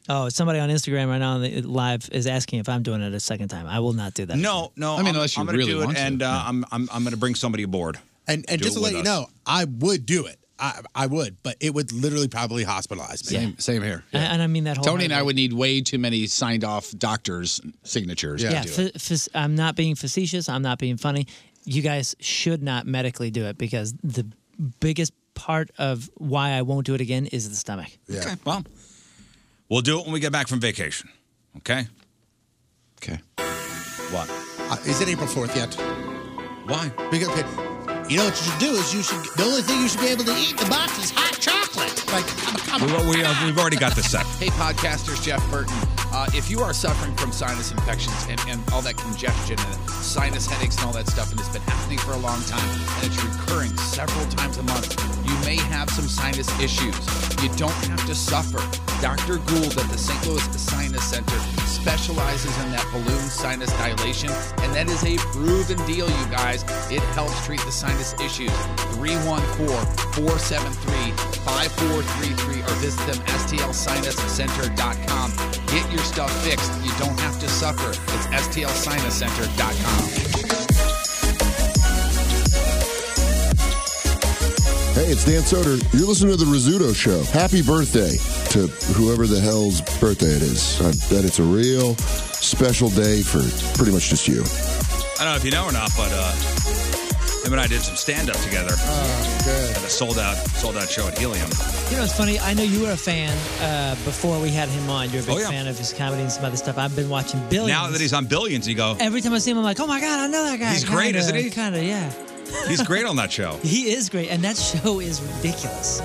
Oh, somebody on Instagram right now on the uh, live is asking if I'm doing it a second time. I will not do that. No, no. I'm- I'm gonna do it, and uh, I'm I'm I'm going to bring somebody aboard. And and Do just it to let with you us. know, I would do it. I I would, but it would literally probably hospitalize me. Same, same here. And- and I mean that whole Tony and I would need way too many signed off doctors' signatures. Yeah, Yeah. To do it. fa- fa- I'm not being facetious. I'm not being funny. You guys should not medically do it because the biggest part of why I won't do it again is the stomach. Yeah. Okay. Well, we'll do it when we get back from vacation. Okay. Okay. What? Uh, is it April fourth yet? Why? Because okay, you know what you should do is you should the only thing you should be able to eat in the box is hot chocolate. Like I'm, We, I'm, we, uh, we've already got this set. Hey, podcasters, Jeff Burton. Uh, if you are suffering from sinus infections and, and all that congestion and sinus headaches and all that stuff, and it's been happening for a long time and it's recurring several times a month, you may have some sinus issues. You don't have to suffer. Dr. Gould at the St. Louis Sinus Center specializes in that balloon sinus dilation, and that is a proven deal, you guys. It helps treat the sinus issues. 314-473-5433 or visit them stlsinuscenter.com. Get your stuff fixed. You don't have to suffer. It's stlsinuscenter.com. Hey, it's Dan Soder. You're listening to The Rizzuto Show. Happy birthday to whoever the hell's birthday it is. I bet it's a real special day for pretty much just you. I don't know if you know or not, but uh, him and I did some stand up together. Oh, good. At a sold out sold out show at Helium. You know, it's funny. I know you were a fan uh, before we had him on. You're a big Oh, yeah. fan of his comedy and some other stuff. I've been watching Billions. Now that he's on Billions, you go. Every time I see him, I'm like, oh my God, I know that guy. He's great, Kinda, isn't he? Kinda, yeah. He's great on that show. He is great, and that show is ridiculous.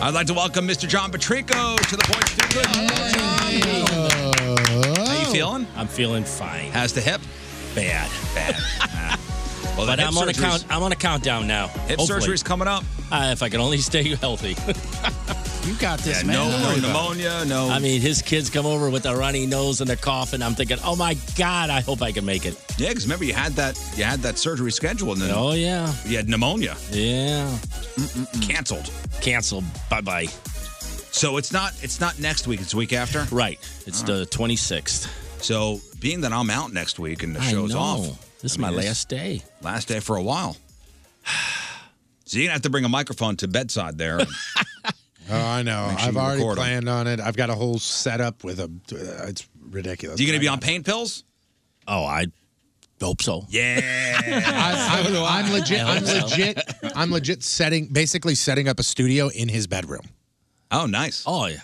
I'd like to welcome Mr. John Patrico to the Point Studio. How you feeling? Oh. I'm feeling fine. How's the hip? Bad. Uh, Bad. Well, the but hip I'm on a surgery's- count. I'm on a countdown now. Hip surgery's coming up. Uh, if I can only stay healthy. You got this, man. Don't No worry about pneumonia. No. I mean, his kids come over with a runny nose and a cough, and I'm thinking, oh my God, I hope I can make it. Yeah, because remember you had that you had that surgery scheduled. And then Oh, yeah. You had pneumonia. Yeah. Cancelled. Cancelled. Bye bye. So it's not it's not next week. It's the week after. Right. It's the 26th. So being that I'm out next week and the I show's know. off, This is my last day. Last day for a while. So you're gonna have to bring a microphone to bedside there. oh, I know. Make sure I've you already record 'em. planned on it. I've got a whole setup with a. uh, It's ridiculous. you gonna be on pain pills? Oh, I hope so. Yeah. I, So do I. I, am legit. I I'm hope so. legit. I'm legit setting, basically setting up a studio in his bedroom. Oh, nice. Oh yeah.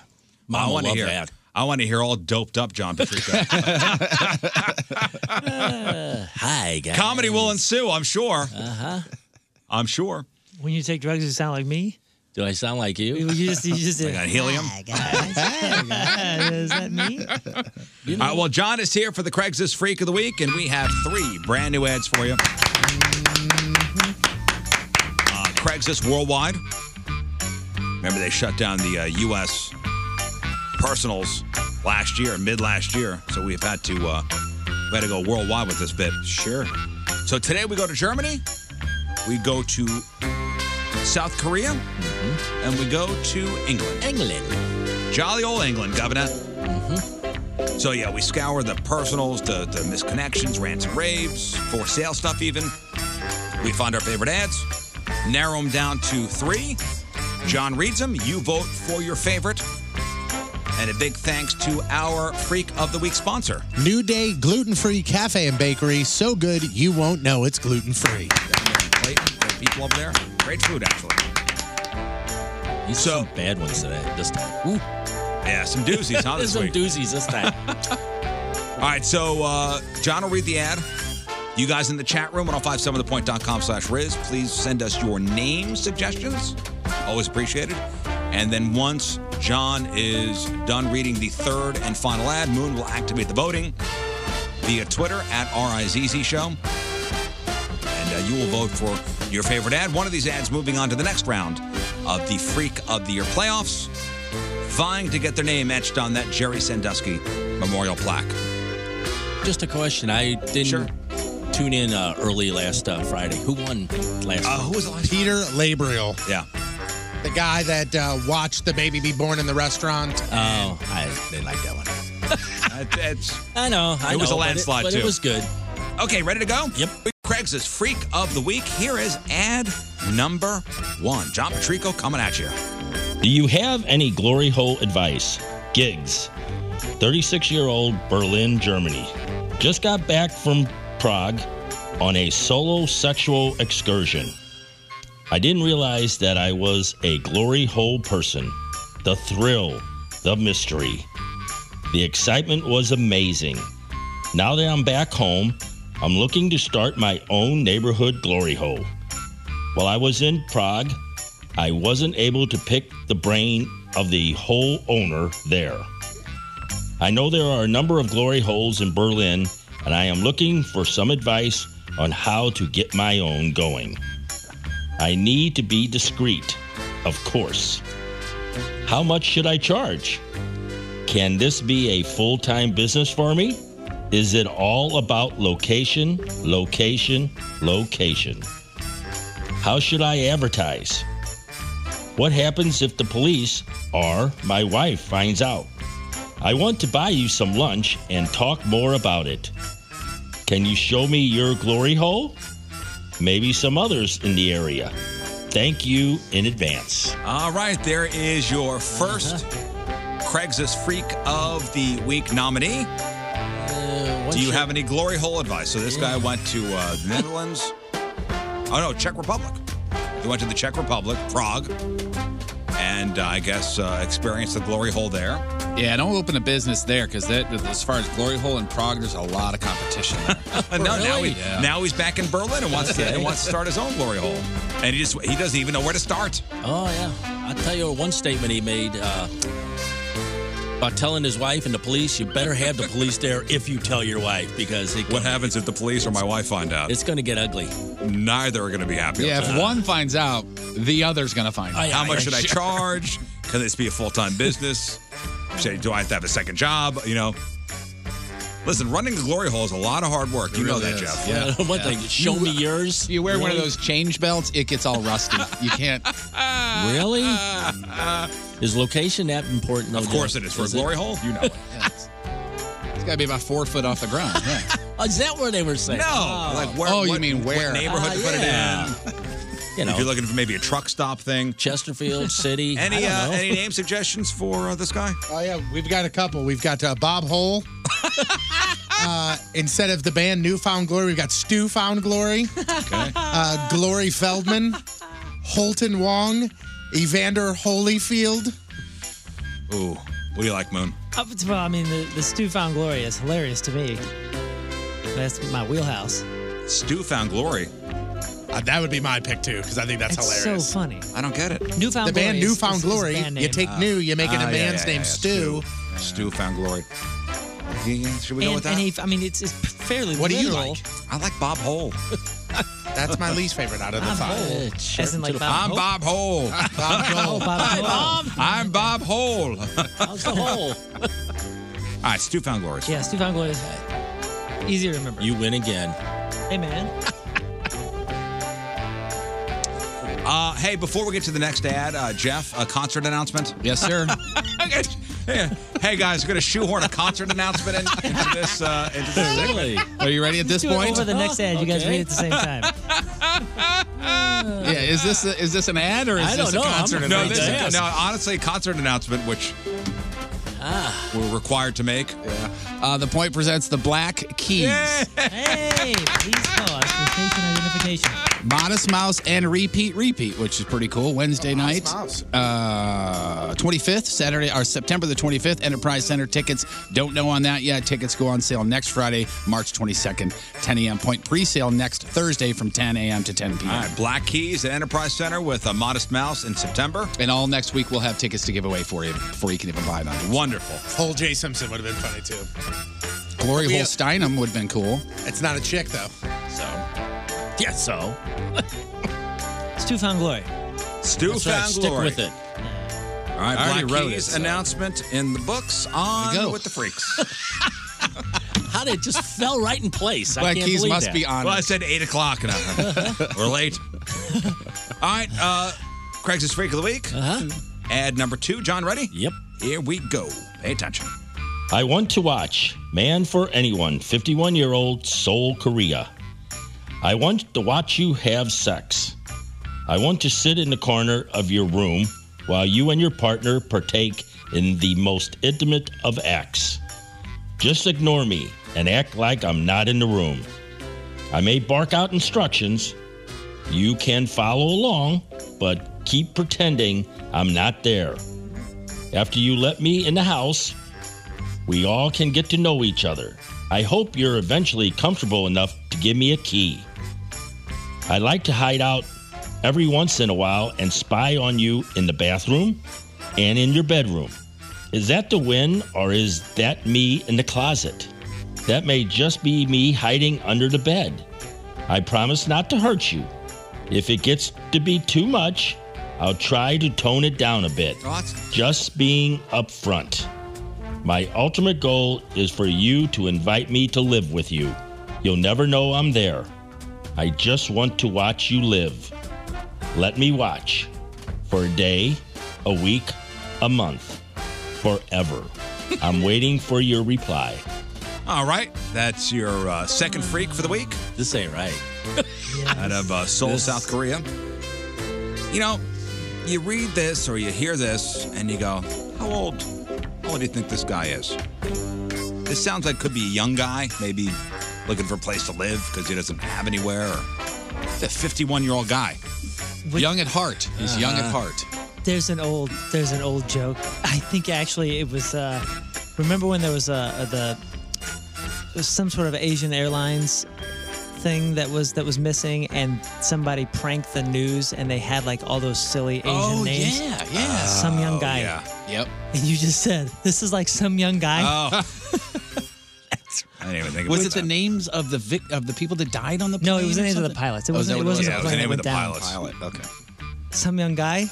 Mom I will want to love hear. that. I want to hear all doped up John Patrico. hi guys. Uh-huh. Comedy will ensue, I'm sure. Uh huh. I'm sure. When you take drugs, you sound like me. Do I sound like you? You just, you just Like on helium? is that me? All right, well, John is here for the Craigslist Freak of the Week, and we have three brand new ads for you. Uh, Craigslist Worldwide. Remember, they shut down the uh, U.S. personals last year, mid last year. So we've had to uh, we had to go worldwide with this bit. Sure. So today we go to Germany, we go to South Korea, and we go to England. England. Jolly old England, Governor. So yeah, we scour the personals, the, the misconnections, rants and raves, for sale stuff even. We find our favorite ads, narrow them down to three. John reads them. You vote for your favorite. And a big thanks to our Freak of the Week sponsor. New Day Gluten Free Cafe and Bakery. So good you won't know it's gluten free. Clayton, great people over there. Great food, actually. These so, some bad ones today, this time. Yeah, some doozies, huh, this There's some week? doozies this time. All right, so uh, John will read the ad. You guys in the chat room, 1057thepoint.com slash Riz, please send us your name suggestions. Always appreciated. And then once John is done reading the third and final ad, Moon will activate the voting via Twitter at RIZZ Show. And uh, you will vote for your favorite ad. One of these ads moving on to the next round of the Freak of the Year playoffs, vying to get their name etched on that Jerry Sandusky memorial plaque. Just a question. I didn't tune in uh, early last uh, Friday. Who won last? Uh, who was it last Peter Labriel. Yeah. The guy that uh, watched the baby be born in the restaurant. Oh, I didn't like that one. I know. I it was know, a but it- landslide but too. it was good. Okay, ready to go? Yep. Craigslist Freak of the Week. Here is ad number one. John Patrico coming at you. Do you have any glory hole advice? Gigs. 36 year old Berlin, Germany. Just got back from Prague on a solo sexual excursion. I didn't realize that I was a glory hole person. The thrill, the mystery. The excitement was amazing. Now that I'm back home, I'm looking to start my own neighborhood glory hole. While I was in Prague, I wasn't able to pick the brain of the hole owner there. I know there are a number of glory holes in Berlin, and I am looking for some advice on how to get my own going. I need to be discreet, of course. How much should I charge? Can this be a full time business for me? Is it all about location, location, location? How should I advertise? What happens if the police or my wife finds out? I want to buy you some lunch and talk more about it. Can you show me your glory hole? Maybe some others in the area. Thank you in advance. All right, there is your 1st Craigslist Freak of the Week nominee. Uh, Do you have any glory hole advice? So this guy went to uh, the Netherlands. Oh no, Czech Republic. He went to the Czech Republic, Prague, and uh, I guess uh, experienced the glory hole there. Yeah, don't open a business there because as far as glory hole in Prague, there's a lot of competition. Uh, no, now he, Yeah. now he's back in Berlin and wants to Okay. and wants to start his own glory hole, and he just he doesn't even know where to start. Oh yeah, I'll tell you one statement he made uh, about telling his wife and the police. You better have the police there if you tell your wife because it What happens if the police or my wife find out? It's going to get ugly. Neither are going to be happy. yeah, about if that. one finds out, the other's going to find out. How much should I charge? Can this be a full time business? Say, do I have to have a second job? You know. Listen, running a glory hole is a lot of hard work. you know that, Jeff. You- yours. You wear one of Really? those change belts, it gets all rusty. you can't. Really? Is location that important? Of course it is. For a glory hole, you know it. It's got to be about four foot off the ground. Yeah. Oh, Is that where they were saying? Ah, No, like where? Oh, you what- mean what where? neighborhood to put yeah. it in? You know. if you're looking for maybe a truck stop thing, Chesterfield City. any I don't uh, know. any name suggestions for uh, this guy? Oh yeah, we've got a couple. We've got uh, Bob Hole. uh, instead of the band New Found Glory, we've got Stu Found Glory. Uh, Glory Feldman, Holton Wong, Evander Holyfield. Ooh, what do you like, Moon? Up to, well, I mean, the, the stew found glory is hilarious to me. That's my wheelhouse. Stu found glory. Uh, that would be my pick too, because I think that's It's so hilarious. funny. I don't get it. Newfound the Glory band is- Newfound is- is Glory. band you name. take new, you make it a Ah, yeah, man's yeah, name yeah, Stu. Stu found glory. Yeah, Should we go And, with that? and he, I mean, it's, it's fairly What do you literal. like? I like Bob Hole. That's my least favorite out of the Bob five. Hole. Yeah, sure. As in, like, Bob I'm Hole? Bob Hole. Bob Hole. Hi, Bob. I'm Bob Hole. How's the "Oh, hole? All right, Stu found glory. Yeah, Steve Anglo is easy to remember. You win again. Hey, man. Uh, hey, before we get to the next ad, uh, Jeff, a concert announcement? Yes, sir. yeah. Hey, guys, we're going to shoehorn a concert announcement in, into this. Uh, into this segment. Are you ready at this Do it point? over the next ad. You guys read it at the same time. Yeah, is this a, is this an ad or is this a concert? No, event? this is, no, honestly, a concert announcement, which we're required to make. Yeah. Uh, the point presents the Black Keys. hey, please call us for station identification. Modest Mouse and Repeat Repeat, which is pretty cool. Wednesday Oh, night, uh, 25th, Saturday, or September the 25th, Enterprise Center tickets. Don't know on that yet. Tickets go on sale next Friday, March 22nd, 10 a.m. Point pre sale next Thursday from 10 a.m. to 10 p.m. All right, Black Keys at Enterprise Center with a Modest Mouse in September. And all next week, we'll have tickets to give away for you before you can even buy them. Wonderful. Whole J Simpson would have been funny too. Glory Yeah. Hole Steinem would have been cool. It's not a chick though. So, yeah, so. Stu found glory. Stu That's right, found stick glory. with it. All right, I already Black wrote it, Keys so- announcement in the books on go. with the freaks. How did it just fell right in place? I can't believe that. Well, I said eight o'clock, and I- we're late. All right, uh, Craigslist Freak of the Week. Uh-huh. Ad number two. John, ready? Yep. Here we go. Pay attention. I want to watch Man for Anyone, 51 year old Seoul, Korea. I want to watch you have sex. I want to sit in the corner of your room while you and your partner partake in the most intimate of acts. Just ignore me and act like I'm not in the room. I may bark out instructions. You can follow along, but keep pretending I'm not there. After you let me in the house, we all can get to know each other. I hope you're eventually comfortable enough to give me a key. I like to hide out every once in a while and spy on you in the bathroom and in your bedroom. Is that the win or is that me in the closet? That may just be me hiding under the bed. I promise not to hurt you. If it gets to be too much, I'll try to tone it down a bit. Just being upfront. My ultimate goal is for you to invite me to live with you. You'll never know I'm there. I just want to watch you live. Let me watch for a day, a week, a month, forever. I'm waiting for your reply. All right. That's your uh, second freak for the week. This ain't right. Out of uh, Seoul, South Korea. You know, you read this or you hear this and you go, how old? How old do you think this guy is? This sounds like could be a young guy, maybe looking for a place to live because he doesn't have anywhere. Or, it's a 51 year old guy. young at heart. He's young Uh-huh. at heart. There's an old there's an old joke. I think actually it was uh, remember when there was uh, uh, the there was some sort of Asian Airlines thing that was that was missing and somebody pranked the news and they had like all those silly Asian Oh, names. yeah, yeah. Some young Oh, guy. yeah. Oh. Yep. And you just said, this is like some young guy. I didn't even think Oh. was about it the names of the vic- of the people that died on the plane? No, it was the or names of the something? pilots. It Oh, is wasn't- it that what wasn't Yeah, it a was the plane name of that the went pilots. down. Okay. Some young guy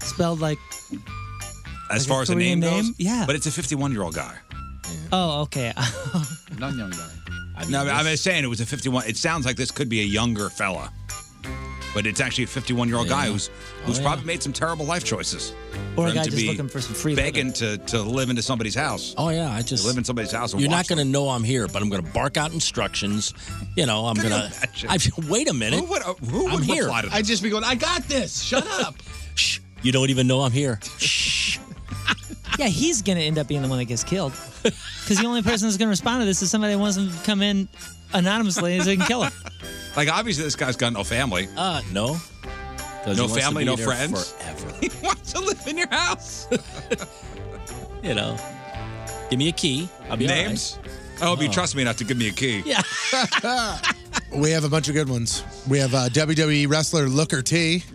spelled like As Like a far as the name Korean goes, name? Yeah. But it's a 51 year old guy. Oh, okay. Not young guy. no, I'm just saying it was a 51. It sounds like this could be a younger fella, but it's actually a 51 year old guy who's Oh, who's yeah. probably made some terrible life choices. Or For a him guy to just be looking for some free begging to, to live into somebody's house. Oh yeah, I just live in somebody's house. And You're not watch going to know I'm here, but I'm going to bark out instructions. You know, I'm Can you going to. imagine? I wait a minute. Who would- uh, who I'm would here. reply to I just be going. I got this. Shut up. You don't even know I'm here. Yeah, he's going to end up being the one that gets killed. Because the only person that's going to respond to this is somebody that wants him to come in anonymously so they can kill him. Like obviously this guy's got no family. Uh, no. No family, no friends. He wants to live in your house. you know, give me a key. I'll be all right. Names? I hope you Oh. trust me not to give me a key. Yeah. We have a bunch of good ones. We have uh, WWE wrestler Looker T.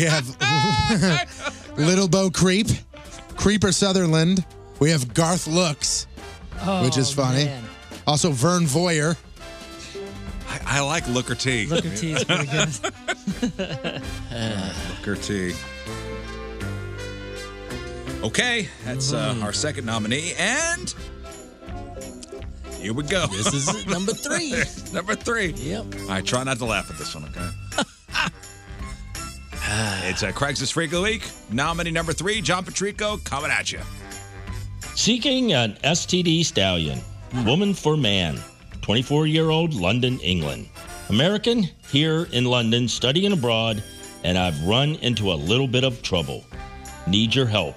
have Little Bo Creep, Creeper Sutherland. We have Garth Looks, which is Oh, funny. man. Also Vern Voyer. I, I like Looker T. Looker T is pretty good. Looker Uh, T. Okay, that's Hmm. uh, our second nominee, and here we go. This is number three. number three. Yep. All right, try not to laugh at this one, okay? it's a Craigslist Freak of the Week. Nominee number three, John Patrico, coming at you. Seeking an STD stallion, woman for man, 24 year old London, England. American here in London, studying abroad, and I've run into a little bit of trouble. Need your help.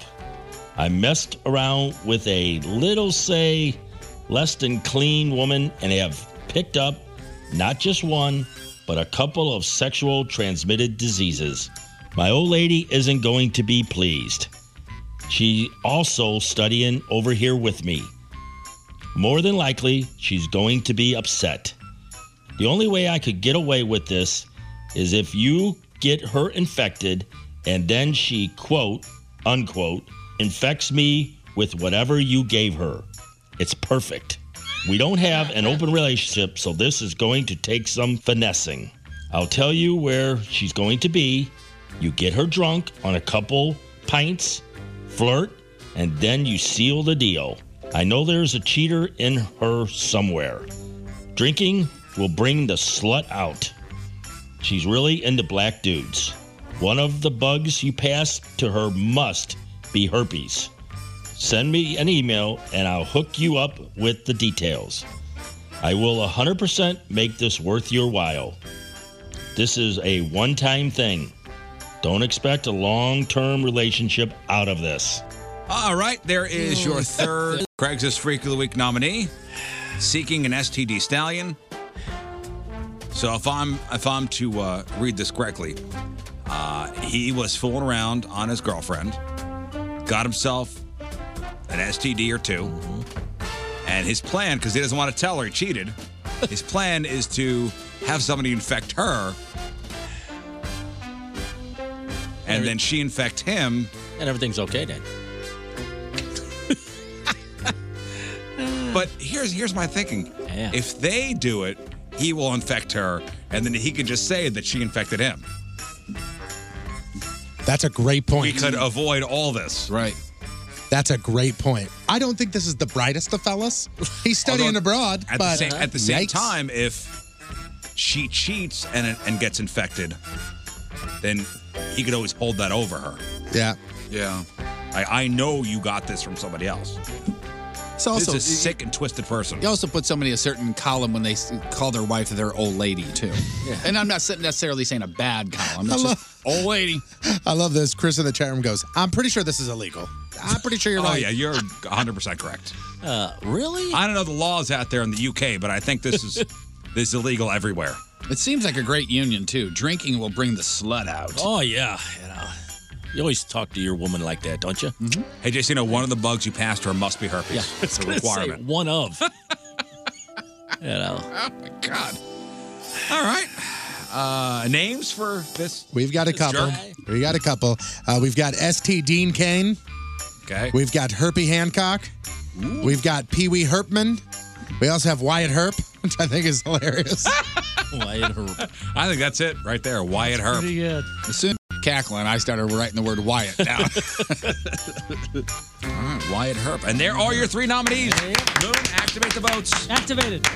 I messed around with a little, say, less than clean woman and have picked up not just one, but a couple of sexual transmitted diseases. My old lady isn't going to be pleased. She also studying over here with me. More than likely, she's going to be upset. The only way I could get away with this is if you get her infected and then she, quote, unquote, infects me with whatever you gave her. It's perfect. We don't have an open relationship, so this is going to take some finessing. I'll tell you where she's going to be. You get her drunk on a couple pints, flirt, and then you seal the deal. I know there's a cheater in her somewhere. Drinking will bring the slut out. She's really into black dudes. One of the bugs you pass to her must be herpes. Send me an email and I'll hook you up with the details. I will 100% make this worth your while. This is a one time thing. Don't expect a long term relationship out of this. All right, there is your third Craigslist Freak of the Week nominee, seeking an STD stallion. So if I'm if I'm to uh, read this correctly, uh, he was fooling around on his girlfriend, got himself an STD or 2 Mm-hmm. and his plan because he doesn't want to tell her he cheated. His plan is to have somebody infect her, and then she infect him, and everything's okay then. But here's here's my thinking. If they do it, he will infect her, and then he could just say that she infected him. That's a great point. We could uh, avoid all this. Right. That's a great point. I don't think this is the brightest of fellas. He's studying Although, abroad, At but the same, at the same Yikes. time, if she cheats and and gets infected, then he could always hold that over her. Yeah. Yeah. I, I know you got this from somebody else. It's also- this is a sick and twisted person. You also put somebody in a certain column when they s- call their wife their old lady too. And I'm not necessarily saying a bad column. It's I just old lady. I love this. Chris in the chat room goes, I'm pretty sure this is illegal. I'm pretty sure you're oh, right. yeah, you're 100% correct. Uh, really? I don't know the laws out there in the UK, but I think this is this is illegal everywhere. It seems like a great union too. Drinking will bring the slut out. Oh yeah, you know. You always talk to your woman like that, don't you? Mm-hmm. Hey, just you know, one of the bugs you passed her must be herpes. Yeah, It's a I was gonna requirement. Say one of. you know. Oh my god. All right. Uh, names for this? We've got a This couple. jerk. We got a couple. Uh, we've got St. Dean Kane. Okay. We've got Herpy Hancock. We've got Pee Wee Herpman. We also have Wyatt Herp, which I think is hilarious. Wyatt Earp. I think that's it right there. Wyatt Herp. pretty As soon as cackling, I started writing the word Wyatt down. All right, Wyatt Herp. And there are your three nominees. Moon, activate the votes. Activated.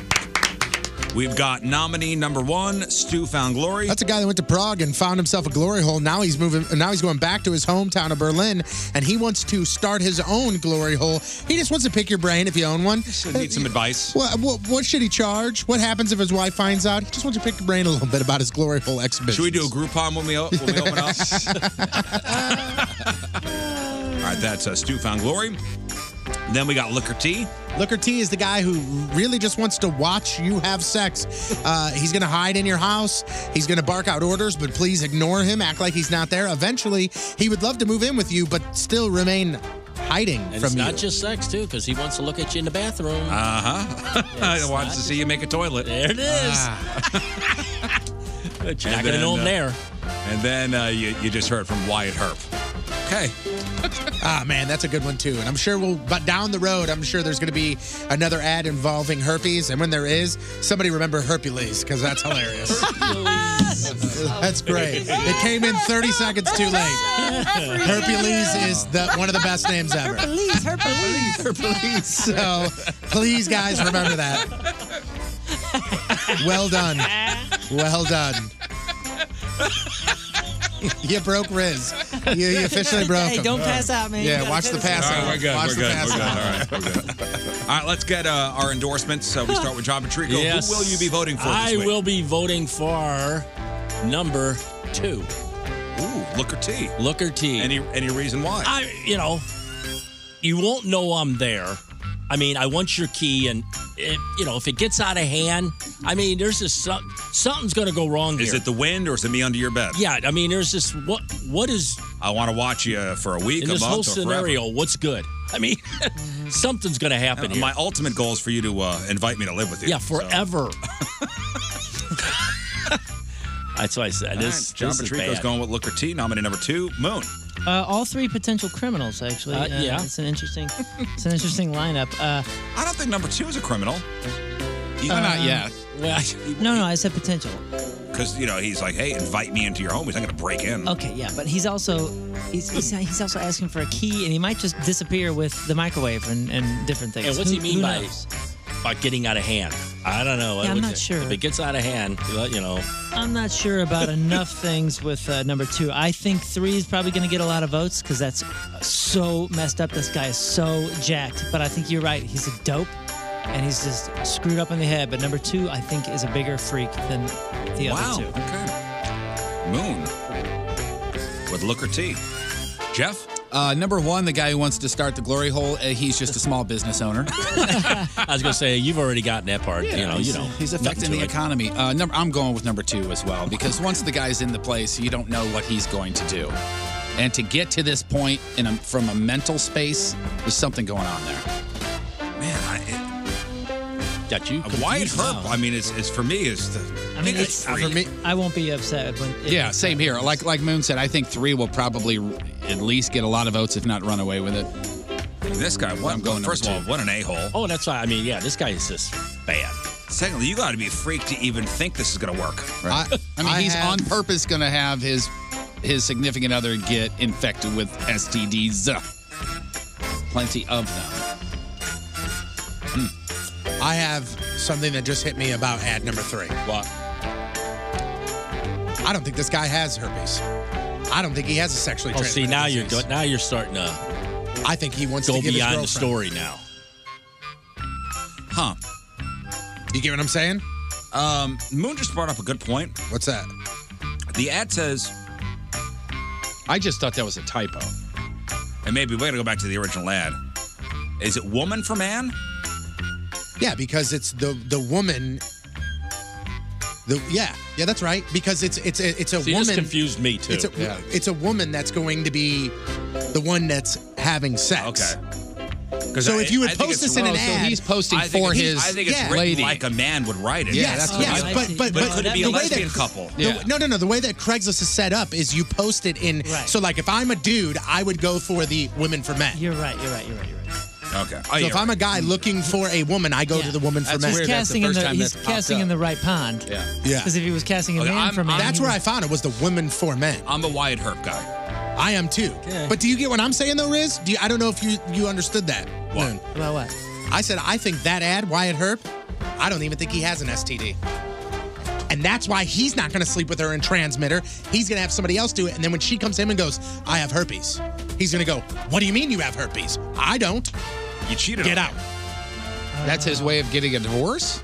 We've got nominee number one, Stu Found Glory. That's a guy that went to Prague and found himself a glory hole. Now he's moving. Now he's going back to his hometown of Berlin, and he wants to start his own glory hole. He just wants to pick your brain if you own one. Need some advice. What, what, what should he charge? What happens if his wife finds out? He just wants to pick your brain a little bit about his glory hole exhibition. Should we do a Groupon when we, o- when we open up? All right, that's uh, Stu Found Glory. Then we got Liquor T. Looker T is the guy who really just wants to watch you have sex. Uh, he's going to hide in your house. He's going to bark out orders, but please ignore him. Act like he's not there. Eventually, he would love to move in with you, but still remain hiding And from it's you. not just sex too, because he wants to look at you in the bathroom. Uh huh. I wants to see you make a toilet. Ah. There it is. But you're not gonna know him there. uh, And then uh, you, you just heard from Wyatt Herp. Okay. ah, man, that's a good one too. And I'm sure we'll, but down the road, I'm sure there's going to be another ad involving herpes. And when there is, somebody remember Hercules because that's hilarious. that's great. Oh, It came in 30 seconds too late. Hercules is the one of the best names ever. Herpes, herpes, herpes. So please, guys, remember that. Well done. Well done. you broke Riz. You, you officially broke Hey, him. don't pass out, man. You Yeah, gotta watch the finish it. pass All out. right, we're good. Watch we're the good. pass we're good. out. All right, we're good. All right, let's get uh, our endorsements. Uh, we start with John Patrico. Yes. Who will you be voting for I this week? will be voting for number two. Ooh, Looker T. Looker T. Any any reason why? I you know, you won't know I'm there. I mean, I want your key, and it, you know, if it gets out of hand, I mean, there's just some, something's going to go wrong Is here. it the wind or is it me under your bed? yeah, I mean, there's just what what is I want to watch you for a week, in a this month, whole or forever. scenario? What's good? I mean, something's going to happen Uh, here. My ultimate goal is for you to uh, invite me to live with you. yeah, forever. That's what I said. This, John this is Patrico's bad. going with Looker T. Nominee number two, Moon. Uh, all three potential criminals, actually. Uh, yeah. It's an interesting, it's an interesting lineup. Uh, I don't think number two is a criminal. Uh, not yet. no, no, I said potential. Because you know he's like, hey, invite me into your home. He's not going to break in. Okay, yeah, but he's also he's, he's he's also asking for a key, and he might just disappear with the microwave and, and different things. And what's Who- he mean who by knows? about getting out of hand. I don't know. Yeah, I'm If- not sure. If it gets out of hand, you know. I'm not sure about enough things with uh, number two. I think three is probably going to get a lot of votes because that's so messed up. This guy is so jacked. But I think you're right. He's a dope and he's just screwed up in the head. But number two, I think, is a bigger freak than the Wow, other two. Moon with Looker T. Jeff? Uh, number one, the guy who wants to start the glory hole, uh, he's just a small business owner. I was gonna say you've already gotten that part. you know, you he's- know. He's nothing affecting to the it. economy. Uh, number, I'm going with number two as well because once the guy's in the place, you don't know what he's going to do. And to get to this point in a, from a mental space, there's something going on there. Man, I, got you. Why it confused hurt? now. I mean, it's, it's for me is the. I mean, it's, for me- I won't be upset when. if- Yeah, same here. Like like Moon said, I think three will probably r- at least get a lot of votes, if not run away with it. This guy, what? I'm going number first of all, two. what an a hole. Oh, that's why. I mean, yeah, this guy is just bad. Secondly, you got to be a freak to even think this is going to work. Right. I, mean, he's on purpose going to have his his significant other get infected with STDs. Plenty of them. I have something that just hit me about ad number three. What? I don't think this guy has herpes. I don't think he has a sexually Oh, see, transmitted now disease. you're go- now you're starting to I think he wants go to give his beyond the girlfriend. story now. Huh. You get what I'm saying? Um, Moon just brought up a good point. What's that? The ad says. I just thought that was a typo. And maybe we're going to go back to the original ad. Is it woman for man? Yeah, because it's the the woman. The yeah yeah that's right because it's it's a, it's a So you woman. just confused me, too. It's a, Yeah. it's a woman that's going to be the one that's having sex. Okay. So if you would post this in an ad, I think it's- I think it's yeah. written like a man would write it. yes, yes, but but but, could it be a the way lesbian that, couple? the- no, no, no. The way that Craigslist is set up is you post it in. Right. So like, if I'm a dude, I would go for the women for men. You're right. You're right. You're right. You're right. Okay. So if I'm a guy looking for a woman, I go to the woman for men. He's casting in the he's casting in the right pond. Yeah. Yeah. Because if he was casting a Okay, man I'm- for man, that's he where would- I found it was the women for men. I'm a Wyatt Herp guy. I am too. But do you get what I'm saying though, Riz? Do you, I don't know if you you understood that. What? About what? I said I think that ad Wyatt Herp. I don't even think he has an STD. And that's why he's not going to sleep with her and transmit her. He's going to have somebody else do it. And then when she comes to him and goes, "I have herpes," he's going to go, "What do you mean you have herpes? I don't." You cheated. Get out. That's his way of getting a divorce.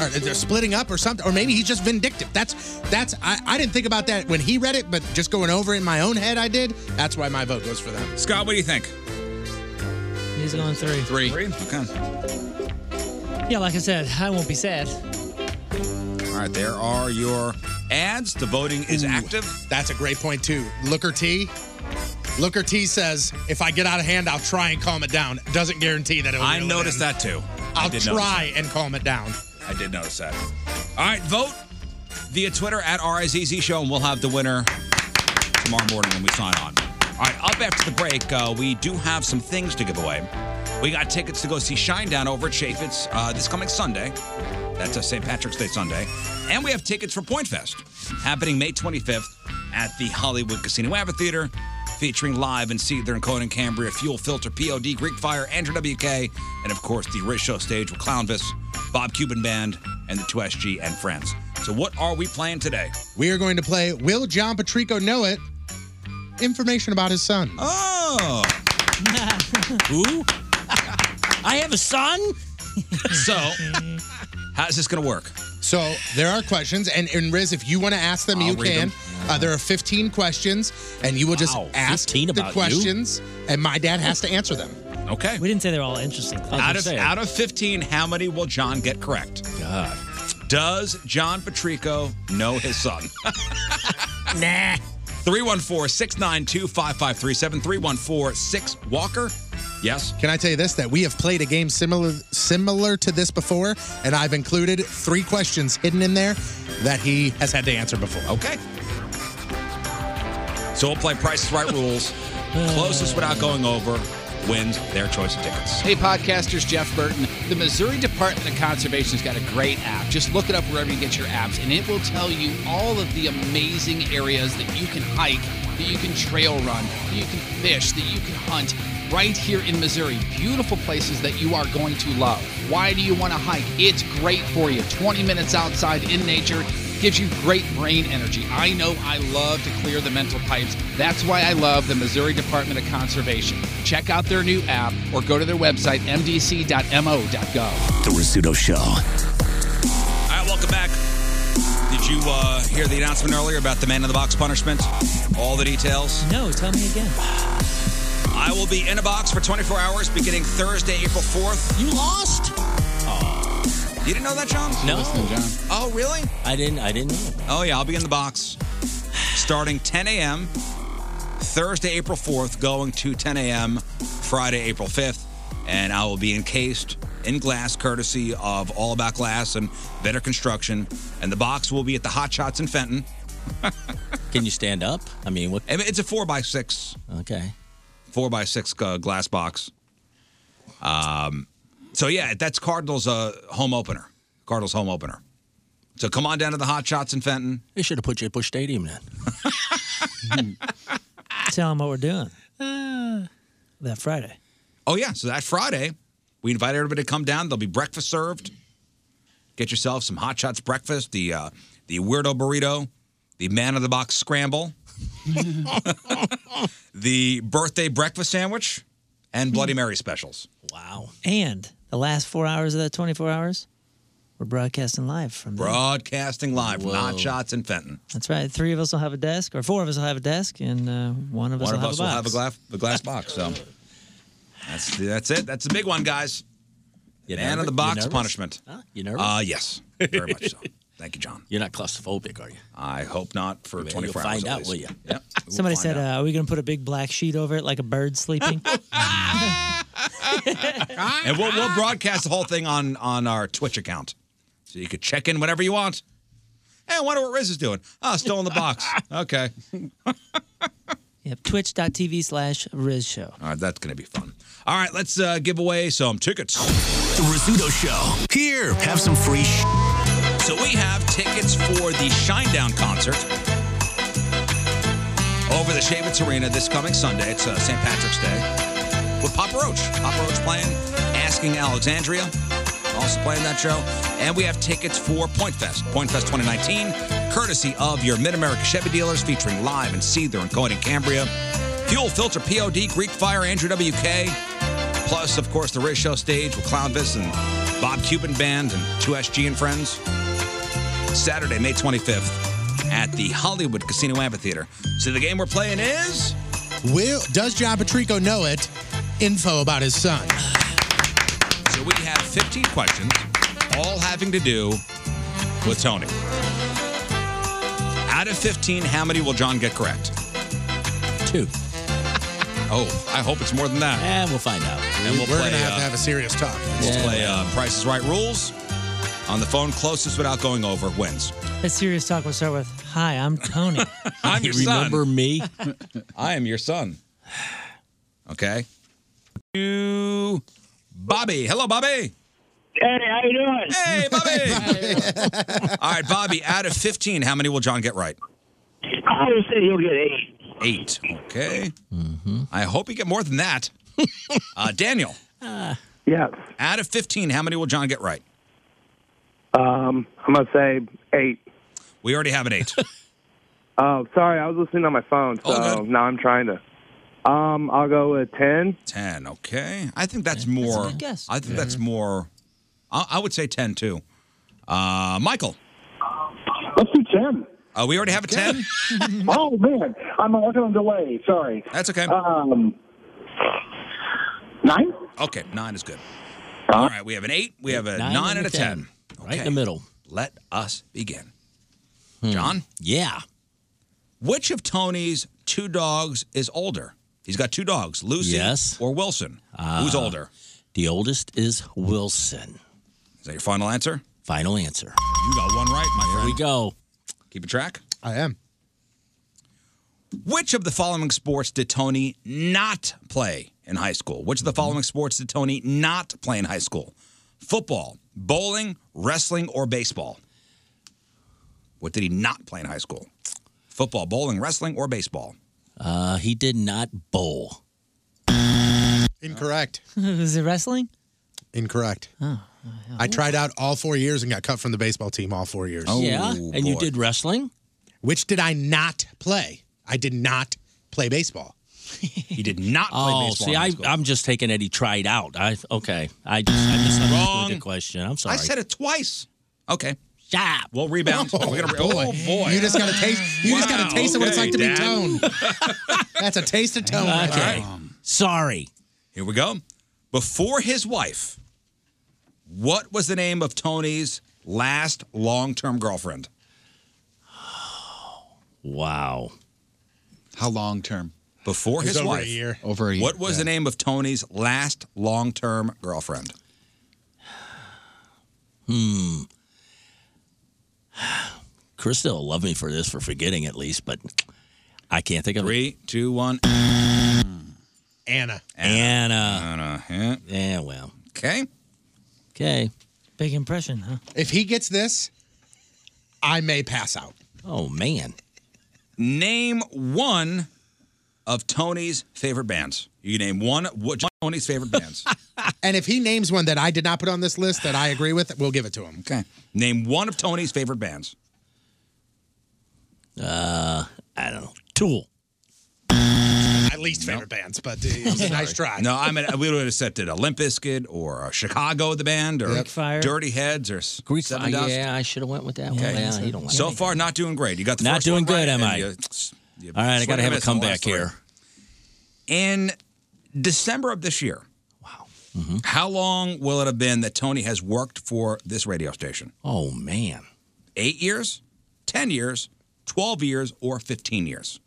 Or they're splitting up or something. Or maybe he's just vindictive. That's that's. I, I didn't think about that when he read it, but just going over it in my own head, I did. That's why my vote goes for them. Scott, what do you think? He's going three. Three. Three? Okay. Yeah, like I said, I won't be sad. All right, there are your ads. The voting is active. That's a great point too. Looker T. Looker T says, if I get out of hand, I'll try and calm it down. Doesn't guarantee that it'll I reel it noticed in. that too. I I'll did notice try and calm it down. I did notice that. All right, vote via Twitter at RIZZ Show, and we'll have the winner tomorrow morning when we sign on. All right, up after the break, uh, we do have some things to give away. We got tickets to go see Shinedown over at Chaffetz uh, this coming Sunday. That's a St. Patrick's Day Sunday. And we have tickets for Point Fest happening May 25th at the Hollywood Casino Amphitheater, featuring live and Seether and Conan Cambria, Fuel Filter, POD, Greek Fire, Andrew WK, and of course the Riz Show stage with Clownvis, Bob Cuban Band, and the 2SG and friends. So what are we playing today? We are going to play Will John Patrico Know It? Information about his son. Oh. Who? I have a son? So, how's this going to work? So there are questions, and, and Riz, if you want to ask them, I'll you read can. them. Uh, there are 15 questions, and you will just Wow, ask 15 the about you? questions, and my dad has to answer them. Okay. We didn't say they're all interesting. Out of, out of 15, how many will John get correct? God. Does John Patrico know his son? nah. 314 692 5537. 314 6 Walker. Yes. Can I tell you this? That we have played a game similar similar to this before, and I've included three questions hidden in there that he has had to answer before. Okay. So we'll play Price is Right rules. Closest without going over wins their choice of tickets. Hey, podcasters, Jeff Burton. The Missouri Department of Conservation has got a great app. Just look it up wherever you get your apps, and it will tell you all of the amazing areas that you can hike, that you can trail run, that you can fish, that you can hunt. right here in Missouri. Beautiful places that you are going to love. Why do you want to hike? It's great for you. 20 minutes outside in nature gives you great brain energy. I know I love to clear the mental pipes. That's why I love the Missouri Department of Conservation. Check out their new app or go to their website, mdc.mo.gov. The Rizzuto Show. All right, welcome back. Did you uh, hear the announcement earlier about the man in the box punishment? All the details? No, tell me again. I will be in a box for 24 hours beginning Thursday, April 4th. You lost? You didn't know that, John? No. Listening, John. Oh, really? I didn't. I didn't know. Oh yeah, I'll be in the box starting 10 a.m. Thursday, April 4th, going to 10 a.m. Friday, April 5th, and I will be encased in glass, courtesy of All About Glass and Better Construction. And the box will be at the Hot Shots in Fenton. Can you stand up? I mean, what? It's a four by six. Okay. Four by six uh, glass box. Um, so yeah, that's Cardinals' uh, home opener. Cardinals' home opener. So come on down to the Hot Shots in Fenton. They should have put you at Bush Stadium then. Tell them what we're doing Uh. that Friday. Oh yeah, so that Friday, we invite everybody to come down. There'll be breakfast served. Get yourself some Hot Shots breakfast, the uh, the weirdo burrito, the man of the box scramble, the birthday breakfast sandwich, and Bloody Mary specials. Wow. And the last four hours of that 24 hours, we're broadcasting live from there. Broadcasting live from Hot Shots in Fenton. That's right. Three of us will have a desk, or four of us will have a desk, and uh, one of us One of will us will have have a a box. glass, a glass box. So that's that's it. That's a big one, guys. You man of nervous- the you box nervous? punishment. Huh? You nervous? Uh, yes, very much so. Thank you, John. You're not claustrophobic, are you? I hope not for You'll 24 hours. find at out, least. will you? Yep. We'll Somebody find said, uh, out. "Are we going to put a big black sheet over it like a bird sleeping?" and we'll, we'll broadcast the whole thing on on our Twitch account, so you could check in whenever you want. Hey, I wonder what Riz is doing. Oh, still in the box. Okay. yep. Twitch.tv slash Riz Show. All right, Uh, that's going to be fun. All right, let's uh, give away some tickets. The Rizzuto Show. Here, have some free sh- So we have tickets for the Shinedown concert over the Shavitz Arena this coming Sunday. It's uh, St. Patrick's Day with Papa Roach. Papa Roach playing Asking Alexandria, also playing that show. And we have tickets for Point Fest, Point Fest 2019, courtesy of your Mid America Chevy dealers, featuring Live and Seether and Cohen and Cambria, Fuel Filter POD, Greek Fire, Andrew WK, Plus, of course, the Riz Show stage with Clownvis and Bob Cuban Band and 2SG and Friends. Saturday, May 25th at the Hollywood Casino Amphitheater. So the game we're playing is. Will does John Patrico know it? Info about his son. So we have 15 questions, all having to do with Tony. Out of 15, how many will John get correct? Two. Oh, I hope it's more than that. And Eh, we'll find out. And we'll We're play. gonna have uh, to have a serious talk. We'll play uh, Price is Right rules. On the phone, closest without going over wins. Let's serious talk. We'll start with, "Hi, I'm Tony." I'm your Remember son. me? I am your son. Okay. You, Bobby. Hello, Bobby. Hey, how you doing? Hey, Bobby. All right, Bobby. Out of fifteen, how many will John get right? I would say he'll get eight. Eight. Okay. I hope you get more than that. uh, Daniel. yeah. Out of fifteen, how many will John get right? Um, I'm gonna say eight. We already have an eight. Oh, sorry, I was listening on my phone, so Oh, now I'm trying to. Um, I'll go with ten. Ten. Okay. I think that's more. good guess. I think that's more. I, I would say ten too. Uh, Michael. Let's do ten. Uh, we already have a ten. oh man, I'm I'm on delay. Sorry. That's okay. Um, nine. Okay, nine is good. All right, we have an eight, we have a nine, and a ten. Right in the middle. Hmm. Let us begin. John? Yeah. Which of Tony's two dogs is older? He's got two dogs, Lucy Yes. or Wilson. Who's Uh, older? The oldest is Wilson. Is that your final answer? Final answer. You got one right, my friend. Here we go. Keep a track. I am. Which of the following sports did Tony not play in high school? Which of Mm-hmm. the following sports did Tony not play in high school? Football, bowling, wrestling, or baseball? What did he not play in high school? Football, bowling, wrestling, or baseball? Uh, he did not bowl. Incorrect. Is it wrestling? Incorrect. I tried out all four years and got cut from the baseball team all four years. yeah, and you Oh, boy. did wrestling. Which did I not play? I did not play baseball. He did not play baseball Oh, See, in high I, school. I'm just taking Eddie tried out. I okay. I just I misunderstood the question. I'm sorry. I said it twice. Okay. Stop. We'll rebound. Oh, We're gonna re- boy. oh, boy. You just got to taste. You just got Wow, to taste of what it's okay, like to Dad. be toned. That's a taste of tone. right there. Okay. Um, Sorry. Here we go. Before his wife, what was the name of Tony's last long term girlfriend? Wow. How long term? Before It was his over a wife. year. Over a year, What was the yeah. name of Tony's last long term girlfriend? Hmm. Krista will love me for this for forgetting at least, but I can't think of Three, two, one. Anna. Anna. Anna. Yeah. Well. Okay. Okay. Big impression, huh? If he gets this, I may pass out. Oh man. Name one of Tony's favorite bands. You can name one what Tony's favorite bands. And if he names one that I did not put on this list that I agree with, we'll give it to him. Okay. Name one of Tony's favorite bands. Uh, I don't know. Tool. My least favorite bands, but uh, it was a nice try. No, I mean we would have accepted a Limp Bizkit or a Chicago the band or Greek Fire. Dirty Heads or Greek Seven Uh, Dust. yeah, I should have went with that Okay. one. Yeah, you Oh, don't like so it. far, not doing great. You got the Not first one doing good, right, am and I? you- you All right, I swing got and to have a miss on the comeback last here. three. In December of this year, wow, Mm-hmm. how long will it have been that Tony has worked for this radio station? Oh man, eight years, ten years, twelve years, or fifteen years?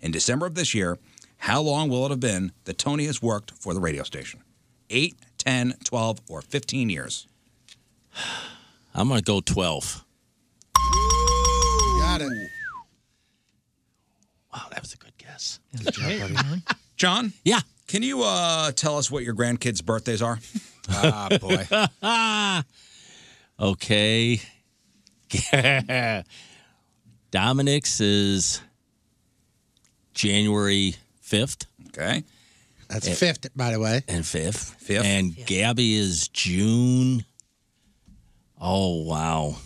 In December of this year, how long will it have been that Tony has worked for the radio station? Eight, ten, twelve, or fifteen years? I'm gonna go twelve. Got it. Wow, that was a good guess. John? Yeah. Can you uh, tell us what your grandkids' birthdays are? Ah, boy. Ah! Okay. Dominic's is January 5th. Okay. That's fifth, by the way. And fifth. Fifth. And Gabby is June. Oh, wow.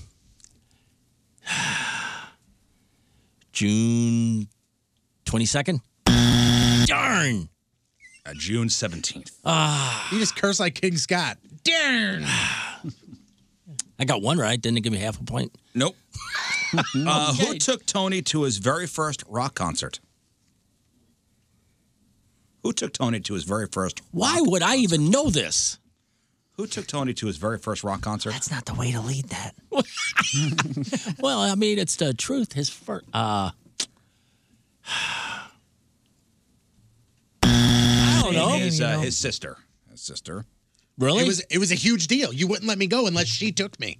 June 22nd? Darn. Uh, June 17th. Ah. You just curse like King Scott. Darn. I got one right. Didn't it give me half a point? Nope. uh, who took Tony to his very first rock concert? Who took Tony to his very first? Why would I even know this? Who took Tony to his very first rock concert? That's not the way to lead that. well, I mean, it's the truth. His first. Uh, I don't know. His, You uh, know. his sister. His sister. Really? It was it was a huge deal. You wouldn't let me go unless she took me.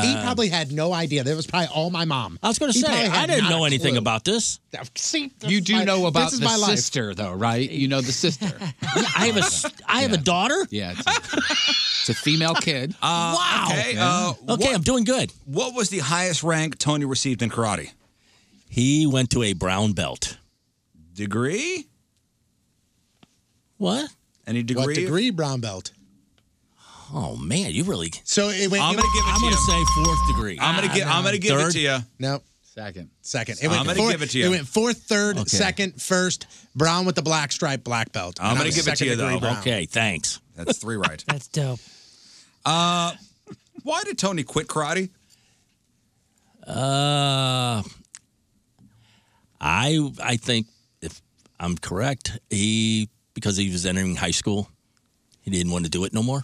he Uh, probably had no idea. That was probably all my mom. I was going to He probably say, I had didn't not know a anything clue. about this. See, this You is do my- know about this is the my life. sister, though, right? You know the sister. I have a, I have a daughter. Yeah, it's a, it's a female kid. wow. Okay, uh, okay, I'm doing good. What was the highest rank Tony received in karate? He went to a brown belt. Degree? What? Any degree? What degree, brown belt? Oh man, you really. So it went. I'm gonna give it to you. say fourth degree. I'm gonna give. I'm gonna give it to you. No. Ah, Second. Second. I'm gonna fourth- give it to you. It went fourth, third, Okay. second, first. Brown with the black stripe, black belt. I'm And gonna was give it to second you degree though. brown. thanks. That's three right. That's dope. Uh, why did Tony quit karate? Uh, I I think if I'm correct, he because he was entering high school, he didn't want to do it no more.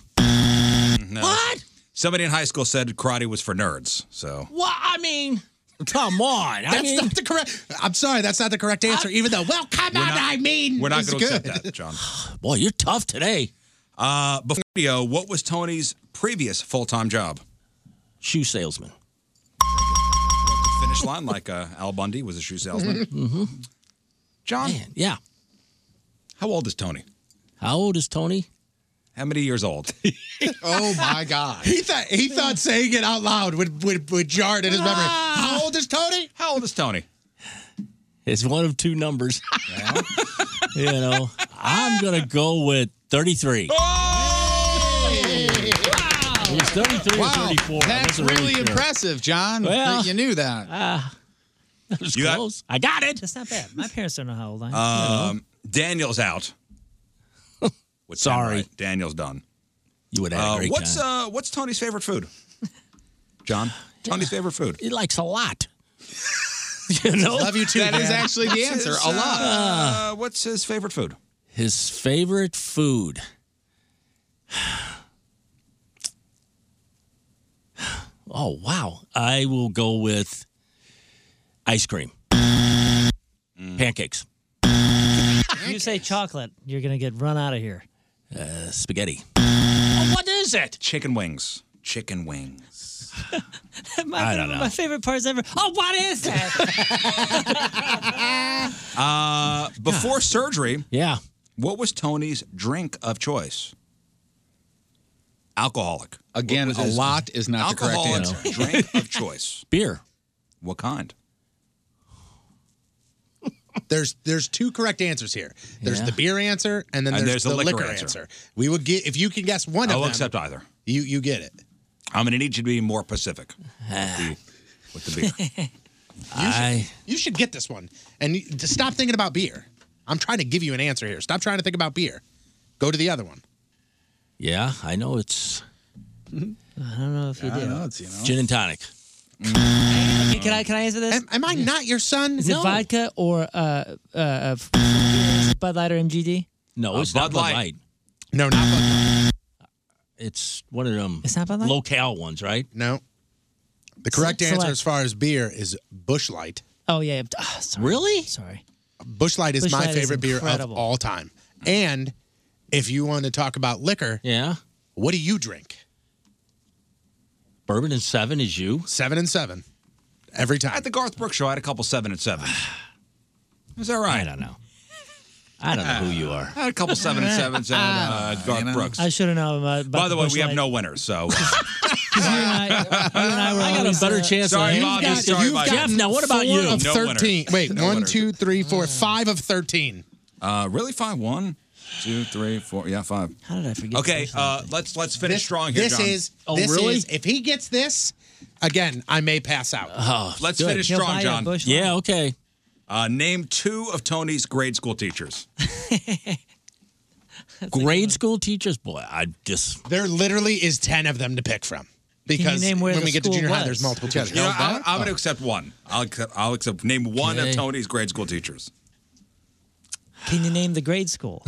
What? Somebody in high school said karate was for nerds. So Well, I mean, come on. That's not the correct. I'm sorry, that's not the correct answer. even though, well, come on, I mean, we're not is going to good. accept that, John. Boy, you're tough today. Uh, before radio, what was Tony's previous full-time job? Shoe salesman. Finish line like uh, Al Bundy was a shoe salesman. Mm-hmm. John, yeah. How old is Tony? How old is Tony? How many years old? Oh my God! he thought he thought saying it out loud would would, would jar it in his memory. Ah. How old is Tony? How old is Tony? It's one of two numbers. you know, I'm going to go with 33. It was 33 Wow, or 34. I that's wasn't really sure. impressive, John, that you knew that. Ah, that was close. I got it. That's not bad. My parents don't know how old I am. Um, Daniel's out. With ten right. Daniel's done. You would uh, Oh, have great what's time. uh what's Tony's favorite food? John, Tony's favorite food. He likes a lot. you know? Love you too, That is Dan. actually the answer, a lot. Ah. Uh, what's his favorite food? His favorite food. Oh wow! I will go with ice cream, pancakes, If you say chocolate, you're gonna get run out of here. uh, spaghetti. Oh, what is it? Chicken wings. Chicken wings. my, I don't know. My favorite parts ever. Oh, what is that? Uh, before surgery, yeah. What was Tony's drink of choice? Alcoholic. Again, What a was his- lot is not the correct Alcoholic's answer. drink of choice. Beer. What kind? There's there's two correct answers here. There's Yeah. the beer answer, and then there's, the, liquor, answer. We would get if you can guess one I'll of them. accept either. You you get it. I'm going to need you to be more specific with the- with the beer. I You should get this one, and you, to stop thinking about beer. I'm trying to give you an answer here. Stop trying to think about beer. Go to the other one. yeah, I know it's I don't know if you do. gin and tonic. Okay, can I can I answer this? Am, I not your son? Is No. it vodka or uh uh, uh f- is it Bud Light or MGD? No, Uh, it's Bud not Bud Light. Light. No, not Bud Light. It's one of them. It's not Bud Light? Locale ones, right? No. The correct Select. answer as far as beer is Bush Light. Oh yeah. Ah, sorry. Really? Sorry. Bush Light is Busch my Light is favorite beer of incredible. all time. And if you want to talk about liquor, yeah. What do you drink? Bourbon and seven is you. Seven and seven. Every time. At the Garth Brooks show, I had a couple seven and seven. Is that right? I don't know. I don't know who you are. I had a couple seven and sevens at uh, Garth Brooks. I should have known uh, about. By the way, we have no winners, so. uh, I got a better chance Sorry, than you. Bobby. Sorry, you've Bobby. gotten Jeff, now what about four you? Of No winner. thirteen. Wait, No one, winner. two, three, Oh. four, five of thirteen. Uh, really five. One, two, three, four. Yeah, five. How did I forget? Okay, uh, let's let's finish strong here. This John. is. Oh, this Is, if he gets this, again, I may pass out. let's finish strong, John. Oh, Yeah, okay. Uh, name two of Tony's grade school teachers. Grade school teachers, boy, I just There literally is ten of them to pick from. Because name where when the we get to school junior high, was? there's multiple teachers. You know, I'm, I'm going to accept one. I'll accept, I'll accept name one Okay. of Tony's grade school teachers. Can you name the grade school?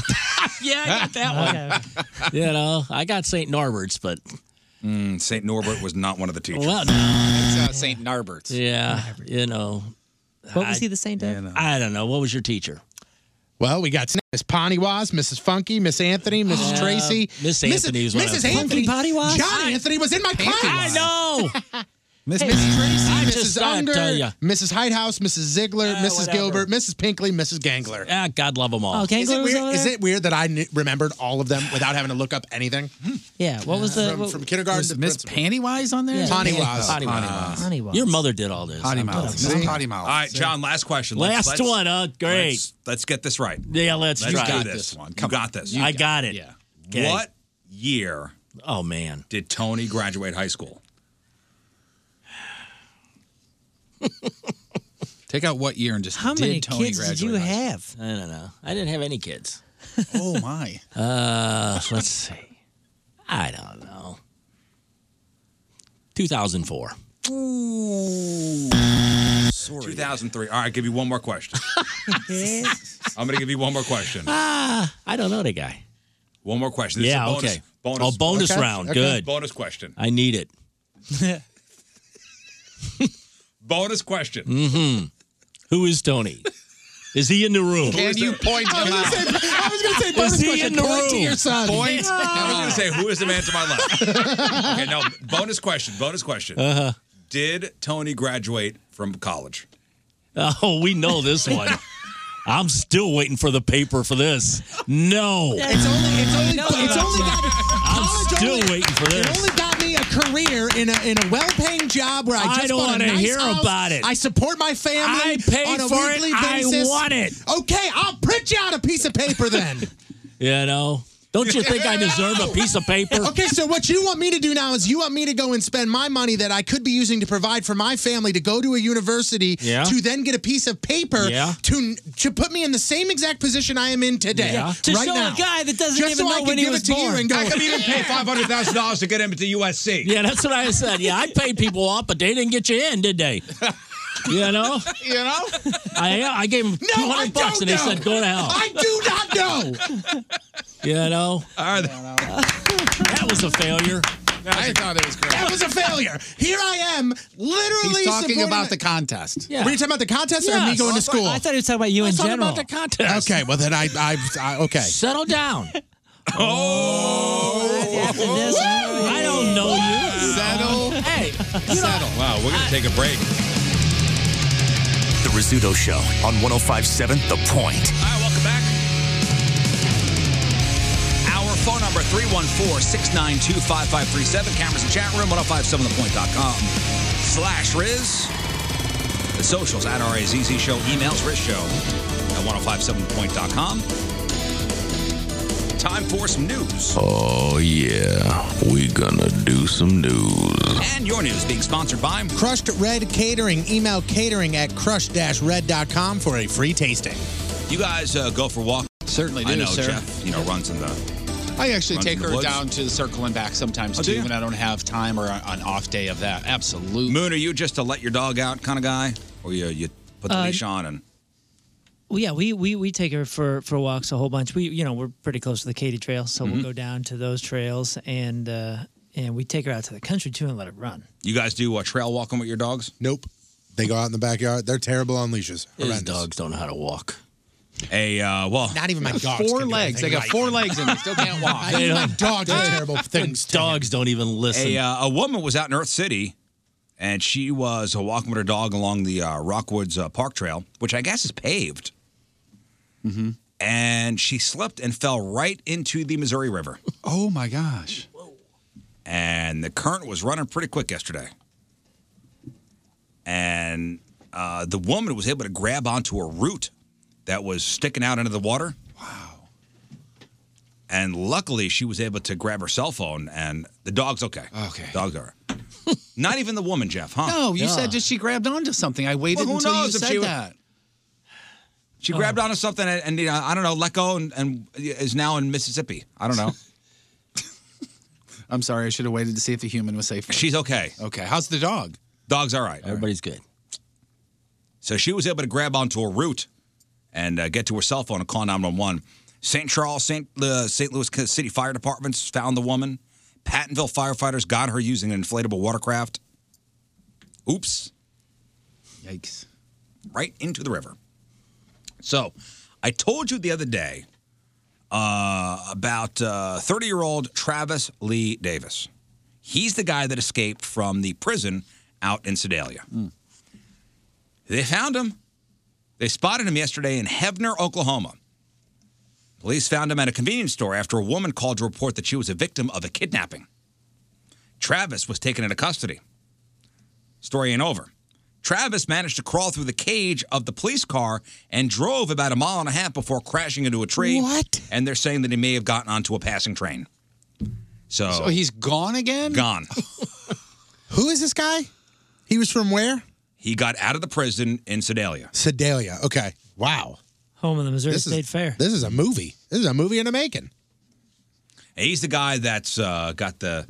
yeah, I got that one. You know, I got St. Norbert's, but Mm, St. Norbert was not one of the teachers. well, no. It's uh, St. Norbert's. yeah, you know. What was I- he the saint of? you know. I don't know. What was your teacher? Well, we got Miss Ponty Was, Mrs. Funky, Miss Anthony, Mrs. Uh, Tracy. Miss Mrs. Anthony was one of Mrs. them. Funky Anthony. Potty Was? John Anthony was in my class. I know. Miss Mrs. Tracy, I Mrs. just- I Unger, tell ya. Mrs. Hidehouse, Mrs. Ziegler, Ah, Mrs. whatever. Gilbert, Mrs. Pinkley, Mrs. Gangler. Ah, God love them all. is, it weird, is it weird that I kn- remembered all of them without having to look up anything? Yeah. What was the from, what- from kindergarten to Miss principal. Pantywise on there? Yeah. Pantywise. Pantywise. Pantywise. Your mother did all this. Potty I'm mouth. telling you. Miss Potty mouth. All right, John. Last question. Last one, huh? Great. Let's, let's get this right. Yeah, let's let's try do it. this This one. one. You got this. I got it. Yeah. Okay. What year? Oh man. Did Tony graduate high school? Take out what year and just How did many Tony kids did graduate you high have? school? I don't know. I didn't have any kids. Oh my. Uh, let's see. I don't know. 2004. Ooh. 2003. All right, give you one more question. I'm going to give you one more question. ah, I don't know the guy. One more question. This Yeah, is a bonus, okay. Bonus, Oh, bonus Okay, round. okay. Good. Bonus question. I need it. Bonus question. Mm-hmm. Who is Tony? Is he in the room? Can you point him out? I was going to say Is he in the room? Point. I was going to say, who is the man to my left? okay, now, bonus question. Bonus question. Uh-huh. Did Tony graduate from college? Oh, we know this one. I'm still waiting for the paper for this. No. It's only, it's only, it's only got, college still only, waiting for It this. only got me a career in a, in a well-paying job where I I just don't want wanna to nice hear house. about it. I support my family. I paid on a for it. weekly I Basis. want it. Okay, I'll print you out a piece of paper then. You know? Don't you think I deserve a piece of paper? Okay, so what you want me to do now is you want me to go and spend my money that I could be using to provide for my family to go to a university Yeah. to then get a piece of paper Yeah. to to put me in the same exact position I am in today. Yeah. To right show a now. guy that doesn't Just even so know I when can he give was it to born. you and go. I could even pay $500,000 to get him into USC. Yeah, that's what I said. Yeah, I paid people off, but they didn't get you in, did they? You know? You know? I I gave them 200 bucks and they said, go to hell. I do not know. You know? that was a failure. I thought it was great. That was a failure. Here I am, literally He's talking supporting about the the contest. Were you talking about the contest or me Yes. going I to thought- school? I thought he was talking about you I was in talking about general. the contest. Okay, well then I, I, I okay. Settle down. Oh. I don't know you. Settle. Hey, settle. Wow, we're going to take a break. The Rizzuto Show on 1057 The Point. All right, welcome back. Our phone number 314 692 5537. Cameras in chat room 1057thepoint.com slash Riz. The socials at RAZZ Show. Emails Riz Show at 1057thepoint.com. Time for some news. Oh, yeah. We gonna do some news. And your news being sponsored by Crushed Red Catering. Email catering at crush-red.com for a free tasting. You guys uh, go for walks. Certainly I do, know sir. Jeff, you know, runs in the. I actually runs take in the her woods. down to the circle and back sometimes Oh, do too you? when I don't have time or on an off day of that. Absolutely. Moon, are you just a let your dog out kind of guy? Or you, you put the Uh, leash on and. Well, yeah, we, we we take her for for walks a whole bunch. We you know we're pretty close to the Katy Trail, so Mhm. we'll go down to those trails and uh, and we take her out to the country too and let her run. You guys do uh, trail walking with your dogs? Nope. They go out in the backyard. They're terrible on leashes. His dogs don't know how to walk. A uh, well, not even my They got dogs. four can do legs. They anything got right. four legs and they still can't walk. Not even my dogs are terrible things. Dogs don't even listen. A, uh, a woman was out in Earth City, and she was uh, walking with her dog along the uh, Rockwoods uh, Park Trail, which I guess is paved. Mm-hmm. And she slipped and fell right into the Missouri River. Oh my gosh. And the current was running pretty quick yesterday. And uh, the woman was able to grab onto a root that was sticking out into the water. Wow. And luckily, she was able to grab her cell phone, and the dog's okay. Okay. Dog's are. Not even the woman, Jeff, huh? No, you said just she grabbed onto something. I waited Well, who until you knows if said she- that. She grabbed onto something and, and you know, I don't know, let go and, and is now in Mississippi. I don't know. I'm sorry. I should have waited to see if the human was safe. She's okay. Okay. How's the dog? Dog's all right. Everybody's good. So she was able to grab onto a root and uh, get to her cell phone and call 911. St. Charles, St. Uh, St. Louis City Fire Departments found the woman. Pattonville firefighters got her using an inflatable watercraft. Oops. Yikes. Right into the river. So I told you the other day uh, about uh, 30 year old Travis Lee Davis. He's the guy that escaped from the prison out in Sedalia. They found him. They spotted him yesterday in Hebner, Oklahoma. Police found him at a convenience store after a woman called to report that she was a victim of a kidnapping. Travis was taken into custody. Story ain't over. Travis managed to crawl through the cage of the police car and drove about a mile and a half before crashing into a tree. What? And they're saying that he may have gotten onto a passing train. So, So he's gone again? gone. Who is this guy? He was from where? He got out of the prison in Sedalia. Sedalia. Okay. Wow. Home of the Missouri This is- State Fair. This is a movie. This is a movie in the making. And He's the guy that's uh, got the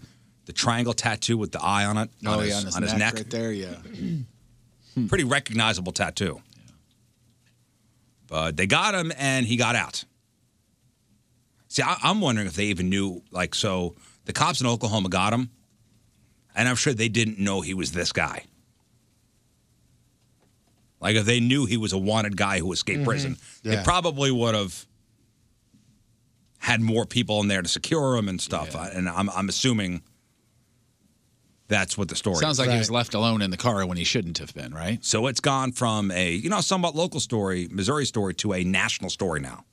the triangle tattoo with the eye on it on, Oh, yeah, his, on his on his neck neck. right there, yeah. Pretty recognizable tattoo. But they got him and he got out. See, I, I'm wondering if they even knew. Like, so the cops in Oklahoma got him, and I'm sure they didn't know he was this guy. Like, if they knew he was a wanted guy who escaped Mhm. prison, Yeah. they probably would have had more people in there to secure him and stuff. I- And I'm, I'm assuming that's what the story Sounds is. like he was left alone in the car when he shouldn't have been, right? So it's gone from a you know somewhat local story, Missouri story, to a national story now.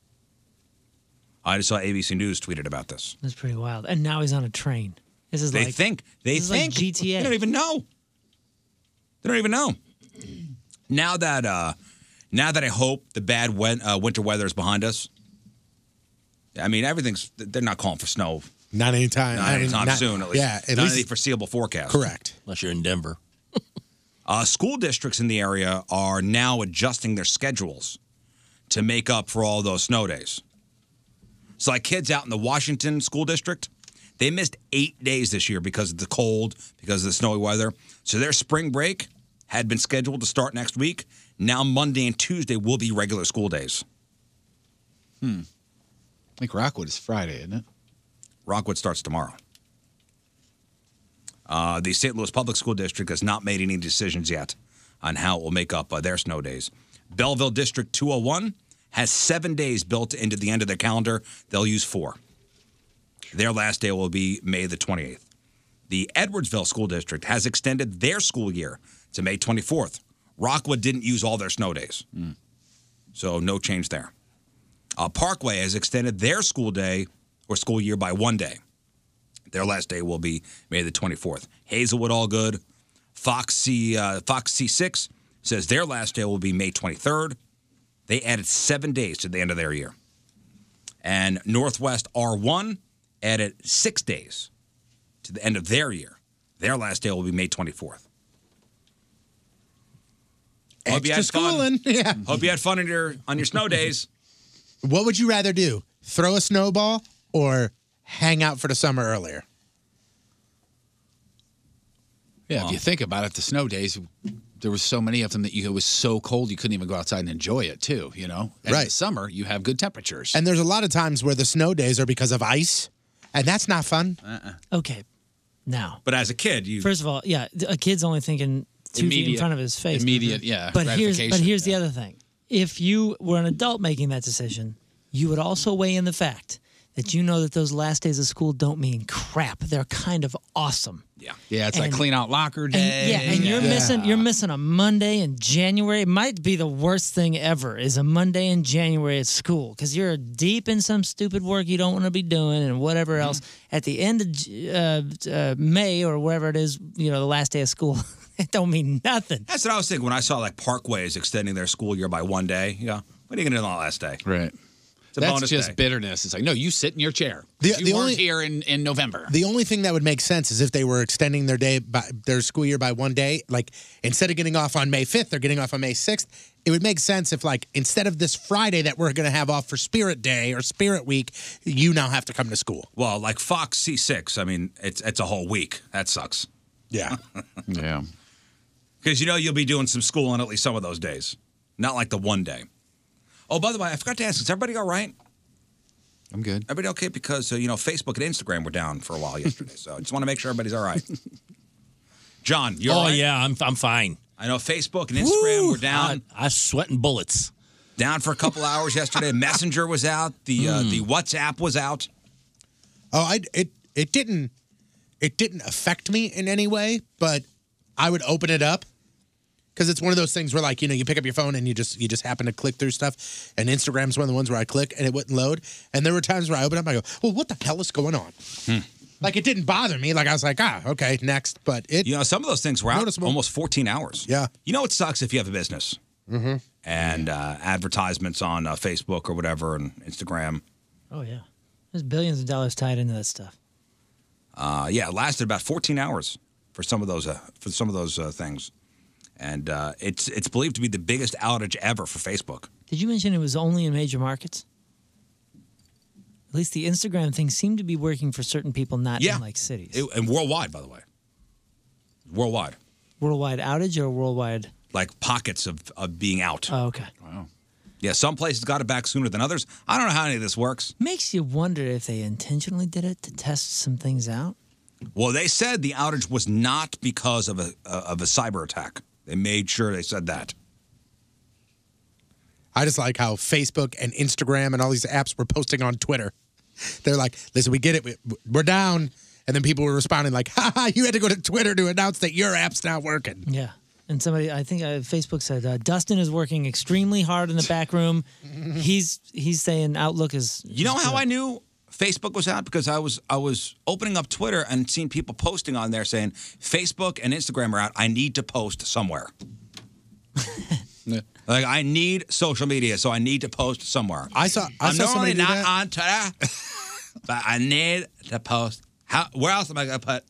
I just saw ABC News tweeted about this. That's pretty wild. And now he's on a train. This is They like think they this is think like GTA. They don't even know. They don't even know. Now that uh, now that I hope the bad win- uh, winter weather is behind us, I mean, everything's, they're not calling for snow. Not anytime. Not anytime soon, at least. Yeah, at not least in the foreseeable forecast. Correct. Unless you're in Denver. uh, school districts in the area are now adjusting their schedules to make up for all those snow days. So, like kids out in the Washington school district, they missed eight days this year because of the cold, because of the snowy weather. So, their spring break had been scheduled to start next week. Now, Monday and Tuesday will be regular school days. Hmm. I think Rockwood is Friday, isn't it? Rockwood starts tomorrow. Uh, the St. Louis Public School District has not made any decisions yet on how it will make up uh, their snow days. Belleville District 201 has seven days built into the end of their calendar. They'll use four. Their last day will be May the 28th. The Edwardsville School District has extended their school year to May 24th. Rockwood didn't use all their snow days, so no change there. Uh, Parkway has extended their school day or school year by one day. Their last day will be May the 24th. Hazelwood, all good. Fox, C, uh, Fox C6 says their last day will be May 23rd. They added seven days to the end of their year. And Northwest R1 added six days to the end of their year. Their last day will be May 24th. Hope you had fun. Yeah. Hope you had fun on your, on your snow days. What would you rather do? Throw a snowball or hang out for the summer earlier? Yeah, if you think about it, the snow days, there was so many of them that you, it was so cold you couldn't even go outside and enjoy it too. You know, and In Right. the summer, you have good temperatures. And there's a lot of times where the snow days are because of ice, and that's not fun. Uh-uh. Okay, now. But as a kid, you First of all, yeah, th- a kid's only thinking two feet in Immediate- front of his face. immediate, yeah, But here's but gratification, here's the other thing: if you were an adult making that decision, you would also weigh in the fact that you know that those last days of school don't mean crap. They're kind of awesome. Yeah, yeah, it's like And- clean out locker And- day. yeah, and you're missing you're missing a Monday in January. It might be the worst thing ever is a Monday in January at school because you're deep in some stupid work you don't want to be doing and whatever else. At the end of J- uh, uh, May or wherever it is, you know, the last day of school, it don't mean nothing. That's what I was thinking when I saw like Parkway is extending their school year by one day. Yeah. What are you going to do on the last day? Right. It's a That's bonus just day. bitterness. It's like, no, you sit in your chair. The- you the weren't only- here in, in November. The only thing that would make sense is if they were extending their day by their school year by one day. Like instead of getting off on May 5th, they're getting off on May 6th. It would make sense if like instead of this Friday that we're going to have off for Spirit Day or Spirit Week, you now have to come to school. Well, like Fox C6, I mean, it's it's a whole week. That sucks. Yeah. yeah. Because you know you'll be doing some school on at least some of those days, not like the one day. Oh, by the way, I forgot to ask: Is everybody all right? I'm good. Everybody okay? Because uh, you know Facebook and Instagram were down for a while yesterday, so I just want to make sure everybody's all right. John, you oh all right? yeah, I'm I'm fine. I know Facebook and Instagram were down. I, am sweating bullets. Down for a couple hours yesterday. Messenger was out. The Hmm. uh, the WhatsApp was out. Oh, I it it didn't it didn't affect me in any way, but I would open it up because it's one of those things where like you know you pick up your phone and you just you just happen to click through stuff, and Instagram's one of the ones where I click and it wouldn't load, and there were times where I opened up and I go, well, what the hell is going on? Like it didn't bother me. Like I was like, ah, okay, next. But it you know some of those things were out almost 14 hours. Yeah. You know it sucks if you have a business Mm-hmm. and uh, advertisements on uh, Facebook or whatever and Instagram. Oh yeah, there's billions of dollars tied into that stuff. Uh, yeah, it lasted about 14 hours for some of those uh, for some of those uh, things, and uh, it's it's believed to be the biggest outage ever for Facebook. Did you mention it was only in major markets? At least the Instagram thing seemed to be working for certain people, not Yeah. in like cities. It, and worldwide, by the way, worldwide, Worldwide outage or worldwide? like pockets of, of being out. Oh, okay. Wow. Yeah, some places got it back sooner than others. I don't know how any of this works. Makes you wonder if they intentionally did it to test some things out. Well, they said the outage was not because of a of a cyber attack. They made sure they said that. I just like how Facebook and Instagram and all these apps were posting on Twitter. They're like, listen, we get it. We- We're down. And then people were responding like, ha ha, you had to go to Twitter to announce that your app's not working. Yeah. And somebody, I think uh, Facebook said uh, Dustin is working extremely hard in the back room. he's he's saying Outlook is. You know how I knew Facebook was out because I was I was opening up Twitter and seeing people posting on there saying Facebook and Instagram are out. I need to post somewhere. Like I need social media, so I need to post somewhere. I saw. I am saw normally somebody do not that. on Twitter, but I need to post. How? Where else am I gonna put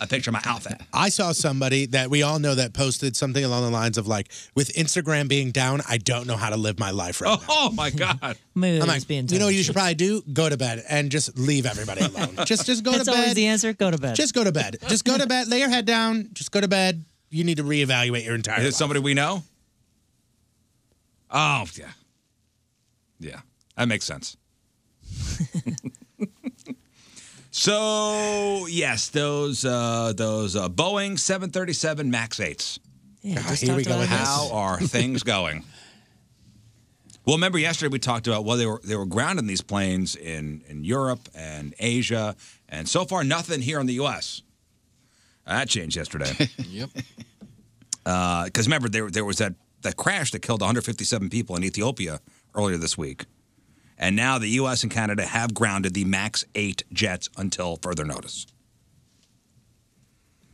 a picture of my outfit? I saw somebody that we all know that posted something along the lines of like, "With Instagram being down, I don't know how to live my life right now." Oh my god! Maybe I'm they're like, just being you know, what you should probably do go to bed and just leave everybody alone. just, just go That's to bed. always the answer. Go to bed. Just go to bed. Just go to bed. Lay your head down. Just go to bed. You need to reevaluate your entire. Is it life. somebody we know? Oh yeah, yeah, that makes sense. so yes, those uh, those uh, Boeing 737 Max eights. Yeah, God, just here we talked go about with this. How are things going? Well, remember yesterday we talked about well they were they were grounding these planes in in Europe and Asia, and so far nothing here in the U.S. That changed yesterday. Yep. because Uh, remember there there was that that crash that killed 157 people in Ethiopia earlier this week, and now the U.S. and Canada have grounded the Max Eight jets until further notice.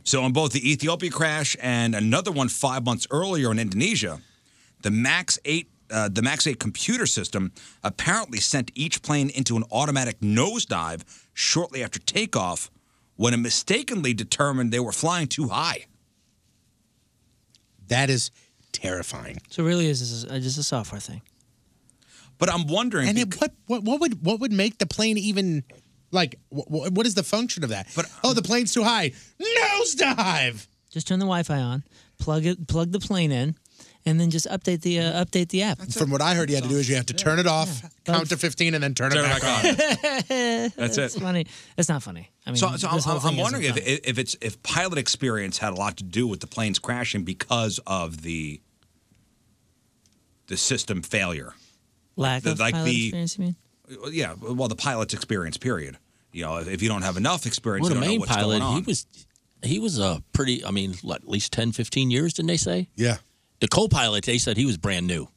So, on both the Ethiopia crash and another one five months earlier in Indonesia, the Max Eight. Uh, the Max 8 computer system apparently sent each plane into an automatic nosedive shortly after takeoff when it mistakenly determined they were flying too high. That is terrifying. So really, is this a, just a software thing? But I'm wondering. And it, what, what what would what would make the plane even like what, what is the function of that? But oh, the plane's too high. Nosedive. Just turn the Wi-Fi on, plug it, plug the plane in, and then just update the uh, update the app. From what I heard, you had to do is you have to turn it off, count to fifteen, and then turn, it back, on. That's it. Funny. That's not funny. I mean, so, so I'm, this whole I'm thing isn't wondering if, funny. if it's if pilot experience had a lot to do with the planes crashing because of the the system failure. lack the- of like pilot the- experience. You mean? Yeah, well, the pilot's experience. Period. You know, if, if you don't have enough experience, Well, you the don't know main what's pilot, going on. he was he was a pretty. I mean, what, at least 10, 15 years, didn't they say? Yeah. The co-pilot, they said he was brand new.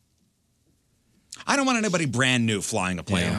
I don't want anybody brand new flying a plane.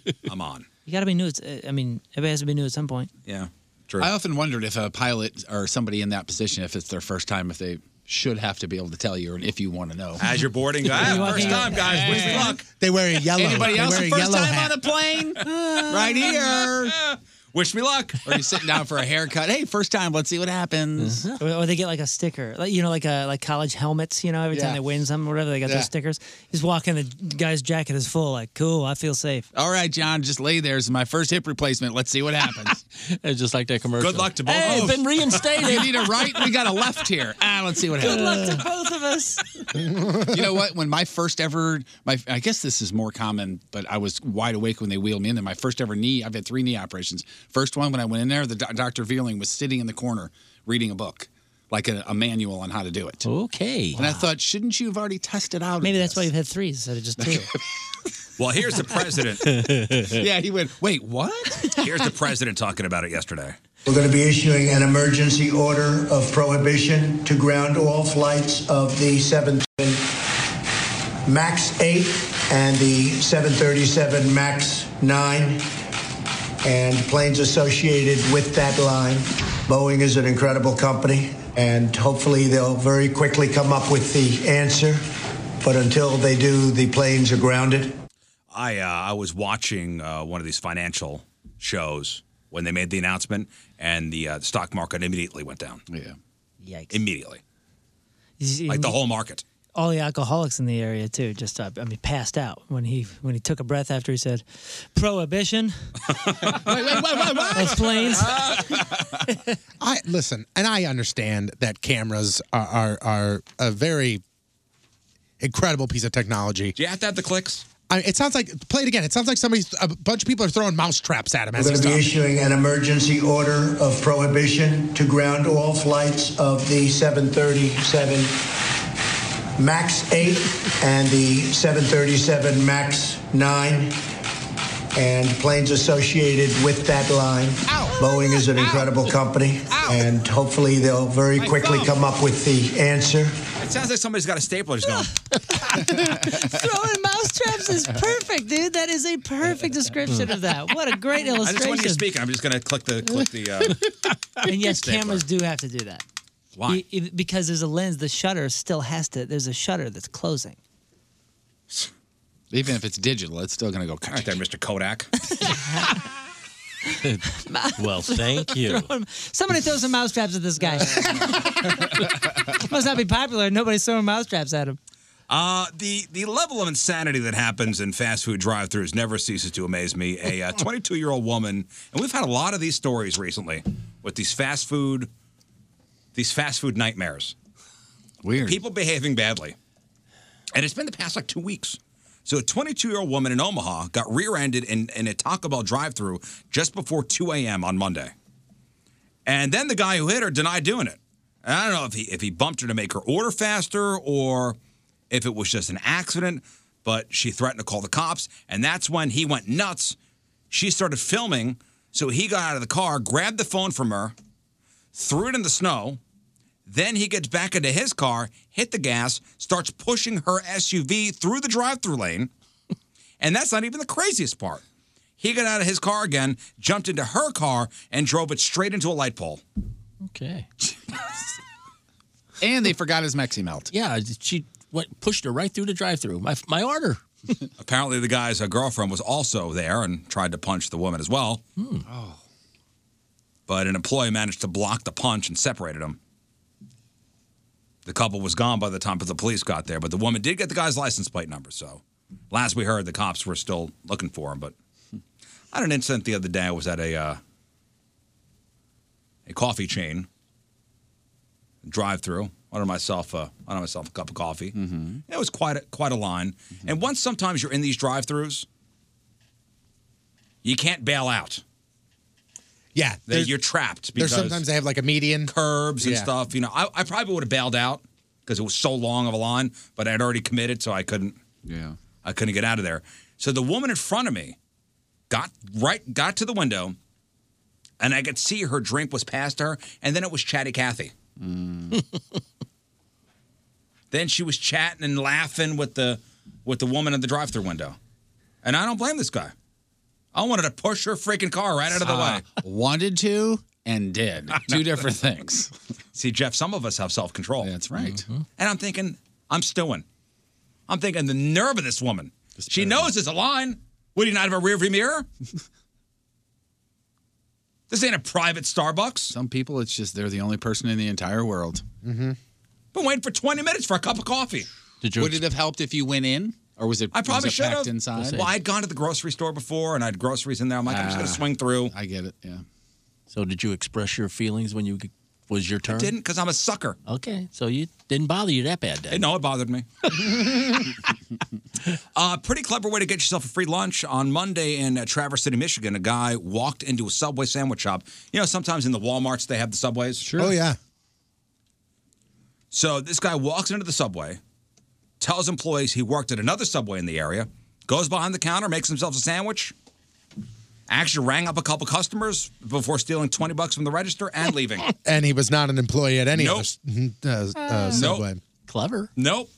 I'm on. You got to be new. It's, uh, I mean, everybody has to be new at some point. Yeah. True. I often wondered if a pilot or somebody in that position, if it's their first time, if they should have to be able to tell you, and if you want to know. As you're boarding, ah, first time, guys. Wish me luck. They wear a yellow. Anybody they else wear the a first yellow time hat. on a plane? right here. Wish me luck. Or you're sitting down for a haircut. Hey, first time. Let's see what happens. Or, or they get like a sticker, like you know, like a like college helmets. You know, every Yeah. time they win something, or whatever, they got Yeah. those stickers. Just walk in, the guy's jacket is full. Like, cool, I feel safe. All right, John, just lay there. This is my first hip replacement. Let's see what happens. it's just like that commercial. Good luck to both Hey, of us. been reinstated. you need a right. We got a left here. Ah, let's see what Good happens. luck to both of us. you know what? When my first ever, my I guess this is more common, but I was wide awake when they wheeled me in there. My first ever knee, I've had three knee operations. First one, when I went in there, the doc- Dr. Veerling was sitting in the corner reading a book, like a, a manual on how to do it. Okay. And I thought, shouldn't you have already tested out? Maybe that's why you've had three instead of just two. Well, here's the president. yeah, he went. Wait, what? Here's the president talking about it yesterday. We're going to be issuing an emergency order of prohibition to ground all flights of the 7 MAX 8 and the 737 MAX 9 and planes associated with that line. Boeing is an incredible company, and hopefully they'll very quickly come up with the answer. But until they do, the planes are grounded. I uh, I was watching uh, one of these financial shows when they made the announcement, and the uh, stock market immediately went down. Yeah, Yikes. immediately, You- like the you- whole market. all the alcoholics in the area too. Just uh, I mean, passed out when he when he took a breath after he said, "Prohibition." Those planes. I listen, and I understand that cameras are are, are a very incredible piece of technology. Do you have to have the clicks? I, it sounds like play it again. It sounds like somebody's a bunch of people are throwing mouse traps at him. We're As going he's to be talking. issuing an emergency order of prohibition to ground all flights of the 737 MAX 8 and the 737 MAX 9 and planes associated with that line. Boeing is an incredible company, and hopefully they'll very My quickly thumb. come up with the answer. It sounds like somebody's got a stapler just going. Throwing mousetraps is perfect, dude. That is a perfect description of that. What a great I just want you to illustration. speak. I'm just going to click the click the. Uh, And yes, Stapler. cameras do have to do that. Why? E- e- because there's a lens. The shutter still has to. There's a shutter that's closing. Even if it's digital, it's still going to go. All right, there, Mr. Kodak. well, thank you. Throw him- Somebody throw some mousetraps at this guy. Must not be popular. Nobody's throwing mousetraps at him. Uh, the the level of insanity that happens in fast food drive-throughs never ceases to amaze me. A 22 year old woman, and we've had a lot of these stories recently with these fast food, these fast food nightmares. Weird people behaving badly, and it's been the past like two weeks. So a 22 year old woman in Omaha got rear-ended in, in a Taco Bell drive-through just before 2 a.m. on Monday, and then the guy who hit her denied doing it. And I don't know if he if he bumped her to make her order faster or if it was just an accident, but she threatened to call the cops. And that's when he went nuts. She started filming. So he got out of the car, grabbed the phone from her, threw it in the snow. Then he gets back into his car, hit the gas, starts pushing her SUV through the drive through lane. And that's not even the craziest part. He got out of his car again, jumped into her car, and drove it straight into a light pole. Okay. and they forgot his Mexi Melt. Yeah, she went, pushed her right through the drive-through. My my order. Apparently, the guy's uh, girlfriend was also there and tried to punch the woman as well. Oh. but an employee managed to block the punch and separated them. The couple was gone by the time the police got there, but the woman did get the guy's license plate number. So, last we heard, the cops were still looking for him. But I had an incident the other day. I was at a uh, a coffee chain drive-through. Ordered myself a ordered myself a cup of coffee. Mm-hmm. It was quite a, quite a line. And once sometimes you're in these drive-throughs, you can't bail out. Yeah, That you're trapped. There's Because sometimes they have like a median curbs and Yeah. stuff. You know, I, I probably would have bailed out because it was so long of a line, but I'd already committed, so I couldn't. Yeah. I couldn't get out of there. So the woman in front of me got right, got to the window, and I could see her drink was past her, and then it was Chatty Cathy. Hmm. then she was chatting and laughing with the with the woman at the drive-through window, and I don't blame this guy. I wanted to push her freaking car right out of the way. Uh, Wanted to and did. Two different things. See, Jeff, some of us have self control. That's right. Mm-hmm. And I'm thinking, I'm stewing. I'm thinking the nerve of this woman. she knows it's a line. Would you not have a rear view mirror? this ain't a private Starbucks. Some people, it's just they're the only person in the entire world. Mm-hmm. Been waiting for 20 minutes for a cup of coffee. Did you Would it have helped if you went in, or was it? I probably was it should packed have. inside. Well, I'd gone to the grocery store before and I had groceries in there. I'm like, I'm just going to Ah. swing through. I get it. Yeah. So did you express your feelings when you was your turn? Oh, Didn't because I'm a sucker. Okay, so you didn't bother you that bad, then? No, it bothered me. Uh, pretty clever way to get yourself a free lunch. On Monday in uh, Traverse City, Michigan, a guy walked into a Subway sandwich shop. You know, sometimes in the Walmarts they have the Subways. Sure. Oh yeah. So this guy walks into the Subway, tells employees he worked at another Subway in the area, goes behind the counter, makes himself a sandwich, actually rang up a couple customers before stealing 20 bucks from the register and leaving. And he was not an employee at any Nope. other s- uh, uh, Nope. subway. Clever. Nope.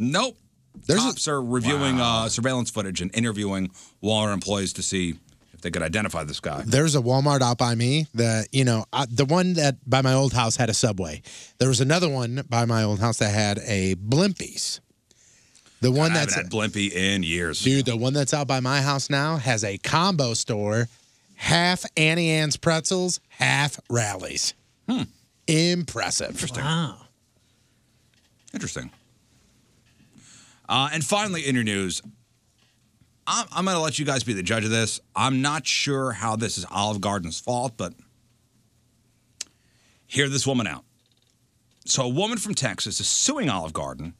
Nope. Cops are reviewing uh, surveillance footage and interviewing Walmart employees to see if they could identify this guy. There's a Walmart out by me that, you know, I, the one that by my old house had a Subway. There was another one by my old house that had a Blimpies. The one I haven't that's had Blimpy in years. Dude, the one that's out by my house now has a combo store, half Annie Ann's pretzels, half rallies. Hmm. Impressive. Interesting. Wow. Interesting. Uh, and finally, in your news, I'm, I'm going to let you guys be the judge of this. I'm not sure how this is Olive Garden's fault, but hear this woman out. So, a woman from Texas is suing Olive Garden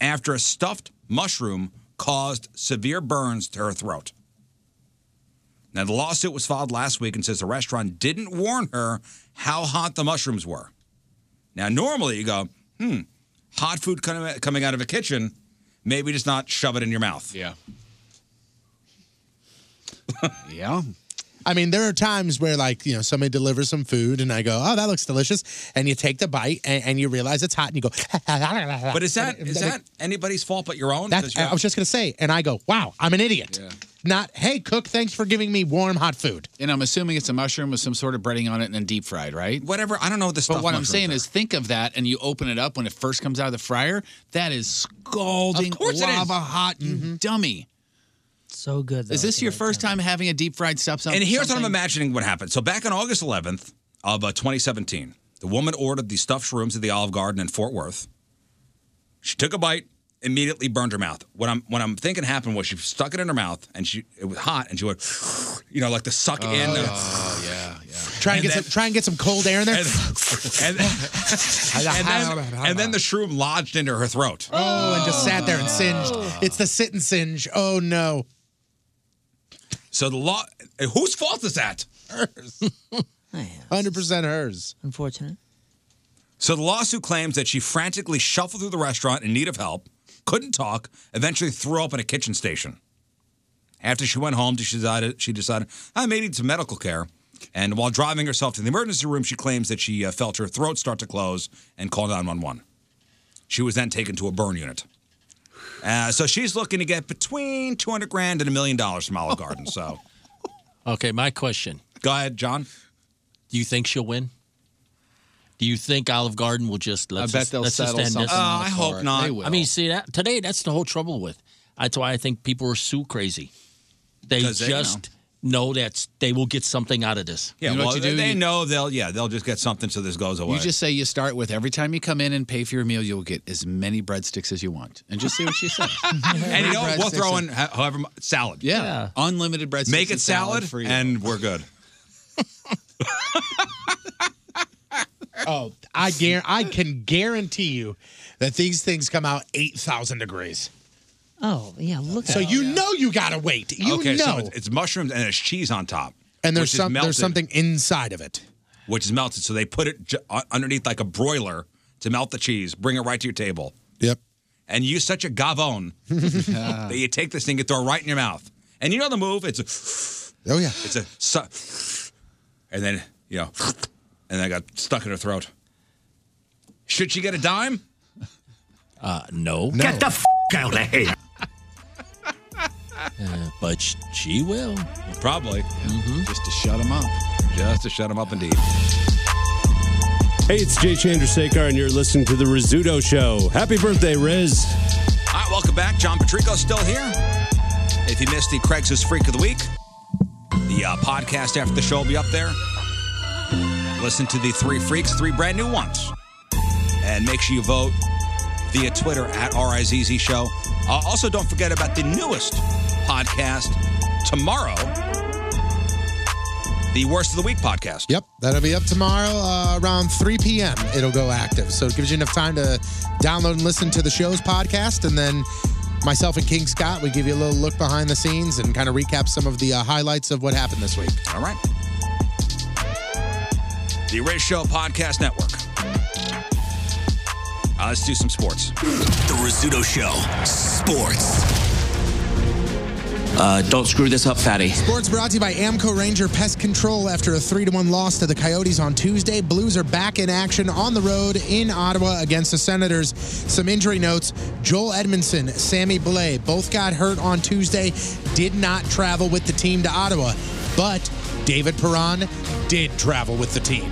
after a stuffed mushroom caused severe burns to her throat. Now, the lawsuit was filed last week and says the restaurant didn't warn her how hot the mushrooms were. Now, normally you go, hmm, hot food coming coming out of a kitchen, maybe just not shove it in your mouth. Yeah. yeah. I mean, there are times where, like, you know, somebody delivers some food and I go, oh, that looks delicious. And you take the bite and, and you realize it's hot and you go, But is that is that anybody's fault but your own? 'Cause That's, you- I was just going to say, and I go, wow, I'm an idiot. Not, hey, cook, thanks for giving me warm, hot food. And I'm assuming it's a mushroom with some sort of breading on it and then deep fried, right? Whatever. I don't know what the But stuffed what I'm mushrooms saying is, think of that, and you open it up when it first comes out of the fryer. That is scalding Of course it is. lava hot, you dummy. So good. Though. Is this your first time having a deep fried stuff? And here's what I'm something? imagining what happened. So back on August 11th of uh, 2017, the woman ordered the stuffed shrooms at the Olive Garden in Fort Worth. She took a bite, immediately burned her mouth. What I'm what I'm thinking happened was she stuck it in her mouth, and she it was hot, and she went, you know, like to suck in. the- yeah, Try and, get some, try and get some cold air in there. Mm-hmm. and, and then, and then the shroom lodged into her throat. Oh, and just sat there and singed. It's the sit and singe. Oh no. So the law, whose fault is that? Hers. Hundred percent hers. Unfortunate. So the lawsuit claims that she frantically shuffled through the restaurant in need of help, couldn't talk, eventually threw up in a kitchen station. After she went home, she decided she decided I may need some medical care. And while driving herself to the emergency room, she claims that she uh, felt her throat start to close and called 911. She was then taken to a burn unit. Uh, so she's looking to get between 200 grand and a million dollars from Olive Garden. So, Okay, my question. Go ahead, John. Do you think she'll win? Do you think Olive Garden will just let? I bet they'll let's settle just end something this? Oh, out I for hope it. not. They will. I mean, see that today. That's the whole trouble with. That's why I think people are so crazy. They 'Cause they just know that they will get something out of this. yeah, well, they, they know they'll yeah they'll just get something so this goes away. You just say you start with every time you come in and pay for your meal, you'll get as many breadsticks as you want, and just see what she says. and you know what? we'll Breadsticks throw in and- ho- however mu- salad. Yeah. unlimited breadsticks. Make it and salad, for you. and we're good. Oh, I guar- I can guarantee you that these things come out eight thousand degrees. Oh yeah, look. So at you know you gotta wait. You okay, know. so it's, it's mushrooms and there's cheese on top, and there's which is some melted, there's something inside of it. which is melted. So they put it ju- u- underneath like a broiler to melt the cheese, bring it right to your table. Yep. And you're such a gavone that you take this thing and throw it right in your mouth. And you know the move. It's a, oh yeah, it's a su- and then you know, and then I got stuck in her throat. Should she get a dime? Uh, no. Get the f- out of here. Uh, but sh- she will. Probably. Just to shut him up. Mm-hmm. Just to shut him up, indeed. Hey, it's Jay Chandrasekhar, and you're listening to The Rizzuto Show. Happy birthday, Riz. All right, welcome back. John Patrico's still here. If you missed the Craigslist Freak of the Week, the uh, podcast after the show will be up there. Listen to the three freaks, three brand new ones. And make sure you vote via Twitter at RIZZ Show. Uh, also, don't forget about the newest podcast tomorrow, the Worst of the Week podcast. Yep, that'll be up tomorrow uh, around 3 p.m. It'll go active. So it gives you enough time to download and listen to the show's podcast. And then myself and King Scott, we give you a little look behind the scenes and kind of recap some of the uh, highlights of what happened this week. All right. The Riz Show Podcast Network. Uh, let's do some sports. The Rizzuto Show. Sports. Uh, don't screw this up, fatty. Oh, Sports brought to you by Amco Ranger Pest Control. After a 3 to 1 loss to the Coyotes on Tuesday, Blues are back in action on the road in Ottawa against the Senators. Some injury notes Joel Edmondson, Sammy Blay, both got hurt on Tuesday, did not travel with the team to Ottawa, but David Perron did travel with the team.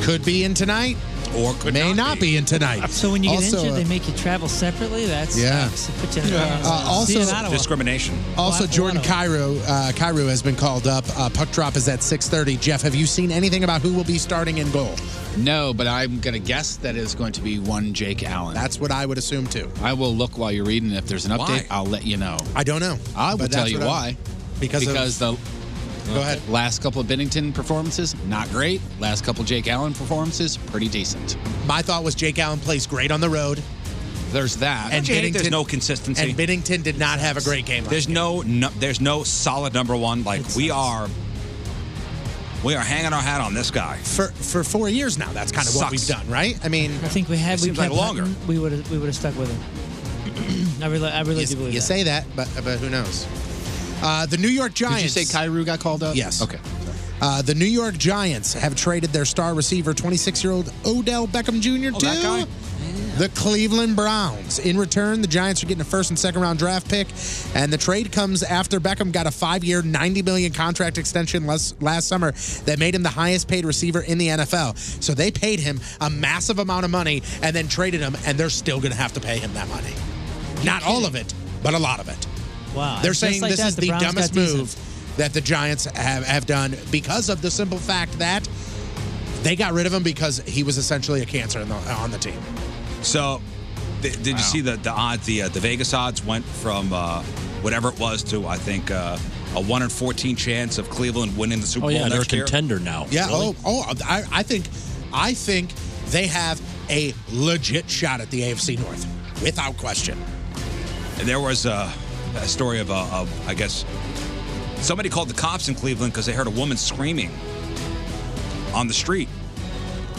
Could be in tonight. Or could May not, be. in tonight. So when you get Also, injured, uh, they make you travel separately. That's Yeah. sucks. They put you in a Yeah. van. Uh, also- See you in Ottawa. discrimination. Also, Jordan Cairo, uh, Cairo has been called up. Uh, puck drop is at 6:30. Jeff, have you seen anything about who will be starting in goal? No, but I'm going to guess that is going to be one Jake Allen. That's what I would assume too. I will look while you're reading. If there's an update, Why? I'll let you know. I don't know. I will But tell that's you what I'm- why. Because of- because the Go ahead. last couple of Bennington performances not great. Last couple Jake Allen performances pretty decent. My thought was Jake Allen plays great on the road. Uh, There's that. Don't you hate there's no consistency. And Binnington did not have a great game. There's no, no there's no solid number one. Like we are we are hanging our hat on this guy. For for four years now, that's kind of what Sucks. we've done, right? I mean, I think we had It we seems like kept longer. Hutton, we would have we would have stuck with him. I really I really you, do believe you that. say that, but but who knows? Uh, the New York Giants. Did you say Cairo got called up? Yes. Okay. Uh, the New York Giants have traded their star receiver, 26 year old Odell Beckham Jr., to the Cleveland Browns. In return, the Giants are getting a first and second round draft pick, and the trade comes after Beckham got a five year, $90 million contract extension last, last summer that made him the highest paid receiver in the NFL. So they paid him a massive amount of money and then traded him, and they're still going to have to pay him that money. Not all of it, but a lot of it. Wow. They're Uh, Just saying like this that, is the, Browns got dumbest decent. move that the Giants have, have done because of the simple fact that they got rid of him because he was essentially a cancer in the, on the team. So, th- did you see the the odds? The uh, the Vegas odds went from uh, whatever it was to I think uh, a one in fourteen chance of Cleveland winning the Super Oh, Bowl. yeah, they're a next year. contender now. Yeah. Really? Oh, oh, I, I think, I think they have a legit shot at the AFC North without question. And there was a, a story of, a, of I guess somebody called the cops in Cleveland because they heard a woman screaming on the street,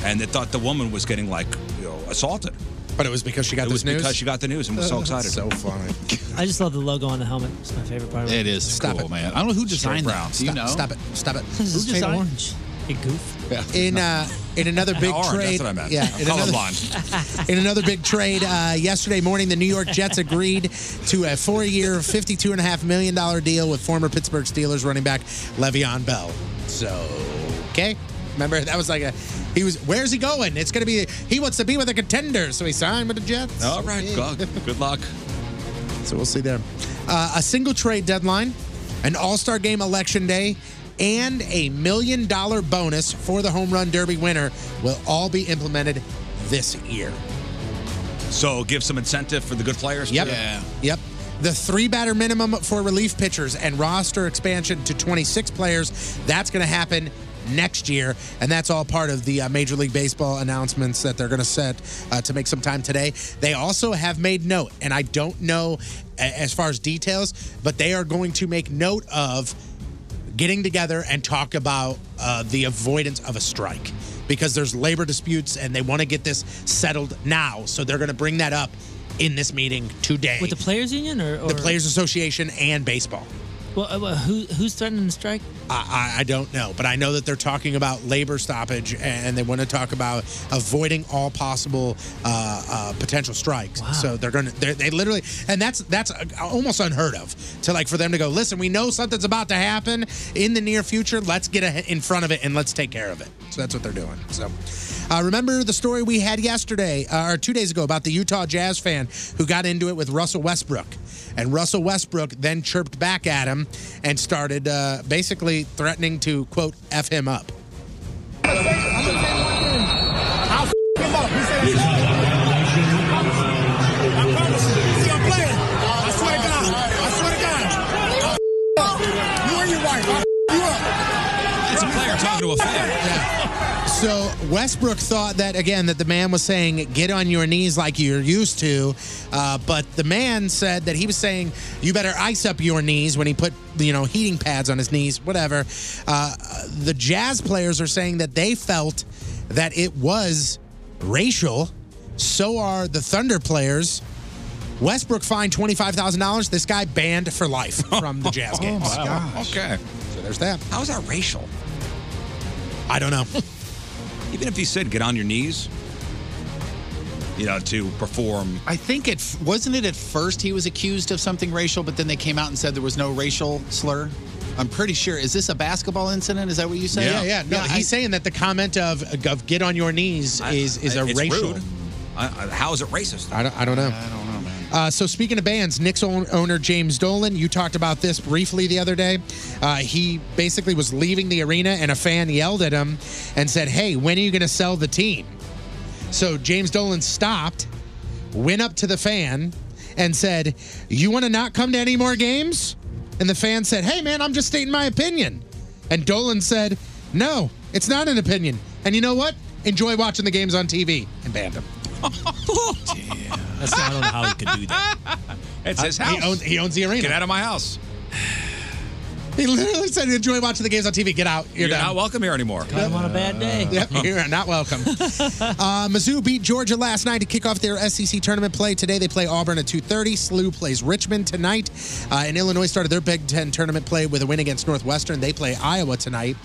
and they thought the woman was getting like you know, assaulted. But it was because she got it this was news? because she got the news and was so Uh, excited. so funny. I just love the logo on the helmet. It's my favorite part. Of It is Stop cool, it. man. I don't know who designed Sure, that. Brown. Do you Stop- know? Stop it! Stop it! This is just Who designed- orange. You goof. In uh, in another big Orange, trade, that's what I meant. yeah, I'm in another, colorblind. in another big trade uh, yesterday morning, the New York Jets agreed to a four-year, fifty-two and a half million dollar deal with former Pittsburgh Steelers running back Le'Veon Bell. So, okay, remember that was like a he was where's he going? It's going to be he wants to be with a contender, so he signed with the Jets. All right, Okay. God, good luck. So we'll see there. Uh, a single trade deadline, an All Star Game election day, and a million dollar bonus for the home run derby winner will all be implemented this year. So give some incentive for the good players. Yep. too? Yep. The three batter minimum for relief pitchers and roster expansion to 26 players, that's going to happen next year. And that's all part of the uh, Major League Baseball announcements that they're going to set uh, to make some time today. They also have made note, and I don't know a- as far as details, but they are going to make note of getting together and talk about uh, the avoidance of a strike because there's labor disputes and they want to get this settled now. So they're going to bring that up in this meeting today With the players union or, or the Players Association and baseball. Well, uh, well, who who's threatening the strike? I, I, I don't know, but I know that they're talking about labor stoppage and they want to talk about avoiding all possible uh, uh, potential strikes. So they're going to they they literally and that's that's uh, almost unheard of to like for them to go. Listen, we know something's about to happen in the near future. Let's get ahe- in front of it and let's take care of it. So that's what they're doing. So. Uh, remember the story we had yesterday uh, or two days ago about the Utah Jazz fan who got into it with Russell Westbrook, and Russell Westbrook then chirped back at him and started uh, basically threatening to quote f him up. I'll f him up. He said, I promise you, he's not playing. I swear to God. I swear to God. I'll f up. You and your wife. I'll f you up. It's a player talking to a fan. So Westbrook thought that again that the man was saying get on your knees like you're used to, uh, but the man said that he was saying you better ice up your knees when he put you know heating pads on his knees, whatever. Uh, the Jazz players are saying that they felt that it was racial. So are the Thunder players. Westbrook fined twenty five thousand dollars. This guy banned for life from the Jazz Oh, games. Okay. So there's that. How is that racial? I don't know. Even if he said get on your knees, you know, to perform. I think it wasn't it at first he was accused of something racial, but then they came out and said there was no racial slur. I'm pretty sure. Is this a basketball incident? Is that what you said? Yeah, yeah. No, he's saying that the comment of, of "get on your knees" is is a it's racial. rude. I, I, how is it racist? I don't, I don't know. I don't know, man. Uh, so speaking of bands, Knicks own, owner James Dolan, you talked about this briefly the other day. Uh, he basically was leaving the arena, and a fan yelled at him and said, "Hey, when are you going to sell the team?" So James Dolan stopped, went up to the fan, and said, "You want to not come to any more games?" And the fan said, "Hey, man, I'm just stating my opinion." And Dolan said, "No, it's not an opinion." And you know what? Enjoy watching the games on TV. And banned him. That's, I don't know Oh, how he could do that. It's his Uh, house. He owns, he owns the arena. Get out of my house. He literally said, "Enjoy watching the games on TV. Get out. You're, You're done." not welcome here anymore. Yep. Yep, you are not welcome. uh, Mizzou beat Georgia last night to kick off their SEC tournament play. Today they play Auburn at 2:30. SLU plays Richmond tonight, uh, and Illinois started their Big Ten tournament play with a win against Northwestern. They play Iowa tonight.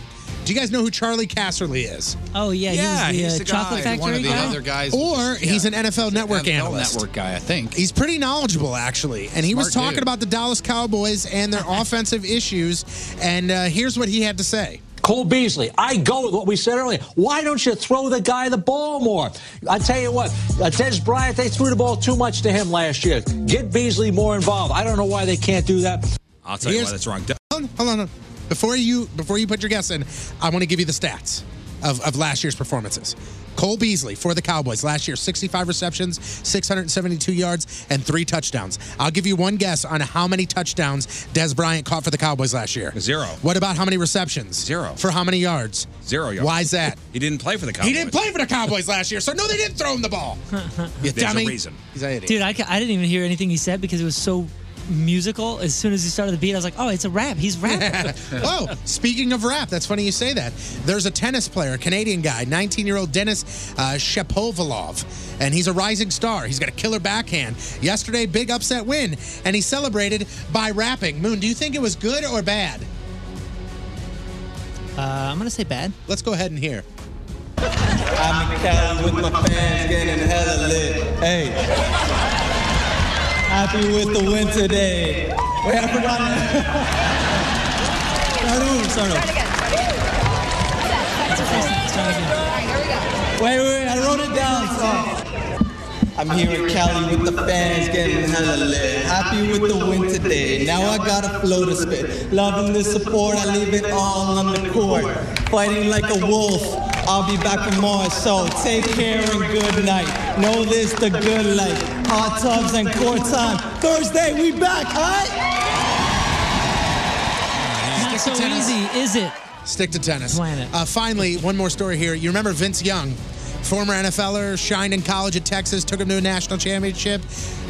Do you guys know who Charlie Casserly is? Oh yeah, Yeah, he was he's the, the uh, chocolate guy, factory one of the guy? other guys that Or just- he's yeah. an NFL Network analyst. Network guy, I think. He's pretty knowledgeable, actually. And he was Smart talking dude. about the Dallas Cowboys and their offensive issues. And uh, here's what he had to say. Cole Beasley, I go with what we said earlier. Why don't you throw the guy the ball more? I tell you what, uh, Des Bryant, they threw the ball too much to him last year. Get Beasley more involved. I don't know why they can't do that. I'll tell you why that's wrong. Hold on, hold on, hold on. Before you before you put your guess in, I want to give you the stats of, of last year's performances. Cole Beasley for the Cowboys last year, 65 receptions, 672 yards, and three touchdowns. I'll give you one guess on how many touchdowns Des Bryant caught for the Cowboys last year. Zero. What about how many receptions? Zero. For how many yards? Zero yards. Why is that? He didn't play for the Cowboys. He didn't play for the Cowboys last year, so no, they didn't throw him the ball. You There's dummy. a reason. He's an idiot. Dude, I, ca- I didn't even hear anything he said because it was so musical. As soon as he started the beat, I was like, oh, it's a rap. He's rapping. oh, speaking of rap, that's funny you say that. There's a tennis player, a Canadian guy, 19 year old Dennis uh, Shapovalov, and he's a rising star. He's got a killer backhand. Yesterday, big upset win, and he celebrated by rapping. Moon, do you think it was good or bad? Uh, I'm going to say bad. Let's go ahead and hear. I'm in Cali with my fans getting hella lit. Hey. Happy with the win today. Wait, I forgot. start over, start over. Wait, wait, I wrote it down. so- I'm here in Cali with the fans getting hella lit. Happy with the win today. Now I got a flow to spit. Loving the support, I leave it all on the court. Fighting like a wolf. I'll be back for more, so take care and good night. Know this the good life. Hot tubs and court time. Thursday, we back, alright? Not so easy, is it? Stick to tennis. Uh, finally, one more story here. You remember Vince Young, former NFLer, shined in college at Texas, took him to a national championship.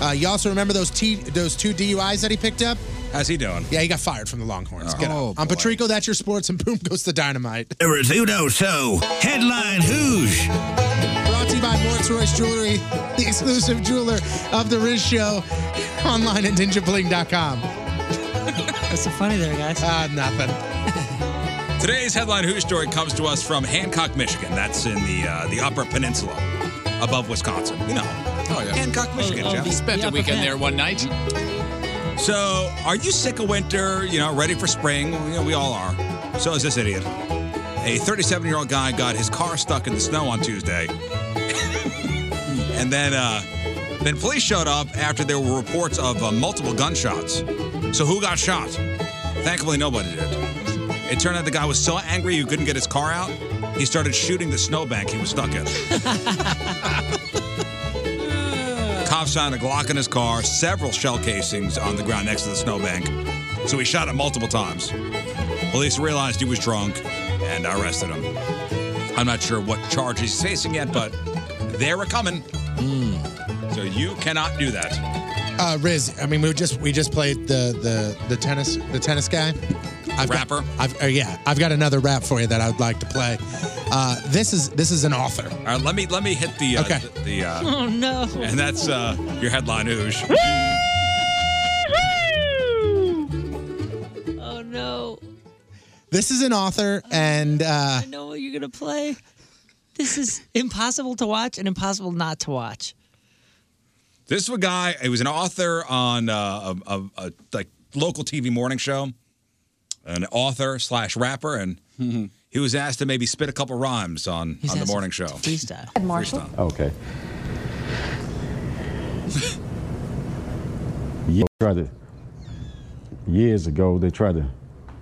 Uh, you also remember those t- those two DUIs that he picked up? How's he doing? Yeah, he got fired from the Longhorns. Oh. Get out. Oh, I'm Patrico. That's your sports, and boom goes the dynamite. The Rizzuto Show. Headline Who's? Brought to you by Morris Royce Jewelry, the exclusive jeweler of the Riz Show. Online at ninjabling.com. What's so funny there, guys? Uh, nothing. Today's headline Who story comes to us from Hancock, Michigan. That's in the uh, the Upper Peninsula above Wisconsin. You know. Oh, yeah. Hancock, Michigan, Oh, oh, Jeff. the- Spent the a weekend there one night. So, are you sick of winter? You know, ready for spring? You know, we all are. So is this idiot. A 37 year old guy got his car stuck in the snow on Tuesday. and then, uh, then police showed up after there were reports of uh, multiple gunshots. So, who got shot? Thankfully, nobody did. It turned out the guy was so angry he couldn't get his car out, he started shooting the snowbank he was stuck in. Cops found a Glock in his car, several shell casings on the ground next to the snowbank. So he shot it multiple times. Police realized he was drunk and arrested him. I'm not sure what charge he's facing yet, but they're a coming. So you cannot do that. Uh, Riz, I mean, we just we just played the the the tennis the tennis guy. I've Rapper? Got, I've, uh, yeah, I've got another rap for you that I would like to play. Uh, this is this is an author. All right, let me let me hit the uh, Okay. the, the, uh, Oh, no. and that's uh, your headline oosh. Oh, no. This is an author, and uh, I know what you're going to play. This is impossible to watch and impossible not to watch. This was a guy. He was an author on uh, a, a, a like local TV morning show, an author slash rapper, and Mm-hmm. he was asked to maybe spit a couple rhymes on on the morning show. Freestyle. Marshall. Okay. Ye- tried to, years ago, they tried to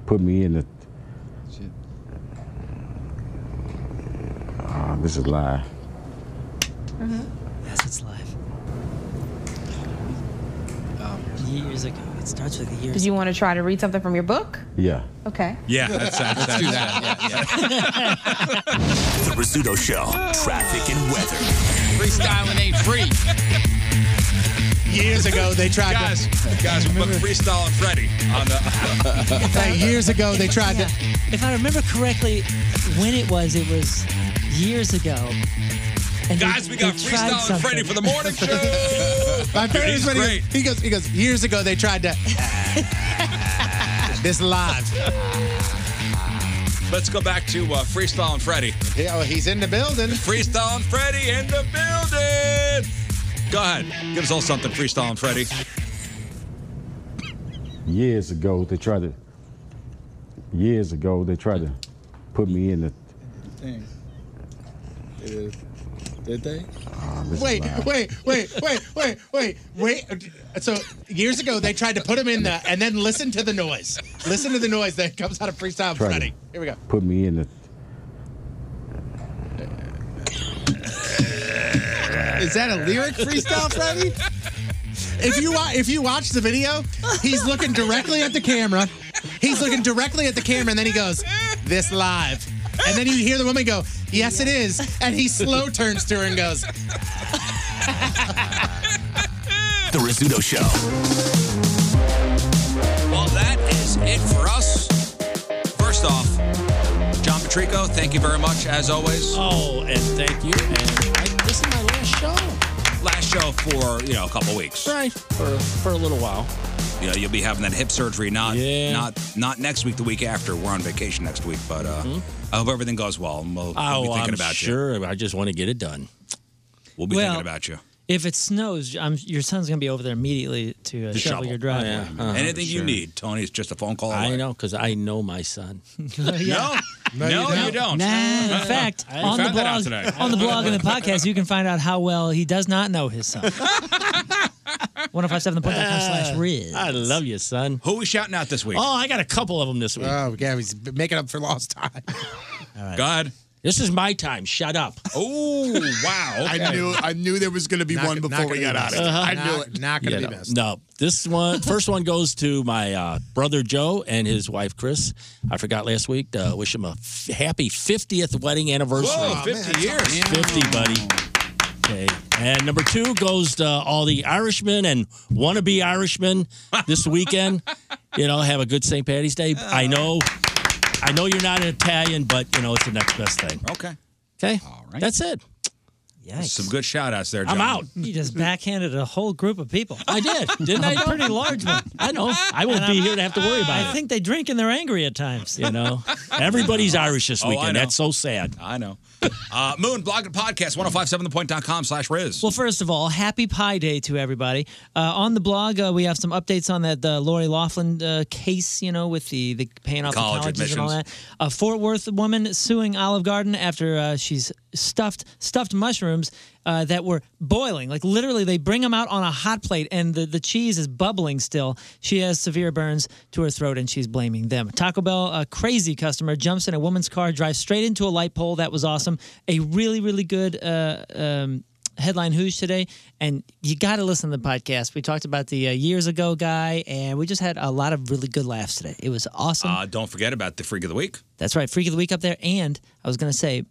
put me in the. Ah, this is lie. Yes, it's live. years ago. It starts with years. Did you want to try to read something from your book? Yeah. Okay. Yeah, that's, that's, Let's do that. The Rizzuto Show. Traffic and weather. Freestyle and ain't free. years ago they tried guys, to guys, we put freestyle and Freddy on the. Hey, years ago they tried to If I remember correctly, when it was, it was years ago. And they- Guys, we got they tried freestyle and Freddy something. for the morning show. My Dude, favorite he's is when he great. goes, he goes, he goes, years ago they tried to this live. Let's go back to uh, freestyle and Freddy. Yeah, well, he's in the building. Freestyle and Freddy in the building. Go ahead, give us all something. Freestyle and Freddy. Years ago they tried to. Years ago they tried to put me in the. Dang. It is. Did they? oh, this is Wait, loud. wait, wait, wait, wait, wait, wait. So years ago they tried to put him in the and then listen to the noise. Listen to the noise that comes out of freestyle and Try to- Freddy. Here we go. Put me in the. Is that a lyric freestyle, Freddy? If you wa- if you watch the video, he's looking directly at the camera. He's looking directly at the camera, and then he goes, "This live," and then you hear the woman go, "Yes, it is," and he slow turns to her and goes, The Rizzuto Show. Well, that is it for us. First off, John Patrico, thank you very much as always. Oh, and thank you. And I, this is my last show. Last show for you know a couple weeks. Right. For, for a little while. You know, you'll be having that hip surgery not not not next week, the week after. We're on vacation next week, but uh, I hope everything goes well. And we'll, we'll be Mm-hmm. Oh, thinking I'm about you. sure. I just want to get it done. We'll be Well, thinking about you. If it snows, I'm, your son's gonna be over there immediately to, uh, The shovel, shovel. your Oh, driveway. Anything you need, Tony, it's just a phone call. Uh-huh. I know because I know my son. Yeah. No, No, you you don't. don't. Nah, in fact, Uh-huh. I on the found that out blog, today. on the blog and the podcast, you can find out how well he does not know his son. 1057 Uh, slash Riz. Ah, I love you, son. Who we shouting out this week? Oh, I got a couple of them this week. Oh, Gabby's making up for lost time. God, this is my time. Shut up. Oh wow! okay. I knew I knew there was going to be Not- one not before gonna we be got out of missed. here. I Uh-huh. knew it. Not Yeah, no, No, this one first one goes to my uh, brother Joe and his wife Chris. I forgot last week to wish him a f- happy 50th wedding anniversary. Whoa, 50 years. 50, buddy. Okay. And number two goes to all the Irishmen and wannabe Irishmen this weekend. you know, have a good St. Patty's Day. Uh-huh. I know, I know you're not an Italian, but you know it's the next best thing. Okay. Okay. All right. That's it. Some good shout outs there, John. I'm out. You just backhanded a whole group of people. I did, didn't a I? pretty large one. I know. I won't And be I'm- here to have to worry about I it. think they drink and they're angry at times. You know, everybody's Irish this Oh, I weekend. know. That's so sad. I know. Uh, Moon, blog and podcast, 1057thepoint.com slash Riz. Well, first of all, happy Pi Day to everybody. Uh, on the blog, uh, we have some updates on that uh, Lori Laughlin uh, case, you know, with the, the paying off College the colleges and all that. admissions. A Fort Worth woman suing Olive Garden after uh, she's stuffed stuffed mushrooms uh, that were boiling. Like literally, they bring them out on a hot plate, and the, the cheese is bubbling still. She has severe burns to her throat, and she's blaming them. Taco Bell, a crazy customer, jumps in a woman's car, drives straight into a light pole. That was awesome. A really, really good. Uh, um, Headline Who's today, and you got to listen to the podcast. We talked about the uh, years ago guy, and we just had a lot of really good laughs today. It was awesome. Uh, don't forget about the Freak of the Week. That's right. Freak of the Week up there. And I was going to say,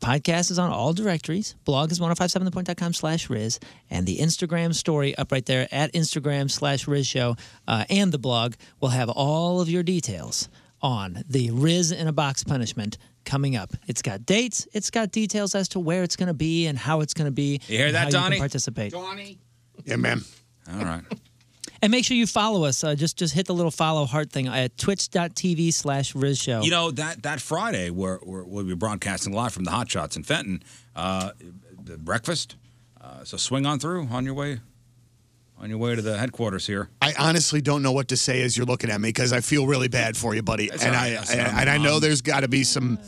podcast is on all directories. Blog is 1057thepoint.com slash Riz. And the Instagram story up right there at Instagram slash Riz Show. Uh, and the blog will have all of your details on the Riz in a Box punishment coming up. It's got dates. It's got details as to where it's going to be and how it's going to be. You hear and that, how You Donnie? can participate. Yeah, ma'am. All right. And make sure you follow us. Uh, just just hit the little follow heart thing at twitch.tv slash Riz Oh. Show. You know, that, that Friday, we're, we're, we'll be broadcasting live from the Hot Shots in Fenton. Uh, the breakfast. Uh, so swing on through on your way on your way to the headquarters here. I honestly don't know what to say as you're looking at me because I feel really bad for you, buddy. That's and all I right. That's and, not and I know mine. there's got to be some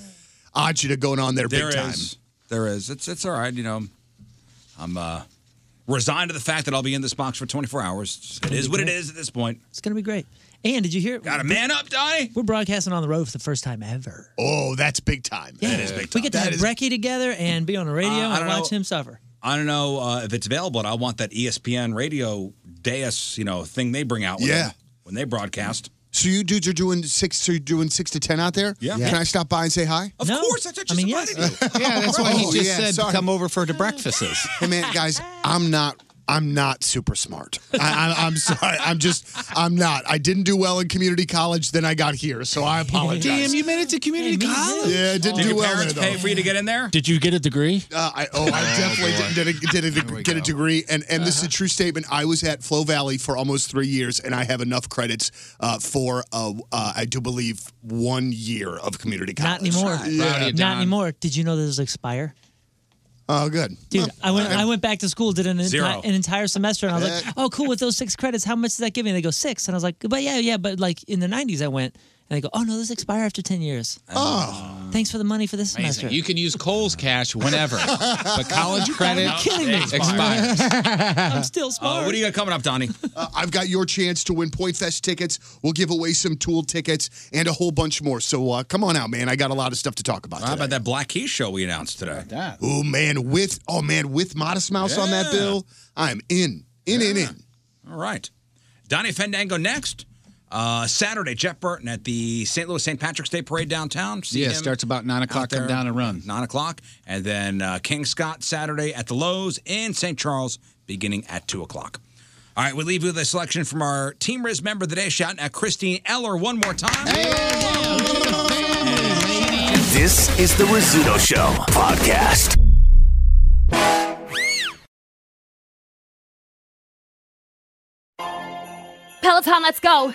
agita going on there, There big time. is. There is. It's it's all right. You know, I'm uh, resigned to the fact that I'll be in this box for 24 hours. It gonna is be what it great. is at this point. It's going to be great. And did you hear? Got a man up, Donnie. We're broadcasting on the road for the first time ever. Oh, that's big time. Yeah. We get to have Brecky together and be on the radio Uh, I and don't watch know. him suffer. I don't know uh, if it's available, but I want that E ESPN radio dais, you know, thing they bring out. With Yeah. them when they broadcast. So you dudes are doing six. So you're doing six to ten out there. Yeah. Can I stop by and say hi? Of course, that's what I mean, yes. Oh, Oh, Yeah, that's why he just said, come over for the breakfasts. Hey man, guys, I'm not I'm not super smart. I, I, I'm sorry. I'm just, I'm not. I didn't do well in community college. Then I got here, so I apologize. Damn, you made it to community college? Yeah, I didn't Did do your well in parents it. though. pay for you to get in there? Did you get a degree? Uh, I, oh, I definitely didn't get a, did a, get a degree. And, and this is a true statement. I was at Flow Valley for almost three years, and I have enough credits uh, for, uh, uh, I do believe, one year of community Not college. anymore. Yeah. Not anymore. Did you know those expire? Oh, good. Dude, Well, I went. I- I went back to school, did an, enti- Zero. an entire semester, and I was Eh. like, "Oh, cool! With those six credits, how much does that give me?" And they go six, and I was like, "But yeah, yeah." But like in the '90s, I went, and they go, "Oh no, those expire after ten years." Oh, thanks for the money for this semester. Amazing. You can use Cole's cash whenever, but college You gotta credit be kidding me. expires. I'm still smart. what do you got coming up, Donnie? Uh, I've got your chance to win Point Fest tickets. We'll give away some Tool tickets and a whole bunch more. So uh, come on out, man. I got a lot of stuff to talk about. How about that Black Keys show we announced today? Oh man, with oh man, with Modest Mouse on that Yeah. bill, I'm in, in, in, in. All right. Donnie Fandango next. Uh, Saturday, Jeff Burton at the St. Louis St. Patrick's Day Parade downtown. See Yeah, him starts about 9 out o'clock, come there. down and run. 9 o'clock. And then uh, King Scott Saturday at the Lowe's in St. Charles beginning at 2 o'clock. All right, we leave you with a selection from our Team Riz member of the day, shouting at Christine Eller one more time. This is the Rizzuto Show podcast. Peloton, let's go!